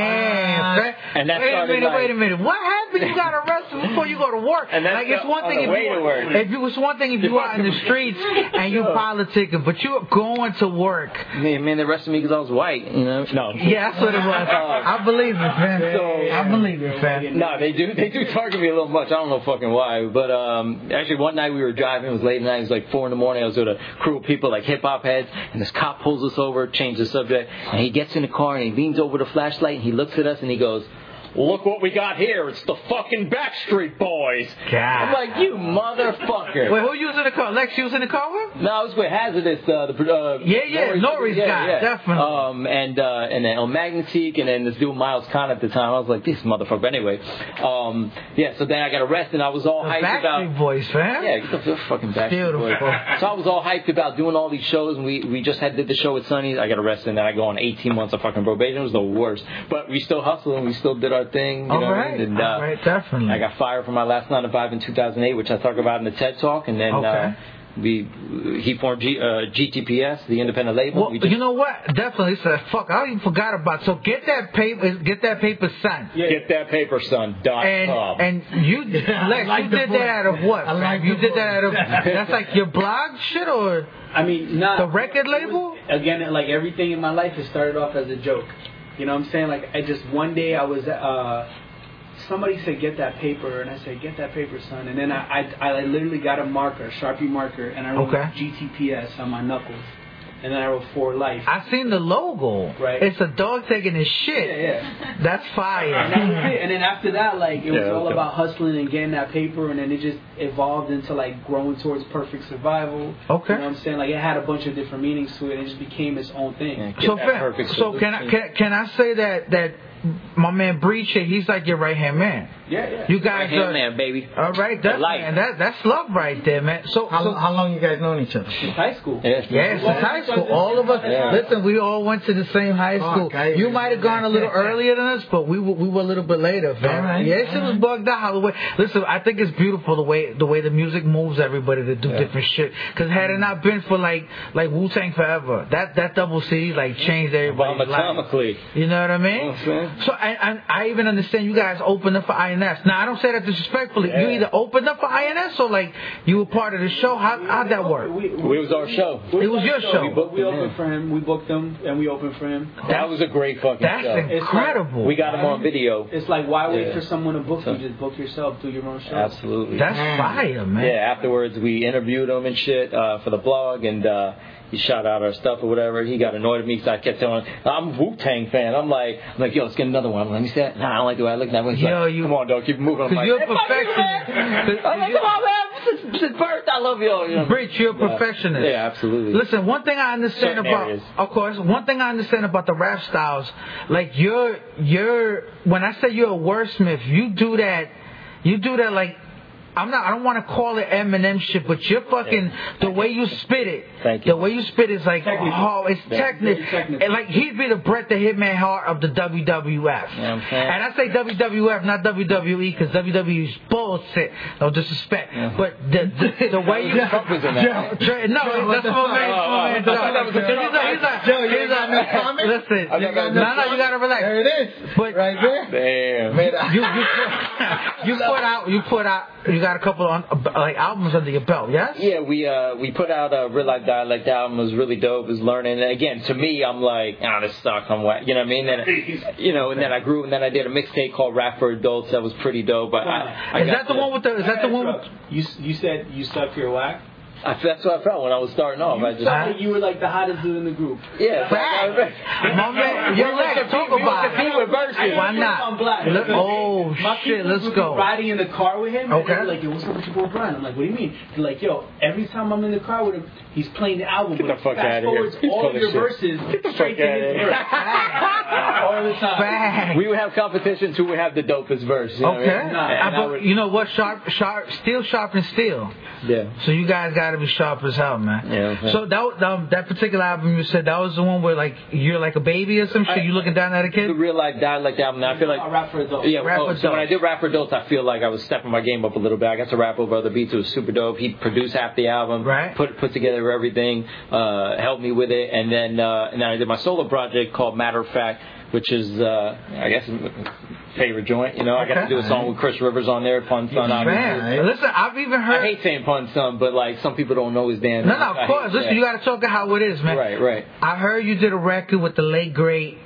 [SPEAKER 1] Damn, Fred.
[SPEAKER 3] Ah. And that
[SPEAKER 1] wait a
[SPEAKER 3] started,
[SPEAKER 1] minute,
[SPEAKER 3] like-
[SPEAKER 1] wait a minute. What happened? You got arrested before you go to work.
[SPEAKER 3] And that
[SPEAKER 1] like it's
[SPEAKER 3] got
[SPEAKER 1] one
[SPEAKER 3] on
[SPEAKER 1] thing
[SPEAKER 3] the
[SPEAKER 1] if
[SPEAKER 3] way
[SPEAKER 1] you
[SPEAKER 3] to work.
[SPEAKER 1] if you it's one thing if you are in the streets and you politicking, but you're going to work.
[SPEAKER 3] Man, man, the rest of me because I was white. You know? No.
[SPEAKER 1] Yeah, that's what it was. I believe it, man.
[SPEAKER 3] So-
[SPEAKER 1] I believe it, man.
[SPEAKER 3] No, they do. They do target me a little much. I don't know fucking why. But um, actually, one night we were driving. It was late at night. It was like four in the morning. I was with a crew of people like hip hop heads, and this cop pulls us over, changes the subject, and he gets in the car and he leans over the flashlight and he looks at us and he goes. Look what we got here! It's the fucking Backstreet Boys.
[SPEAKER 1] God.
[SPEAKER 3] I'm like, you motherfucker!
[SPEAKER 1] Wait, who you was in the car? Lex, you was in the car with?
[SPEAKER 3] No, I was with Hazardous. Uh, the, pro- uh,
[SPEAKER 1] Yeah, yeah, Norris
[SPEAKER 3] yeah,
[SPEAKER 1] guy,
[SPEAKER 3] yeah.
[SPEAKER 1] definitely.
[SPEAKER 3] Um, and uh, and then El Magnetique, and then this dude Miles Khan at the time. I was like, this motherfucker. But anyway, um, yeah. So then I got arrested. I was all
[SPEAKER 1] The
[SPEAKER 3] hyped
[SPEAKER 1] Backstreet
[SPEAKER 3] about.
[SPEAKER 1] Boys, fam.
[SPEAKER 3] Yeah, get the the fucking back.
[SPEAKER 1] Beautiful.
[SPEAKER 3] So I was all hyped about doing all these shows, and we, we just had did the show with Sonny. I got arrested, and then I go on 18 months of fucking probation. It was the worst, but we still hustled and we still did our thing. You
[SPEAKER 1] All
[SPEAKER 3] know what I
[SPEAKER 1] right,
[SPEAKER 3] mean? And, uh,
[SPEAKER 1] all right, definitely.
[SPEAKER 3] I got fired from my last nine to five in 2008, which I talk about in the TED Talk, and then
[SPEAKER 1] Okay.
[SPEAKER 3] uh, we he formed G, uh, GTPS, the independent label.
[SPEAKER 1] Well,
[SPEAKER 3] we just
[SPEAKER 1] you know what? Definitely said, "Fuck, I even forgot about." So get that paper, get that paper signed.
[SPEAKER 3] get that paper, son. Dot
[SPEAKER 1] And
[SPEAKER 3] com.
[SPEAKER 1] and you,
[SPEAKER 6] I
[SPEAKER 1] Lex,
[SPEAKER 6] like
[SPEAKER 1] you
[SPEAKER 6] the
[SPEAKER 1] did
[SPEAKER 6] voice.
[SPEAKER 1] that out of what?
[SPEAKER 6] I like
[SPEAKER 1] you
[SPEAKER 6] the
[SPEAKER 1] did that out of
[SPEAKER 6] voice.
[SPEAKER 1] that's like your blog shit or
[SPEAKER 9] I mean, nah.
[SPEAKER 1] The record
[SPEAKER 9] It was-
[SPEAKER 1] label?
[SPEAKER 9] again, like everything in my life, it started off as a joke. You know what I'm saying? Like, I just one day I was, uh, somebody said, get that paper, and I said, get that paper, son. And then I, I, I literally got a marker, a Sharpie marker, and I wrote
[SPEAKER 1] Okay.
[SPEAKER 9] GTPS on my knuckles. And then I wrote For Life.
[SPEAKER 1] I seen the logo.
[SPEAKER 9] Right.
[SPEAKER 1] It's a dog taking his shit.
[SPEAKER 9] yeah, yeah.
[SPEAKER 1] That's
[SPEAKER 9] And that
[SPEAKER 1] fire.
[SPEAKER 9] was it. And then after that, like it was
[SPEAKER 3] Yeah,
[SPEAKER 9] all
[SPEAKER 3] okay.
[SPEAKER 9] about hustling and getting that paper, and then it just evolved into like growing towards perfect survival.
[SPEAKER 1] [laughs] Okay.
[SPEAKER 9] you know what I'm saying? Like it had a bunch of different meanings to it. It just became its own thing.
[SPEAKER 3] Yeah, get
[SPEAKER 1] so
[SPEAKER 3] that
[SPEAKER 1] fam,
[SPEAKER 3] perfect
[SPEAKER 1] so can I
[SPEAKER 3] solution.
[SPEAKER 1] can, can I say that that my man Breach, he's like your right hand man.
[SPEAKER 9] Yeah, yeah.
[SPEAKER 1] You guys
[SPEAKER 3] Right hand
[SPEAKER 1] are.
[SPEAKER 3] man, baby.
[SPEAKER 1] All right, that's
[SPEAKER 3] Life.
[SPEAKER 1] man, that that's love right there, man. So,
[SPEAKER 6] How,
[SPEAKER 1] so
[SPEAKER 6] how long you guys known each other?
[SPEAKER 9] Since high school.
[SPEAKER 3] Yeah.
[SPEAKER 1] Yes, since high school. All of us.
[SPEAKER 3] Yeah.
[SPEAKER 1] Listen, we all went to the same high
[SPEAKER 6] Fuck,
[SPEAKER 1] school.
[SPEAKER 6] I-
[SPEAKER 1] you might have gone a little earlier than us, but we were, we were a little bit later, fam.
[SPEAKER 6] All right,
[SPEAKER 1] Yeah, shit
[SPEAKER 6] all
[SPEAKER 1] was
[SPEAKER 6] right.
[SPEAKER 1] bugged out. How the way, listen, I think it's beautiful the way the way the music moves everybody to do different shit. Because had it not been for like like Wu Tang Forever, that that double CD like changed everybody's life.
[SPEAKER 3] Bombatomically.
[SPEAKER 1] You know what I
[SPEAKER 3] You know
[SPEAKER 1] mean?
[SPEAKER 6] Oh,
[SPEAKER 3] what I'm saying?
[SPEAKER 1] So and, and I even understand you guys opened up for INS. Now I don't say that disrespectfully. You either opened up for INS or like you were part of the show. How how'd that work?
[SPEAKER 9] We,
[SPEAKER 3] It was our show.
[SPEAKER 9] we-
[SPEAKER 1] It was your show.
[SPEAKER 9] We, booked, we opened for him. We booked him, and we opened for him.
[SPEAKER 3] That was a great fucking
[SPEAKER 1] That's
[SPEAKER 3] show.
[SPEAKER 1] incredible.
[SPEAKER 3] We got him on video.
[SPEAKER 9] It's like why wait
[SPEAKER 3] Yeah.
[SPEAKER 9] for someone to book
[SPEAKER 3] So-
[SPEAKER 9] you? Just book yourself. Do your own show.
[SPEAKER 3] Absolutely.
[SPEAKER 1] That's fire, man.
[SPEAKER 3] Yeah, afterwards we interviewed him and shit uh, for the blog, and uh, he shot out our stuff or whatever. He got annoyed at me because I kept telling him, I'm a Wu Tang fan. I'm like, I'm like, yo, let's get another one. I'm like, Let me see that. Nah, I don't like the way I look. That way. He's
[SPEAKER 1] Yo,
[SPEAKER 3] like,
[SPEAKER 1] you-
[SPEAKER 3] Come on, dog, keep moving. I'm
[SPEAKER 1] Because
[SPEAKER 3] like,
[SPEAKER 1] you're a
[SPEAKER 3] "Fuck you, man."
[SPEAKER 1] perfectionist.
[SPEAKER 3] I'm like, come on, man. Since, since birth, I love y'all. You know?
[SPEAKER 1] Rich, you're a
[SPEAKER 3] Yeah.
[SPEAKER 1] perfectionist.
[SPEAKER 3] Yeah, absolutely.
[SPEAKER 1] Listen, one thing I understand
[SPEAKER 3] Certain
[SPEAKER 1] about,
[SPEAKER 3] areas.
[SPEAKER 1] of course, one thing I understand about the rap styles, like you're, you're, when I say you're a wordsmith, you do that, you do that like, I'm not, I don't want to call it Eminem shit, but you're fucking, the way you spit it,
[SPEAKER 3] Thank you.
[SPEAKER 1] the way you spit is like,
[SPEAKER 9] Technical.
[SPEAKER 1] oh, it's
[SPEAKER 3] Yeah.
[SPEAKER 1] technical.
[SPEAKER 9] Very technical.
[SPEAKER 1] And like, he'd be the Bret the Hitman Hart of the WWF.
[SPEAKER 3] You know what I'm saying?
[SPEAKER 1] And I say WWF, not E, WWE, because WWE is bullshit. No disrespect. But the, the, the way you...
[SPEAKER 3] Trump was in that.
[SPEAKER 1] Dre- No, that's
[SPEAKER 6] the
[SPEAKER 1] full
[SPEAKER 6] fuck?
[SPEAKER 1] name, full
[SPEAKER 3] Oh,
[SPEAKER 1] name,
[SPEAKER 3] I thought that
[SPEAKER 1] Joe. He's
[SPEAKER 3] was a joke.
[SPEAKER 1] a- he's a-
[SPEAKER 6] Joe, you ain't
[SPEAKER 1] he's
[SPEAKER 6] got
[SPEAKER 1] a-
[SPEAKER 6] no comment?
[SPEAKER 1] Listen,
[SPEAKER 6] I
[SPEAKER 1] no,
[SPEAKER 6] got no
[SPEAKER 1] no,
[SPEAKER 6] comment.
[SPEAKER 1] you gotta
[SPEAKER 6] There
[SPEAKER 1] relax.
[SPEAKER 6] it is.
[SPEAKER 1] But-
[SPEAKER 6] right there.
[SPEAKER 3] Damn.
[SPEAKER 6] Man, I-
[SPEAKER 1] You, you,
[SPEAKER 6] [laughs]
[SPEAKER 1] put, you put out, you put out, you got a couple on like albums under your belt, yes?
[SPEAKER 3] Yeah, we uh we put out a real life dialect album. It was really dope. It was learning. And again, to me, I'm like, ah, this sucks. I'm whack. You know what I mean? Then, you know, and then I grew, and then I did a mixtape called Rap for Adults. That was pretty dope. But I, I
[SPEAKER 1] Is
[SPEAKER 3] got
[SPEAKER 1] that the one with the? Is that the one? With,
[SPEAKER 9] You you said you suck your whack.
[SPEAKER 3] I, that's what I felt when I was starting off. I just
[SPEAKER 1] suck.
[SPEAKER 9] You were like the hottest dude in the group.
[SPEAKER 3] yeah.
[SPEAKER 1] Facts. my man, you're right. Talk about
[SPEAKER 3] Compete
[SPEAKER 1] it.
[SPEAKER 3] with verses.
[SPEAKER 1] Why not?
[SPEAKER 9] I'm black.
[SPEAKER 1] Look- oh
[SPEAKER 9] My
[SPEAKER 1] shit,
[SPEAKER 9] people
[SPEAKER 1] let's
[SPEAKER 9] would be
[SPEAKER 1] go.
[SPEAKER 9] Riding in the car with him, and
[SPEAKER 1] Okay.
[SPEAKER 9] they were like, yo, what's up with your boy Brian? I'm like, what do you mean? They're like, yo, every time I'm in the car with him, he's playing the album.
[SPEAKER 3] Get the
[SPEAKER 9] but
[SPEAKER 3] fuck
[SPEAKER 9] fast
[SPEAKER 3] outta here.
[SPEAKER 9] forwards
[SPEAKER 3] He's
[SPEAKER 9] all
[SPEAKER 3] full
[SPEAKER 9] of
[SPEAKER 3] of
[SPEAKER 9] your
[SPEAKER 3] shit.
[SPEAKER 9] verses
[SPEAKER 3] the
[SPEAKER 9] straight
[SPEAKER 3] fuck
[SPEAKER 9] to
[SPEAKER 3] outta
[SPEAKER 9] his
[SPEAKER 3] here.
[SPEAKER 9] era. all the
[SPEAKER 1] [laughs]
[SPEAKER 9] time.
[SPEAKER 1] Facts.
[SPEAKER 3] We would have competitions who would have the dopest verse. You know
[SPEAKER 1] Okay.
[SPEAKER 3] What I mean?
[SPEAKER 1] I
[SPEAKER 3] And I
[SPEAKER 1] bu-
[SPEAKER 3] would-
[SPEAKER 1] you know what? Sharp, sharp, steel sharpens steel.
[SPEAKER 3] yeah.
[SPEAKER 1] So you guys got to be sharp as hell, man.
[SPEAKER 3] Yeah, okay.
[SPEAKER 1] So that um, that particular album you said that was the one where like you're like a baby or some shit. You looking down at a kid?
[SPEAKER 3] The real life dialect album. and I feel like
[SPEAKER 9] I rap for adults.
[SPEAKER 3] Yeah,
[SPEAKER 1] Rap
[SPEAKER 3] oh, so when I
[SPEAKER 1] Adults.
[SPEAKER 3] did Rap Adults, I feel like I was stepping my game up a little bit. I got to rap over other beats. It was super dope. He produced half the album,
[SPEAKER 1] Right.
[SPEAKER 3] put put together everything, uh, helped me with it, and then uh, and then I did my solo project called Matter of Fact, which is uh, I guess favorite joint. You know, I got to do a song with Chris Rivers on there, Fun Son. obviously.
[SPEAKER 1] Man, listen, I've even
[SPEAKER 3] I
[SPEAKER 1] heard.
[SPEAKER 3] hate saying Fun Son, but like some people don't know his damn.
[SPEAKER 1] no,
[SPEAKER 3] name.
[SPEAKER 1] no,
[SPEAKER 3] I
[SPEAKER 1] of
[SPEAKER 3] hate
[SPEAKER 1] course. Listen,
[SPEAKER 3] that.
[SPEAKER 1] you got to talk of how it is, man.
[SPEAKER 3] right, right.
[SPEAKER 1] I heard you did a record with the late great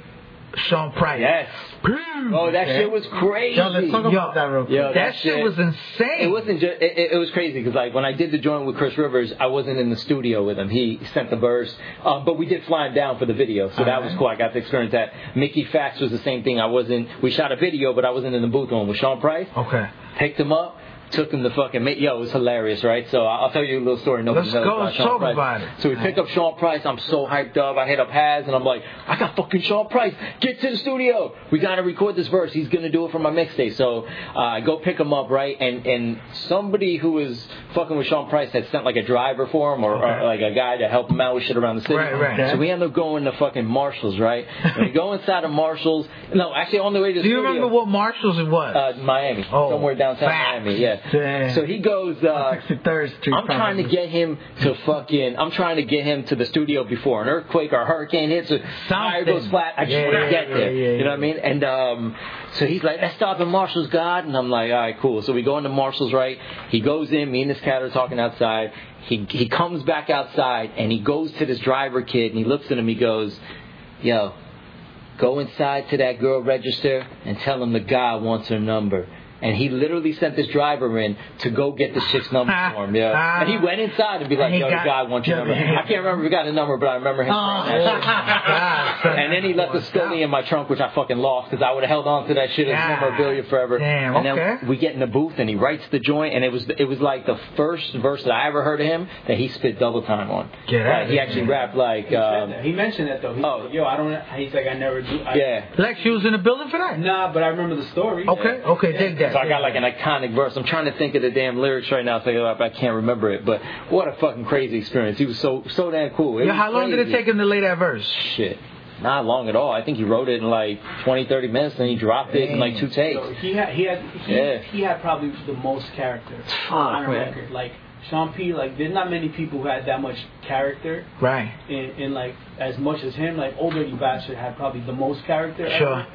[SPEAKER 1] Sean Price.
[SPEAKER 3] Yes. Oh, that shit was crazy.
[SPEAKER 6] Yo, let's talk
[SPEAKER 1] Yo.
[SPEAKER 6] about that real quick.
[SPEAKER 3] Yo,
[SPEAKER 1] that, shit was insane.
[SPEAKER 3] It wasn't just. It, it- it was crazy because like when I did the joint with Chris Rivers, I wasn't in the studio with him. He sent the verse, um, but we did fly him down for the video, so that was cool. I got to experience that. Mickey Fax was the same thing. I wasn't. We shot a video, but I wasn't in the booth on with Sean Price.
[SPEAKER 1] Okay.
[SPEAKER 3] Picked him up. Took him to fucking ma- yo, it was hilarious, right? So I- I'll tell you a little story. Nobody
[SPEAKER 1] Let's
[SPEAKER 3] knows
[SPEAKER 1] go,
[SPEAKER 3] about
[SPEAKER 1] let's
[SPEAKER 3] Sean
[SPEAKER 1] talk
[SPEAKER 3] Price.
[SPEAKER 1] about it.
[SPEAKER 3] So we pick up Sean Price. I'm so hyped up. I hit up Haz and I'm like, I got fucking Sean Price. Get to the studio. We gotta record this verse. He's gonna do it for my mixtape. So uh, I go pick him up, right? And and somebody who was fucking with Sean Price had sent like a driver for him or, or like a guy to help him out with shit around the city.
[SPEAKER 1] Right, right.
[SPEAKER 3] So we end up going to fucking
[SPEAKER 1] [laughs]
[SPEAKER 3] Marshalls, right? we go inside of Marshalls. No, actually on the way to the
[SPEAKER 1] Do you
[SPEAKER 3] studio-
[SPEAKER 1] remember what Marshalls it was?
[SPEAKER 3] uh, Miami,
[SPEAKER 1] Oh,
[SPEAKER 3] somewhere downtown
[SPEAKER 1] facts.
[SPEAKER 3] Miami. Yeah.
[SPEAKER 6] Damn.
[SPEAKER 3] So he goes.
[SPEAKER 1] [laughs]
[SPEAKER 3] Uh,
[SPEAKER 6] 63rd Street.
[SPEAKER 3] I'm trying to
[SPEAKER 6] probably.
[SPEAKER 3] get him to fucking. I'm trying to get him to the studio before an earthquake or hurricane hits. Or fire goes
[SPEAKER 1] Something.
[SPEAKER 3] flat. I just
[SPEAKER 1] Yeah,
[SPEAKER 3] want
[SPEAKER 1] yeah,
[SPEAKER 3] to get
[SPEAKER 1] yeah,
[SPEAKER 3] there.
[SPEAKER 1] yeah,
[SPEAKER 3] you know what I
[SPEAKER 1] yeah.
[SPEAKER 3] mean? And um, so he's like, "Let's stop in Marshall's God," and I'm like, "All right, cool." So we go into Marshall's, right? He goes in. Me and this cat are talking outside. He he comes back outside and he goes to this driver kid and he looks at him. He goes, "Yo, go inside to that girl register and tell him the guy wants her number. And he literally sent this driver in to go get the chick's number for him. Yeah, and he went inside and be like,
[SPEAKER 1] He
[SPEAKER 3] "Yo,
[SPEAKER 1] got- Oh.
[SPEAKER 3] the guy wants your number." I can't remember if we got a number, but I remember him. saying that
[SPEAKER 1] [laughs]
[SPEAKER 3] shit.
[SPEAKER 1] God, son.
[SPEAKER 3] [laughs] And then he left the scully in my trunk, which I fucking lost because I would have held on to that shit as
[SPEAKER 1] God.
[SPEAKER 3] memorabilia forever.
[SPEAKER 1] Damn,
[SPEAKER 3] and
[SPEAKER 1] okay.
[SPEAKER 3] then we get in the booth and he writes the joint, and it was it was like the first verse that I ever heard of him that he spit double time on.
[SPEAKER 1] Get
[SPEAKER 3] Like,
[SPEAKER 1] out of
[SPEAKER 3] he
[SPEAKER 1] here.
[SPEAKER 3] actually rapped like,
[SPEAKER 9] He said
[SPEAKER 3] um,
[SPEAKER 9] that. he mentioned that though. He's
[SPEAKER 3] Oh.
[SPEAKER 9] like, yo, I don't. He's like, I never do. I,
[SPEAKER 3] yeah.
[SPEAKER 1] Lex, you was in the building for that?
[SPEAKER 9] Nah, but I remember the story.
[SPEAKER 1] Okay, okay, dig that.
[SPEAKER 3] So I got like an iconic verse. I'm trying to think of the damn lyrics right now, so I can't remember it. But what a fucking crazy experience. He was so so damn cool. It
[SPEAKER 1] Yo,
[SPEAKER 3] was
[SPEAKER 1] how long did it
[SPEAKER 3] crazy.
[SPEAKER 1] take him to lay that verse?
[SPEAKER 3] Shit, not long at all. I think he wrote it in like 20, 30 minutes, and he dropped it in like two
[SPEAKER 9] So
[SPEAKER 3] takes.
[SPEAKER 9] he had he had he,
[SPEAKER 3] Yeah.
[SPEAKER 9] he had probably the most character on a
[SPEAKER 3] man.
[SPEAKER 9] record. Like Sean P, like there's not many people who had that much character
[SPEAKER 1] Right.
[SPEAKER 9] and, and like as much as him. Like Old Dirty Bastard had probably the most character.
[SPEAKER 1] Sure.
[SPEAKER 9] ever.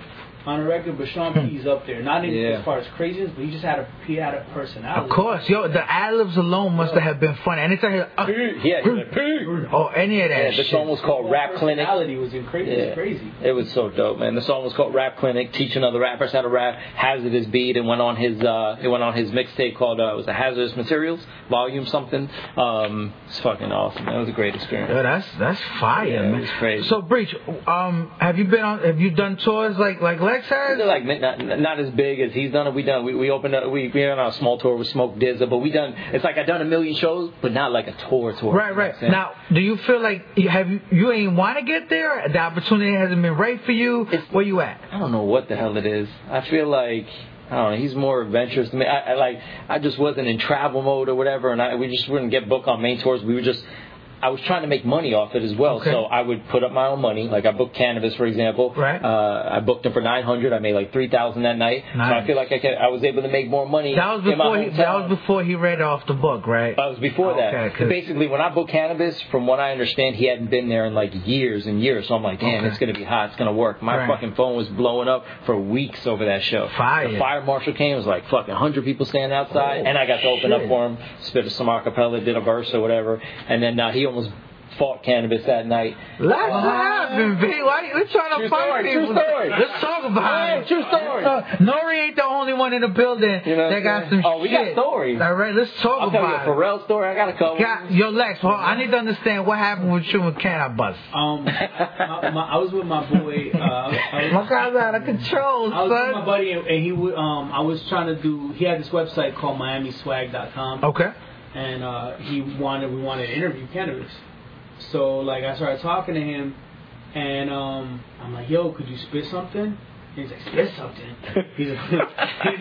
[SPEAKER 9] on the record, but Sean P is up there. Not in,
[SPEAKER 3] Yeah.
[SPEAKER 9] as far as craziness, but he just had a he had a personality.
[SPEAKER 1] Of course, yo, the ad-libs alone must have been funny. Anytime, he- uh,
[SPEAKER 3] Yeah, he was like, "Pee."
[SPEAKER 1] or any of that
[SPEAKER 3] Yeah, the
[SPEAKER 1] shit.
[SPEAKER 3] song was called Rap Clinic.
[SPEAKER 9] Personality was in crazy.
[SPEAKER 3] Yeah.
[SPEAKER 9] It's crazy.
[SPEAKER 3] It was so dope, man. The song was called Rap Clinic, teaching other rappers how to rap. Hazardous beat, and went on his uh, it went on his mixtape called uh, it was a Hazardous Materials Volume something. Um, it's fucking awesome. That was a great experience.
[SPEAKER 1] Yo, that's that's fire,
[SPEAKER 3] Yeah,
[SPEAKER 1] man.
[SPEAKER 3] it's crazy.
[SPEAKER 1] So, Breach, um, have you been on? Have you done tours like like Lex has?
[SPEAKER 3] They're like not, not as big as he's done it. We done we, we opened up we we on a small tour with Smoke Dizza, but we done it's like I done a million shows, but not like a tour tour.
[SPEAKER 1] Right,
[SPEAKER 3] You know what
[SPEAKER 1] right.
[SPEAKER 3] I'm saying?
[SPEAKER 1] Now, do you feel like you have you, you ain't want to get there? The opportunity hasn't been right for you.
[SPEAKER 3] It's-
[SPEAKER 1] Where you at?
[SPEAKER 3] I don't know what the hell it is. I feel like I don't know. He's more adventurous than me. I, I like I just wasn't in travel mode or whatever, and I we just wouldn't get booked on main tours. We were just I was trying to make money off it as well,
[SPEAKER 1] Okay.
[SPEAKER 3] so I would put up my own money. Like I booked Cannabis, for example.
[SPEAKER 1] Right.
[SPEAKER 3] Uh, I booked him for nine hundred. I made like three thousand that night. So I
[SPEAKER 1] Nice.
[SPEAKER 3] feel like I can, I was able to make more money.
[SPEAKER 1] That was
[SPEAKER 3] in my
[SPEAKER 1] before he, that
[SPEAKER 3] hometown.
[SPEAKER 1] was before he read off the book, right?
[SPEAKER 3] That was before
[SPEAKER 1] Okay,
[SPEAKER 3] that.
[SPEAKER 1] 'cause-
[SPEAKER 3] Basically, when I booked cannabis, from what I understand, he hadn't been there in like years and years. So I'm like, damn,
[SPEAKER 1] Okay.
[SPEAKER 3] it's gonna be hot. It's gonna work. My
[SPEAKER 1] Right.
[SPEAKER 3] fucking phone was blowing up for weeks over that show.
[SPEAKER 1] Fire.
[SPEAKER 3] The fire marshal came. It was like fucking hundred people standing outside,
[SPEAKER 1] Oh,
[SPEAKER 3] and I got to open up
[SPEAKER 1] shit.
[SPEAKER 3] for him, spit some acapella, did a verse or whatever, and then uh, he almost fought cannabis that night.
[SPEAKER 1] Let's what happened, V. Why you trying to
[SPEAKER 3] True
[SPEAKER 1] fight
[SPEAKER 3] story, true
[SPEAKER 1] people?
[SPEAKER 3] story.
[SPEAKER 1] Let's talk about
[SPEAKER 3] Hey,
[SPEAKER 1] it.
[SPEAKER 3] true story.
[SPEAKER 1] Uh, Nori ain't the only one in the building
[SPEAKER 3] You know what
[SPEAKER 1] that
[SPEAKER 3] I'm
[SPEAKER 1] got
[SPEAKER 3] saying?
[SPEAKER 1] some
[SPEAKER 3] Oh, we got
[SPEAKER 1] shit.
[SPEAKER 3] stories.
[SPEAKER 1] All right, let's talk
[SPEAKER 3] I'll tell you a
[SPEAKER 1] about it.
[SPEAKER 3] Pharrell story. I got a couple.
[SPEAKER 1] Got, yo, Lex, hold, I need to understand what happened with you and Can I Bust.
[SPEAKER 9] Um, my, my, I was with my boy. Uh, I was,
[SPEAKER 1] My guy's out of control,
[SPEAKER 9] I was with my
[SPEAKER 1] son.
[SPEAKER 9] buddy, and, and he would. Um, I was trying to do. He had this website called MiamiSwag.com.
[SPEAKER 1] Okay.
[SPEAKER 9] and uh, he wanted we wanted to interview cannabis. So like I started talking to him, and um, I'm like, "Yo, could you spit something?" And he's like, "Spit something." [laughs] He's, he's like. He's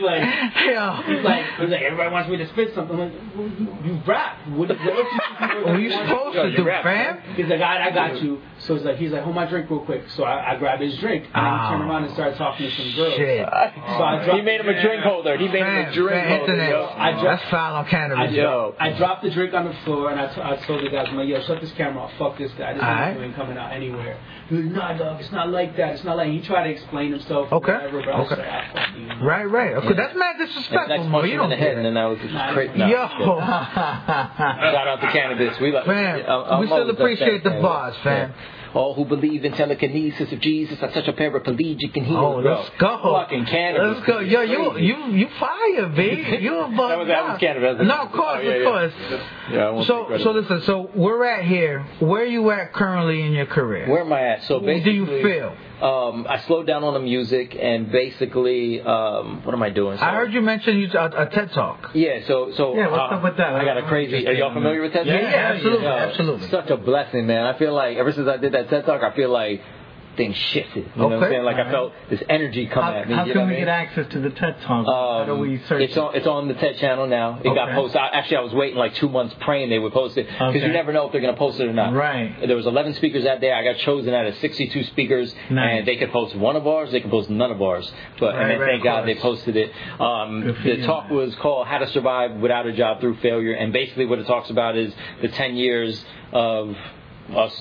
[SPEAKER 1] Yeah.
[SPEAKER 9] like, he's like, everybody wants me to spit something. I'm like, well, you, you rap. What, what else you-
[SPEAKER 1] What you supposed to do, fam?
[SPEAKER 9] He's like, I, I got you. So he's like, he's like, hold my drink real quick. So I, I grabbed his drink and then he
[SPEAKER 1] Oh.
[SPEAKER 9] turned around and started talking to some girls.
[SPEAKER 1] Shit.
[SPEAKER 9] So I dropped,
[SPEAKER 3] [laughs] he made him a drink holder. He made him
[SPEAKER 1] Fam,
[SPEAKER 3] a drink
[SPEAKER 1] fam,
[SPEAKER 3] holder.
[SPEAKER 1] internet.
[SPEAKER 3] yo.
[SPEAKER 9] I dropped-
[SPEAKER 1] That's foul on
[SPEAKER 9] I,
[SPEAKER 1] cannabis.
[SPEAKER 9] dro-
[SPEAKER 3] Yo.
[SPEAKER 9] I dropped the drink on the floor and I, t- I told the guys, I'm like, yo, shut this camera off. Fuck this guy. This
[SPEAKER 1] Alright.
[SPEAKER 9] nigga ain't coming out anywhere. He was nah, dog, it's not like that. It's not like he tried to explain himself.
[SPEAKER 1] Okay.
[SPEAKER 9] Whatever, but I was
[SPEAKER 1] Okay.
[SPEAKER 9] like, ah, fuck you.
[SPEAKER 1] Right, right. Okay, that's mad
[SPEAKER 3] And next
[SPEAKER 1] disrespectful, man.
[SPEAKER 3] punch
[SPEAKER 1] You
[SPEAKER 3] him in
[SPEAKER 1] don't
[SPEAKER 3] the
[SPEAKER 1] get
[SPEAKER 3] head, and
[SPEAKER 1] it.
[SPEAKER 3] then I was just crazy.
[SPEAKER 1] Yo. [laughs]
[SPEAKER 3] Shout out to cannabis. We like. uh,
[SPEAKER 1] Fam,
[SPEAKER 3] I'm- I'm
[SPEAKER 1] we still
[SPEAKER 3] always a
[SPEAKER 1] appreciate
[SPEAKER 3] fan,
[SPEAKER 1] the bars, fam.
[SPEAKER 3] All who believe in telekinesis of Jesus are such a paraplegic and heal.
[SPEAKER 1] Oh, let's go.
[SPEAKER 3] Fucking cannabis.
[SPEAKER 1] Let's go. Yo, you you you fire,
[SPEAKER 3] [laughs]
[SPEAKER 1] V. You above.
[SPEAKER 3] That was- that was cannabis.
[SPEAKER 1] No, of course,
[SPEAKER 3] Oh, yeah,
[SPEAKER 1] of
[SPEAKER 3] yeah.
[SPEAKER 1] course.
[SPEAKER 3] Yeah, I won't take
[SPEAKER 1] So
[SPEAKER 3] credit.
[SPEAKER 1] so listen, so we're at here. Where you at currently in your career?
[SPEAKER 3] Where am I at? So
[SPEAKER 1] do
[SPEAKER 3] basically,
[SPEAKER 1] you feel?
[SPEAKER 3] Um, I slowed down on the music, and basically, um, what am I doing? So,
[SPEAKER 1] I heard you mention you uh, a, a TED talk.
[SPEAKER 3] Yeah, so so
[SPEAKER 10] Yeah, what's
[SPEAKER 3] uh,
[SPEAKER 10] up with that?
[SPEAKER 3] I got a crazy. Are y'all familiar with that?
[SPEAKER 10] Yeah,
[SPEAKER 1] Yeah, yeah, absolutely,
[SPEAKER 3] Yo,
[SPEAKER 1] absolutely.
[SPEAKER 3] Such a blessing, man. I feel like ever since I did that TED talk, I feel like things shifted. You know what I'm
[SPEAKER 1] Okay.
[SPEAKER 3] saying? Like I
[SPEAKER 10] Alright.
[SPEAKER 3] felt this energy come
[SPEAKER 10] How,
[SPEAKER 3] at me.
[SPEAKER 10] how
[SPEAKER 3] you
[SPEAKER 10] can
[SPEAKER 3] know what
[SPEAKER 10] we
[SPEAKER 3] I mean?
[SPEAKER 10] get access to the TED Talk? how do we search?
[SPEAKER 3] Um, It's on, it's on the TED channel now. It got
[SPEAKER 10] Okay.
[SPEAKER 3] posted. I, actually, I was waiting like two months praying they would post it because
[SPEAKER 10] Okay.
[SPEAKER 3] you never know if they're going to post it or not.
[SPEAKER 10] Right.
[SPEAKER 3] There was 11 speakers that day. I got chosen out of 62 speakers,
[SPEAKER 10] Nice.
[SPEAKER 3] and they could post one of ours. They could post none of ours. But
[SPEAKER 10] Right,
[SPEAKER 3] and then,
[SPEAKER 10] right,
[SPEAKER 3] thank
[SPEAKER 10] of
[SPEAKER 3] God
[SPEAKER 10] course.
[SPEAKER 3] they posted it. Um,
[SPEAKER 10] Good for
[SPEAKER 3] the
[SPEAKER 10] you,
[SPEAKER 3] talk
[SPEAKER 10] man.
[SPEAKER 3] was called "How to Survive Without a Job Through Failure," and basically what it talks about is the 10 years of us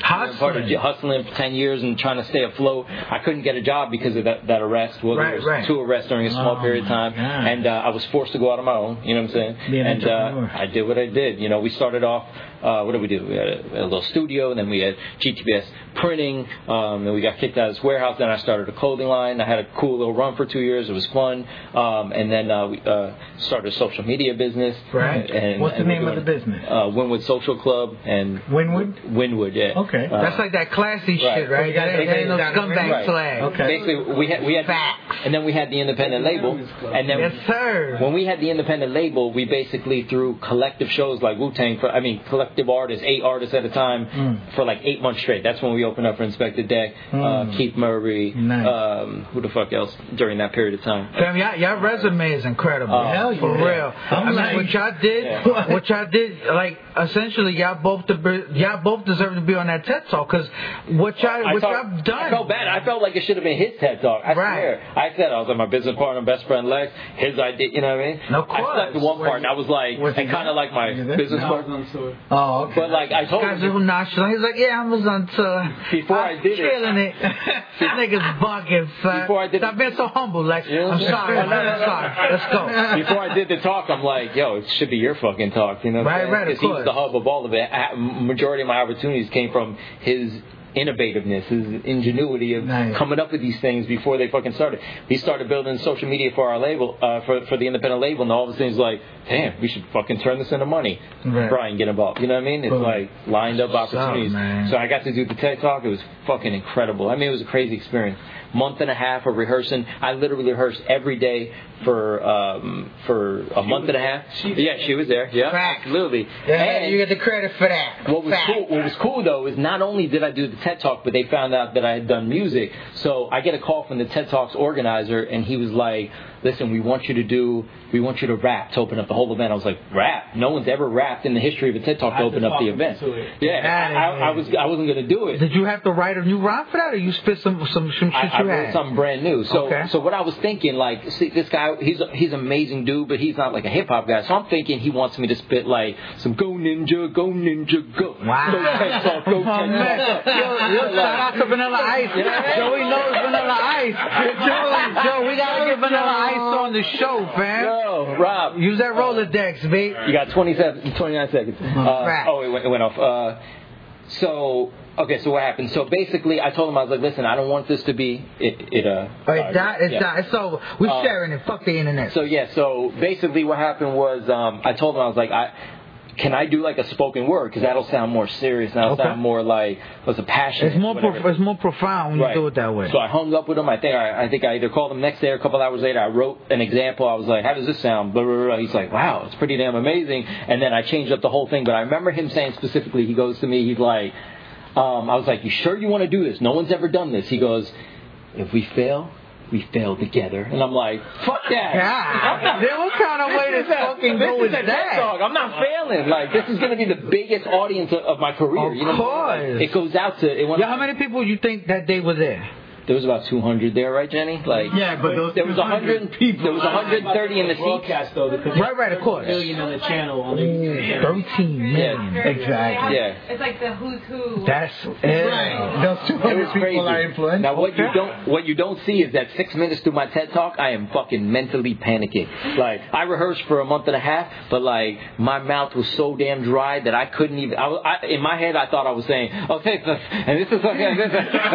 [SPEAKER 3] part of
[SPEAKER 1] Hustling.
[SPEAKER 3] hustling for 10 years and trying to stay afloat. I couldn't get a job because of that, that arrest. Well,
[SPEAKER 1] Right,
[SPEAKER 3] there was
[SPEAKER 1] right.
[SPEAKER 3] two arrests during a small
[SPEAKER 10] Oh,
[SPEAKER 3] period of
[SPEAKER 10] my
[SPEAKER 3] time,
[SPEAKER 10] God.
[SPEAKER 3] and uh, I was forced to go out on my own. You know what I'm saying?
[SPEAKER 10] Be an
[SPEAKER 3] and uh,
[SPEAKER 10] entrepreneur.
[SPEAKER 3] I did what I did. You know, we started off. Uh, what did we do? We had a, a little studio, and then we had GTBS printing, um, and we got kicked out of this warehouse. Then I started a clothing line. I had a cool little run for two years. It was fun, um, and then uh, we uh, started a social media business.
[SPEAKER 10] Right.
[SPEAKER 3] And,
[SPEAKER 10] What's the
[SPEAKER 3] and we're
[SPEAKER 10] name of
[SPEAKER 3] doing,
[SPEAKER 10] the business?
[SPEAKER 3] Uh, Winwood Social Club and
[SPEAKER 10] Winwood?
[SPEAKER 3] Winwood, yeah.
[SPEAKER 10] Okay.
[SPEAKER 3] Uh,
[SPEAKER 1] That's like that classy
[SPEAKER 3] right.
[SPEAKER 1] shit, right? That ain't, that ain't no
[SPEAKER 10] Right.
[SPEAKER 1] scumbag
[SPEAKER 3] Right.
[SPEAKER 1] flag.
[SPEAKER 10] Okay.
[SPEAKER 3] Basically, we had we had,
[SPEAKER 1] Facts.
[SPEAKER 3] and then we had the independent label, and then
[SPEAKER 1] Yes, sir.
[SPEAKER 3] when we had the independent label, we basically threw collective shows like Wu Tang for I mean collective artists, eight artists at a time for like eight months straight. That's when we opened up for Inspector Deck, uh, Keith Murray,
[SPEAKER 10] Nice.
[SPEAKER 3] um, who the fuck else during that period of time.
[SPEAKER 1] Fam, y'all, y'all resume is incredible.
[SPEAKER 3] Oh,
[SPEAKER 10] Hell yeah.
[SPEAKER 1] For real. i
[SPEAKER 10] I'm
[SPEAKER 1] mean,
[SPEAKER 10] like-
[SPEAKER 1] what y'all did,
[SPEAKER 3] Yeah.
[SPEAKER 1] what y'all did, like, essentially, y'all both, de- y'all both deserve to be on that TED Talk, because what y'all, what
[SPEAKER 3] felt-
[SPEAKER 1] y'all done.
[SPEAKER 3] I felt bad. I felt like it should have been his TED talk. I
[SPEAKER 1] Right.
[SPEAKER 3] swear. I said I was like my business partner, best friend Lex. His idea. You know what I mean?
[SPEAKER 1] No, of
[SPEAKER 3] I
[SPEAKER 1] course.
[SPEAKER 3] slept the one part, and I was like,
[SPEAKER 10] Was he
[SPEAKER 3] and kind
[SPEAKER 10] there?
[SPEAKER 3] of like my
[SPEAKER 10] Was he there?
[SPEAKER 3] business
[SPEAKER 9] I was
[SPEAKER 3] partner.
[SPEAKER 9] on tour.
[SPEAKER 10] Oh,
[SPEAKER 1] Oh, okay.
[SPEAKER 3] But like I told
[SPEAKER 1] Guys
[SPEAKER 3] him,
[SPEAKER 1] who nonchalant. He's like, yeah, I was on tour.
[SPEAKER 3] Before I
[SPEAKER 1] I'm
[SPEAKER 3] did it-
[SPEAKER 1] trailing
[SPEAKER 3] [laughs]
[SPEAKER 1] it. This nigga's bugging, son.
[SPEAKER 3] Before I did
[SPEAKER 1] Stop
[SPEAKER 3] it-
[SPEAKER 1] being so humble, Lex.
[SPEAKER 3] Yeah.
[SPEAKER 1] I'm sorry.
[SPEAKER 3] No,
[SPEAKER 1] man.
[SPEAKER 3] no, no,
[SPEAKER 1] I'm
[SPEAKER 3] no.
[SPEAKER 1] sorry. Let's go.
[SPEAKER 3] before I did the talk, I'm like, yo, it should be your fucking talk, you know?
[SPEAKER 1] Right, right, of
[SPEAKER 3] Because he was
[SPEAKER 1] course.
[SPEAKER 3] the hub of all of it. I, majority of my opportunities came from his innovativeness, his ingenuity of
[SPEAKER 1] Nice.
[SPEAKER 3] coming up with these things before they fucking started. He started building social media for our label, uh, for for the independent label, and all of a sudden he's like, damn, we should fucking turn this into money.
[SPEAKER 1] Right.
[SPEAKER 3] Brian, get involved. You know what I mean? It's
[SPEAKER 1] Boom.
[SPEAKER 3] like lined up
[SPEAKER 1] What's up,
[SPEAKER 3] opportunities.
[SPEAKER 1] man?
[SPEAKER 3] so I got to do the TED Talk. It was fucking incredible. I mean, it was a crazy experience. Month and a half of rehearsing. I literally rehearsed every day for um, for a month and a half. yeah, she was there. Yeah,
[SPEAKER 1] Facts.
[SPEAKER 3] absolutely.
[SPEAKER 1] Yeah,
[SPEAKER 3] And
[SPEAKER 1] you get the credit for that.
[SPEAKER 3] what was
[SPEAKER 1] Fact.
[SPEAKER 3] cool? What was cool though is not only did I do the TED Talk, but they found out that I had done music. So I get a call from the TED Talks organizer, and he was like, "Listen, we want you to do, we want you to rap to open up the whole event." I was like, "Rap? No one's ever rapped in the history of a TED Talk to
[SPEAKER 9] I
[SPEAKER 3] open
[SPEAKER 9] just
[SPEAKER 3] up the
[SPEAKER 9] walked
[SPEAKER 3] event."
[SPEAKER 9] into it.
[SPEAKER 3] Yeah,
[SPEAKER 1] Got it.
[SPEAKER 3] I, I was, I wasn't gonna do it.
[SPEAKER 1] Did you have to write a new rhyme for that, or you spit some some, some shit
[SPEAKER 3] I, I
[SPEAKER 1] you
[SPEAKER 3] wrote
[SPEAKER 1] had?
[SPEAKER 3] something brand new. So,
[SPEAKER 1] Okay.
[SPEAKER 3] so what I was thinking, like, see, this guy, he's a, he's an amazing dude, but he's not like a hip hop guy. So I'm thinking he wants me to spit like some go ninja, go ninja, go. [laughs]
[SPEAKER 1] Wow.
[SPEAKER 3] Go TED talk,
[SPEAKER 1] [laughs]
[SPEAKER 3] go
[SPEAKER 1] Oh, man.
[SPEAKER 3] TED talk.
[SPEAKER 1] Yo, yo, shout out to Vanilla Ice. Joey knows Vanilla
[SPEAKER 3] [laughs]
[SPEAKER 1] Ice. Joey, Joe, we gotta get Vanilla Ice on the show, fam.
[SPEAKER 3] Yo, Rob,
[SPEAKER 1] Use that Rolodex, babe.
[SPEAKER 3] You got 27, 29 seconds.
[SPEAKER 1] Uh-huh.
[SPEAKER 3] Uh,
[SPEAKER 1] crap.
[SPEAKER 3] oh, it went, it went off. Uh, so, okay, so what happened? So basically, I told him, I was like, listen, I don't want this to be. It, it, uh,
[SPEAKER 1] All right, that, it's
[SPEAKER 3] yeah.
[SPEAKER 1] that, it's over. We're
[SPEAKER 3] Uh,
[SPEAKER 1] sharing it. Fuck the internet.
[SPEAKER 3] So, yeah, so basically what happened was um, I told him, I was like, I. Can I do like a spoken word? Because that'll sound more serious. and That'll
[SPEAKER 1] Okay.
[SPEAKER 3] sound more like what's a passion.
[SPEAKER 1] it's more prof- it's more profound when
[SPEAKER 3] Right.
[SPEAKER 1] you do it that way.
[SPEAKER 3] So I hung up with him. I think I, I think I either called him next day or a couple hours later. I wrote an example. I was like, "How does this sound?" Blah, blah, blah. He's like, "Wow, it's pretty damn amazing." And then I changed up the whole thing. But I remember him saying specifically, he goes to me, he's like, um, "I was like, you sure you want to do this? No one's ever done this." He goes, "If we fail." We fail together, and I'm like, "Fuck that!"
[SPEAKER 1] [laughs]
[SPEAKER 3] [laughs]
[SPEAKER 1] God, then what kind of way to fucking
[SPEAKER 3] this
[SPEAKER 1] go
[SPEAKER 3] is
[SPEAKER 1] is
[SPEAKER 3] a TED
[SPEAKER 1] that?
[SPEAKER 3] Talk. I'm not failing. Like this is going to be the biggest audience of, of my career.
[SPEAKER 1] Of
[SPEAKER 3] you know what I mean?
[SPEAKER 1] course.
[SPEAKER 3] Like, it goes out to it went,
[SPEAKER 1] Yo, how many people you think that they were there?
[SPEAKER 3] There was about 200 there, right, Jenny? Like
[SPEAKER 6] Yeah, but those
[SPEAKER 3] there was 100 people. There was 130 in the seats.
[SPEAKER 9] broadcast
[SPEAKER 8] [laughs]
[SPEAKER 9] though because
[SPEAKER 1] Right, right, of course.
[SPEAKER 9] million on the channel on
[SPEAKER 6] Ooh.
[SPEAKER 9] the
[SPEAKER 6] Thirteen
[SPEAKER 3] million.
[SPEAKER 6] Exactly.
[SPEAKER 3] Yeah.
[SPEAKER 8] It's like the who's who.
[SPEAKER 6] That's
[SPEAKER 8] Right.
[SPEAKER 6] it. [laughs] Those two
[SPEAKER 3] It was
[SPEAKER 6] hundred
[SPEAKER 3] crazy.
[SPEAKER 6] people are influenced.
[SPEAKER 3] Now what you don't what you don't see is that six minutes through my TED talk, I am fucking mentally panicking. Like I rehearsed for a month and a half, but like my mouth was so damn dry that I couldn't even. I, was- I, in my head, I thought I was saying, "Okay, [laughs] so- and this is okay." This is, [laughs] this is, this is, I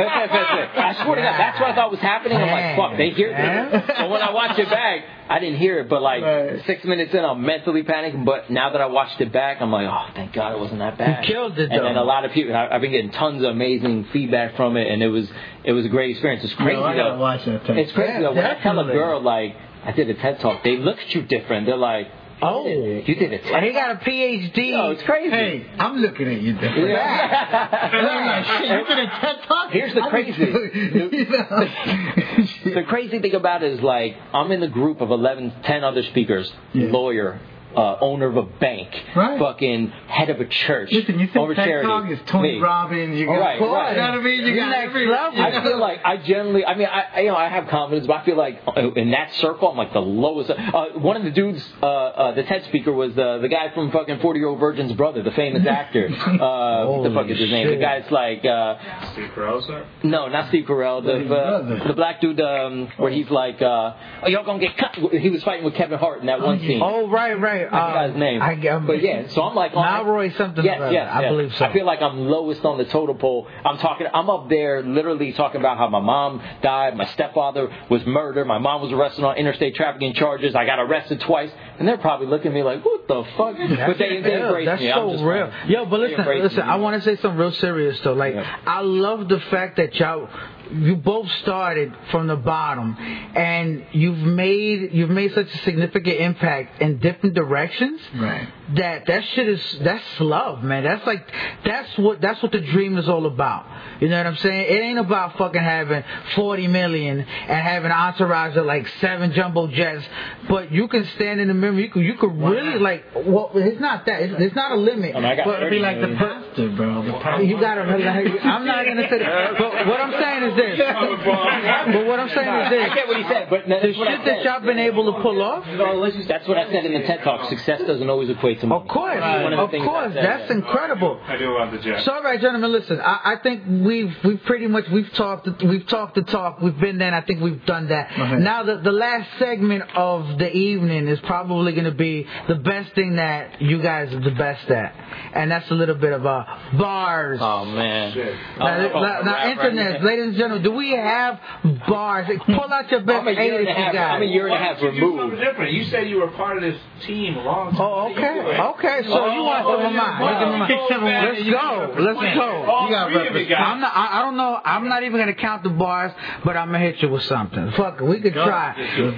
[SPEAKER 3] swear to God, that's what I thought was happening. I'm like, "Fuck, they hear this." [laughs] But when I watch it back, I didn't hear it. But like
[SPEAKER 6] Right.
[SPEAKER 3] six minutes in, I'm mentally panicking. But now that I watched it back, I'm like, "Oh, thank God it wasn't that bad."
[SPEAKER 1] You killed it,
[SPEAKER 3] And then
[SPEAKER 1] though.
[SPEAKER 3] a lot of people. I, I've been getting tons of amazing feedback from it, and it was it was a great experience. It's crazy
[SPEAKER 6] Yo, I gotta
[SPEAKER 3] though.
[SPEAKER 6] watch that. thing.
[SPEAKER 3] It's crazy though. When I tell a
[SPEAKER 6] Definitely.
[SPEAKER 3] girl like I did a TED talk, they look at you different. They're like,
[SPEAKER 6] Oh.
[SPEAKER 3] you did a TED.
[SPEAKER 1] He got a PhD.
[SPEAKER 3] Oh, it's crazy.
[SPEAKER 6] Hey, I'm looking at you different.
[SPEAKER 3] Yeah. Here's the crazy.
[SPEAKER 6] [laughs]
[SPEAKER 3] the crazy thing about it is like I'm in the group of 11, 10 other speakers,
[SPEAKER 6] Yeah.
[SPEAKER 3] lawyer. Uh, owner of a bank,
[SPEAKER 6] Right.
[SPEAKER 3] fucking head of a church,
[SPEAKER 6] Listen, you
[SPEAKER 3] over
[SPEAKER 6] think TED
[SPEAKER 3] charity.
[SPEAKER 6] Talk is Tony
[SPEAKER 3] Me.
[SPEAKER 6] Robbins? You got,
[SPEAKER 3] All right, right.
[SPEAKER 6] you know what I mean? You got
[SPEAKER 1] Next
[SPEAKER 6] every,
[SPEAKER 1] level.
[SPEAKER 6] you
[SPEAKER 3] I
[SPEAKER 6] know-
[SPEAKER 3] feel like I generally, I mean, I, I, you know, I have confidence, but I feel like uh, in that circle, I'm like the lowest. Uh, one of the dudes, uh, uh, the TED speaker was the the guy from fucking Forty Year Old Virgin's brother, the
[SPEAKER 1] [laughs]
[SPEAKER 3] famous actor. Uh, what the fuck is his name? The
[SPEAKER 6] shit.
[SPEAKER 3] guy's like, uh,
[SPEAKER 2] Steve Carell, sir?
[SPEAKER 3] no, not Steve Carell, the
[SPEAKER 6] brother.
[SPEAKER 3] uh, the black dude, um, where he's like, uh, oh, y'all gonna get cut. He was fighting with Kevin Hart in that one scene.
[SPEAKER 1] Oh, right, right.
[SPEAKER 3] I forgot his name.
[SPEAKER 1] Um, I, I'm,
[SPEAKER 3] but yeah, so I'm like, on-
[SPEAKER 1] Malroy something
[SPEAKER 3] Yes,
[SPEAKER 1] or other.
[SPEAKER 3] yes,
[SPEAKER 1] I
[SPEAKER 3] yes.
[SPEAKER 1] believe so.
[SPEAKER 3] I feel like I'm lowest on the totem pole. I'm talking. I'm up there, literally talking about how my mom died, my stepfather was murdered, my mom was arrested on interstate trafficking charges. I got arrested twice, and they're probably looking at me like, "What the fuck?" but they, they
[SPEAKER 1] Yeah,
[SPEAKER 3] embrace
[SPEAKER 1] that's
[SPEAKER 3] me. I'm
[SPEAKER 1] so
[SPEAKER 3] just
[SPEAKER 1] real.
[SPEAKER 3] fine.
[SPEAKER 1] Yo, but
[SPEAKER 3] They
[SPEAKER 1] listen,
[SPEAKER 3] embrace
[SPEAKER 1] listen.
[SPEAKER 3] me.
[SPEAKER 1] I want to say something real serious though. Like,
[SPEAKER 3] Yeah.
[SPEAKER 1] I love the fact that y'all, you both started from the bottom, and you've made you've made such a significant impact in different directions.
[SPEAKER 6] Right.
[SPEAKER 1] That that shit is that's love, man. That's like that's what that's what the dream is all about. You know what I'm saying? It ain't about fucking having 40 million and having an entourage of like seven jumbo jets, but you can stand in the mirror feel me? You could, you could really like. Well, it's not that. It's, it's not a limit.
[SPEAKER 3] I mean, Oh, I got
[SPEAKER 1] but it'd be
[SPEAKER 3] 30
[SPEAKER 1] like the
[SPEAKER 3] million.
[SPEAKER 1] pastor, bro. The pastor. You gotta relax. I'm not gonna say that. But what I'm saying is this. But what I'm saying is
[SPEAKER 3] I
[SPEAKER 1] this.
[SPEAKER 3] get what he said, but
[SPEAKER 1] The shit that y'all been able to pull off.
[SPEAKER 3] That's what I said in the TED Talk. Success doesn't always equate to money.
[SPEAKER 1] Of course,
[SPEAKER 3] That's one the
[SPEAKER 1] of
[SPEAKER 3] things
[SPEAKER 1] course,
[SPEAKER 3] I said.
[SPEAKER 1] that's incredible.
[SPEAKER 2] I do love the Jets.
[SPEAKER 1] So, all right, gentlemen, listen. I, I think we've we pretty much we've talked we've talked the talk. We've been there. and I think we've done that. Now, the the last segment of the evening is probably going to be the best thing that you guys are the best at, and that's a little bit of uh, bars.
[SPEAKER 3] Oh man.
[SPEAKER 1] Now, now,
[SPEAKER 3] Oh,
[SPEAKER 1] now,
[SPEAKER 3] rap, right?
[SPEAKER 1] internet, ladies and gentlemen, do we have bars? Pull out your best
[SPEAKER 3] I'm a year
[SPEAKER 1] eight
[SPEAKER 3] and a
[SPEAKER 1] if you
[SPEAKER 3] half. I'm a
[SPEAKER 1] got.
[SPEAKER 3] year and a
[SPEAKER 2] Why
[SPEAKER 3] half
[SPEAKER 2] don't you do something
[SPEAKER 3] removed.
[SPEAKER 2] different? You said you were part of this team a long time.
[SPEAKER 1] Oh, okay, okay. So you want
[SPEAKER 2] Oh,
[SPEAKER 1] some of
[SPEAKER 2] yeah,
[SPEAKER 1] mine?
[SPEAKER 2] wow.
[SPEAKER 1] Look
[SPEAKER 3] oh,
[SPEAKER 1] at
[SPEAKER 2] So
[SPEAKER 1] mine.
[SPEAKER 2] bad
[SPEAKER 1] Let's
[SPEAKER 2] that you
[SPEAKER 1] go. Let's go.
[SPEAKER 2] All
[SPEAKER 6] You got
[SPEAKER 2] three of you
[SPEAKER 6] represent.
[SPEAKER 2] guys.
[SPEAKER 1] I'm not. I, I don't know. I'm not even gonna count the bars, but I'm gonna hit you with something. Fuck it, we could try.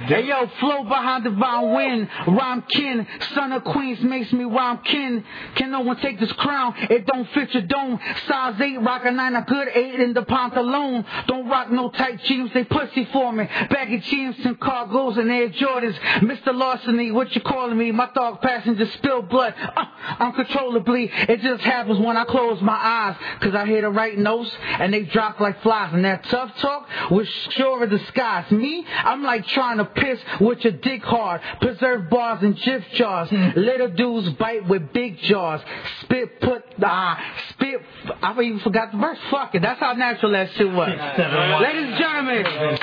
[SPEAKER 1] Hey yo, flow behind the bound win. Rhyme kin, son of Queens makes me rhyme kin. Can no one take this crown? It don't fit your dome. Size eight, rock a nine, a good eight in the pantalone. Don't rock no tight jeans, they pussy for me. Baggy jeans and cargos and Air Jordans. Mr. Larceny, what you calling me? My dog passenger spilled blood uh, uncontrollably. It just happens when I close my eyes, 'cause I hear the right notes and they drop like flies. And that tough talk was sure a disguise. Me, I'm like trying to piss with your dick hard. Preserve bars and gift jars. Little dudes bite with big jaws. Spit put ah spit. I even forgot the verse. Fuck it. That's how natural that shit was. Ladies and gentlemen, it's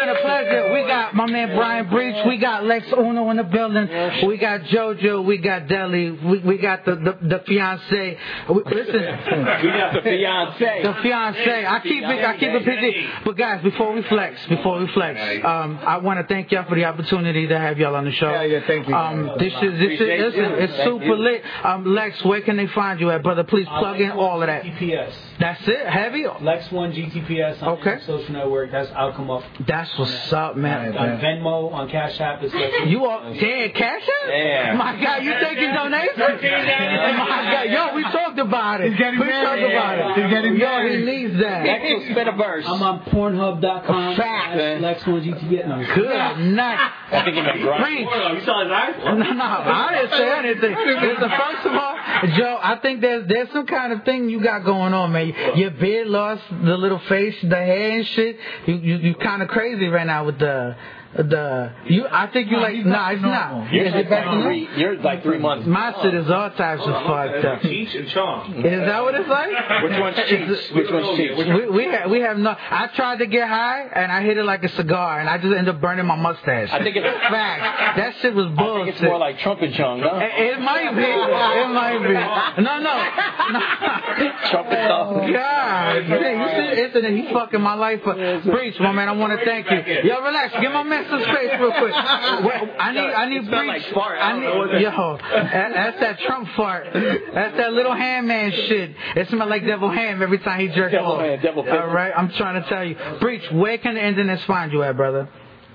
[SPEAKER 1] been a pleasure. We got my man Brian Breach. We got Lex Uno in the building. We got JoJo. We got Deli. We, we got the the, the fiance. We, listen.
[SPEAKER 3] We got the fiance.
[SPEAKER 1] The fiance. I keep it. I keep it PG. But guys, before we flex, before we flex, um, I want to thank y'all for the opportunity to have y'all on the show.
[SPEAKER 6] Yeah, yeah, thank you.
[SPEAKER 1] Um, this is this is listen, it's super lit. Um, Lex, where can they find you at, brother? Please plug in all of that.
[SPEAKER 9] GTPS.
[SPEAKER 1] That's it. Heavy.
[SPEAKER 9] Lex One GTPS on
[SPEAKER 1] Okay.
[SPEAKER 9] every social network. That's outcome up
[SPEAKER 1] That's what's up, man.
[SPEAKER 9] on Venmo on Cash App. It's Lex One.
[SPEAKER 1] You all dead cash out?
[SPEAKER 3] Yeah.
[SPEAKER 1] My God, you taking donations? My God, yo, we talked about it.
[SPEAKER 6] He's getting
[SPEAKER 1] we
[SPEAKER 6] married.
[SPEAKER 1] talked about it.
[SPEAKER 6] He's getting
[SPEAKER 1] yo, he
[SPEAKER 6] married.
[SPEAKER 1] needs that.
[SPEAKER 6] [laughs]
[SPEAKER 3] Axel spit a verse.
[SPEAKER 9] I'm on Pornhub.com.
[SPEAKER 1] Fact, man.
[SPEAKER 9] Lex One GTPS. No.
[SPEAKER 1] Good night.
[SPEAKER 3] I think he meant Brian.
[SPEAKER 1] Preach.
[SPEAKER 11] You saw his eyes?
[SPEAKER 1] No, no, I didn't say anything. Listen, first of all, Joe, I think there's there's some kind of thing you got going on, man. Your beard lost, the little face, the hair and shit. You you you kind of crazy right now with the the you. I think you
[SPEAKER 6] Nah,
[SPEAKER 1] like
[SPEAKER 6] he's
[SPEAKER 1] nah,
[SPEAKER 6] back
[SPEAKER 1] it's
[SPEAKER 6] to normal.
[SPEAKER 1] not.
[SPEAKER 3] You're
[SPEAKER 1] Is it
[SPEAKER 3] like,
[SPEAKER 1] back to normal?
[SPEAKER 3] three, you're like three months.
[SPEAKER 1] My shit is all types of fucked up.
[SPEAKER 2] Cheech and Chong.
[SPEAKER 1] Is that what it's
[SPEAKER 3] [laughs]
[SPEAKER 1] like?
[SPEAKER 3] Which one's cheats? Oh, Which one's cheats?
[SPEAKER 1] We, we have we have no. I tried to get high and I hit it like a cigar and I just ended up burning my mustache.
[SPEAKER 3] I think it's-
[SPEAKER 1] fact that shit was
[SPEAKER 3] I
[SPEAKER 1] bullshit.
[SPEAKER 3] think it's more like Trump and Chung, huh?
[SPEAKER 1] It, it might be. It might be. No,
[SPEAKER 3] [laughs]
[SPEAKER 1] no. no.
[SPEAKER 3] Trump and Chung.
[SPEAKER 1] God, man, you see, Anthony, he's fucking my life up. Breach, my man, I want to thank you. Yo, relax, give my man some space real quick. Wait, I need, I need
[SPEAKER 3] It smelled like
[SPEAKER 1] Breach.
[SPEAKER 3] fart. I
[SPEAKER 1] I
[SPEAKER 3] don't know what
[SPEAKER 1] need,
[SPEAKER 3] that-
[SPEAKER 1] yo, that- that's that Trump fart. That's that little hand man shit. It smells like devil ham every time he jerks
[SPEAKER 3] Devil
[SPEAKER 1] off.
[SPEAKER 3] hand, devil fist.
[SPEAKER 1] All right, I'm trying to tell you, Breach, where can the internets find you at, brother?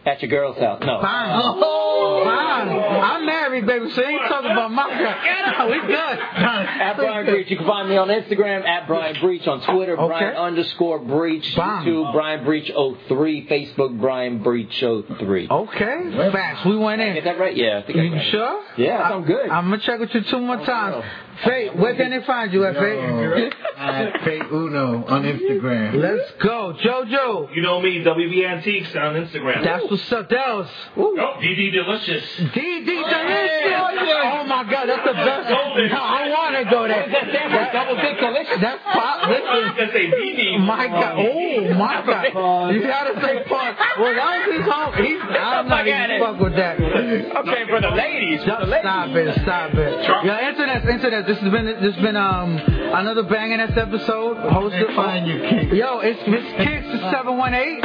[SPEAKER 3] At your girl's house. No.
[SPEAKER 1] Fine. Oh, Fine. I'm married, baby, so ain't talking about my girl. No, we
[SPEAKER 3] At Brian
[SPEAKER 1] good.
[SPEAKER 3] Breach. You can find me on Instagram at Brian Breach, on Twitter,
[SPEAKER 1] Okay.
[SPEAKER 3] Brian underscore Breach,
[SPEAKER 1] Bomb.
[SPEAKER 3] YouTube, Brian Breach 03, Facebook, Brian Breach 03.
[SPEAKER 1] Okay, fast. We went
[SPEAKER 3] Is
[SPEAKER 1] in.
[SPEAKER 3] that right? Yeah, I think I
[SPEAKER 1] You
[SPEAKER 3] got it.
[SPEAKER 1] sure?
[SPEAKER 3] Yeah, I'm good.
[SPEAKER 1] I'm gonna check with you two more times. Faith, where can they find you at,
[SPEAKER 6] Yo,
[SPEAKER 1] Faith?
[SPEAKER 6] at Fate Uno on Instagram.
[SPEAKER 1] Let's go, JoJo.
[SPEAKER 2] You know me, WB Antiques on Instagram.
[SPEAKER 1] That's what's up. That was
[SPEAKER 2] oh, DD Delicious.
[SPEAKER 1] DD Delicious. Oh my God, that's the best. No, I wanna go there.
[SPEAKER 3] Double dick delicious.
[SPEAKER 1] That's pop.
[SPEAKER 2] I was
[SPEAKER 1] Listen.
[SPEAKER 2] gonna say BD.
[SPEAKER 1] My God! Oh my God! You gotta say punk. Well, that was his home. He's I'm not even fuck with that.
[SPEAKER 3] Okay, for the ladies.
[SPEAKER 1] Just stop it! Stop it! Yeah, internet, internet. This has been this has been um another banging ass episode. Hosted
[SPEAKER 6] Find you, King.
[SPEAKER 1] Yo, it's it's Kicks seven one eight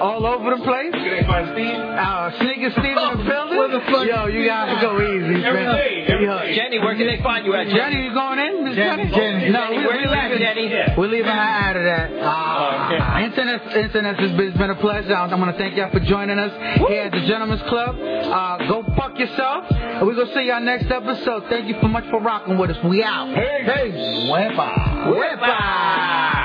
[SPEAKER 1] all over the place.
[SPEAKER 2] Can I find Steve?
[SPEAKER 1] Uh, Sneaker Steve in the building.
[SPEAKER 6] Where the fuck
[SPEAKER 1] Yo, you gotta go easy,
[SPEAKER 2] Every
[SPEAKER 1] man.
[SPEAKER 2] day, every
[SPEAKER 1] Yo,
[SPEAKER 2] day.
[SPEAKER 3] Jenny, where can they find you at?
[SPEAKER 1] Jenny, you going in? Miss
[SPEAKER 6] Jenny, Jenny.
[SPEAKER 1] No, we,
[SPEAKER 3] Where
[SPEAKER 1] we
[SPEAKER 3] you at,
[SPEAKER 1] leaving.
[SPEAKER 3] Jenny? Oh,
[SPEAKER 1] We're leaving her out of that. Ah, Internet, internet, it's been, it's been a pleasure. I'm going to thank y'all for joining us here at the Gentlemen's Club. Uh, go fuck yourself. And we're going to see y'all next episode. Thank you so much for rocking with us. We out. Peace. Peace. Wepa. Wepa.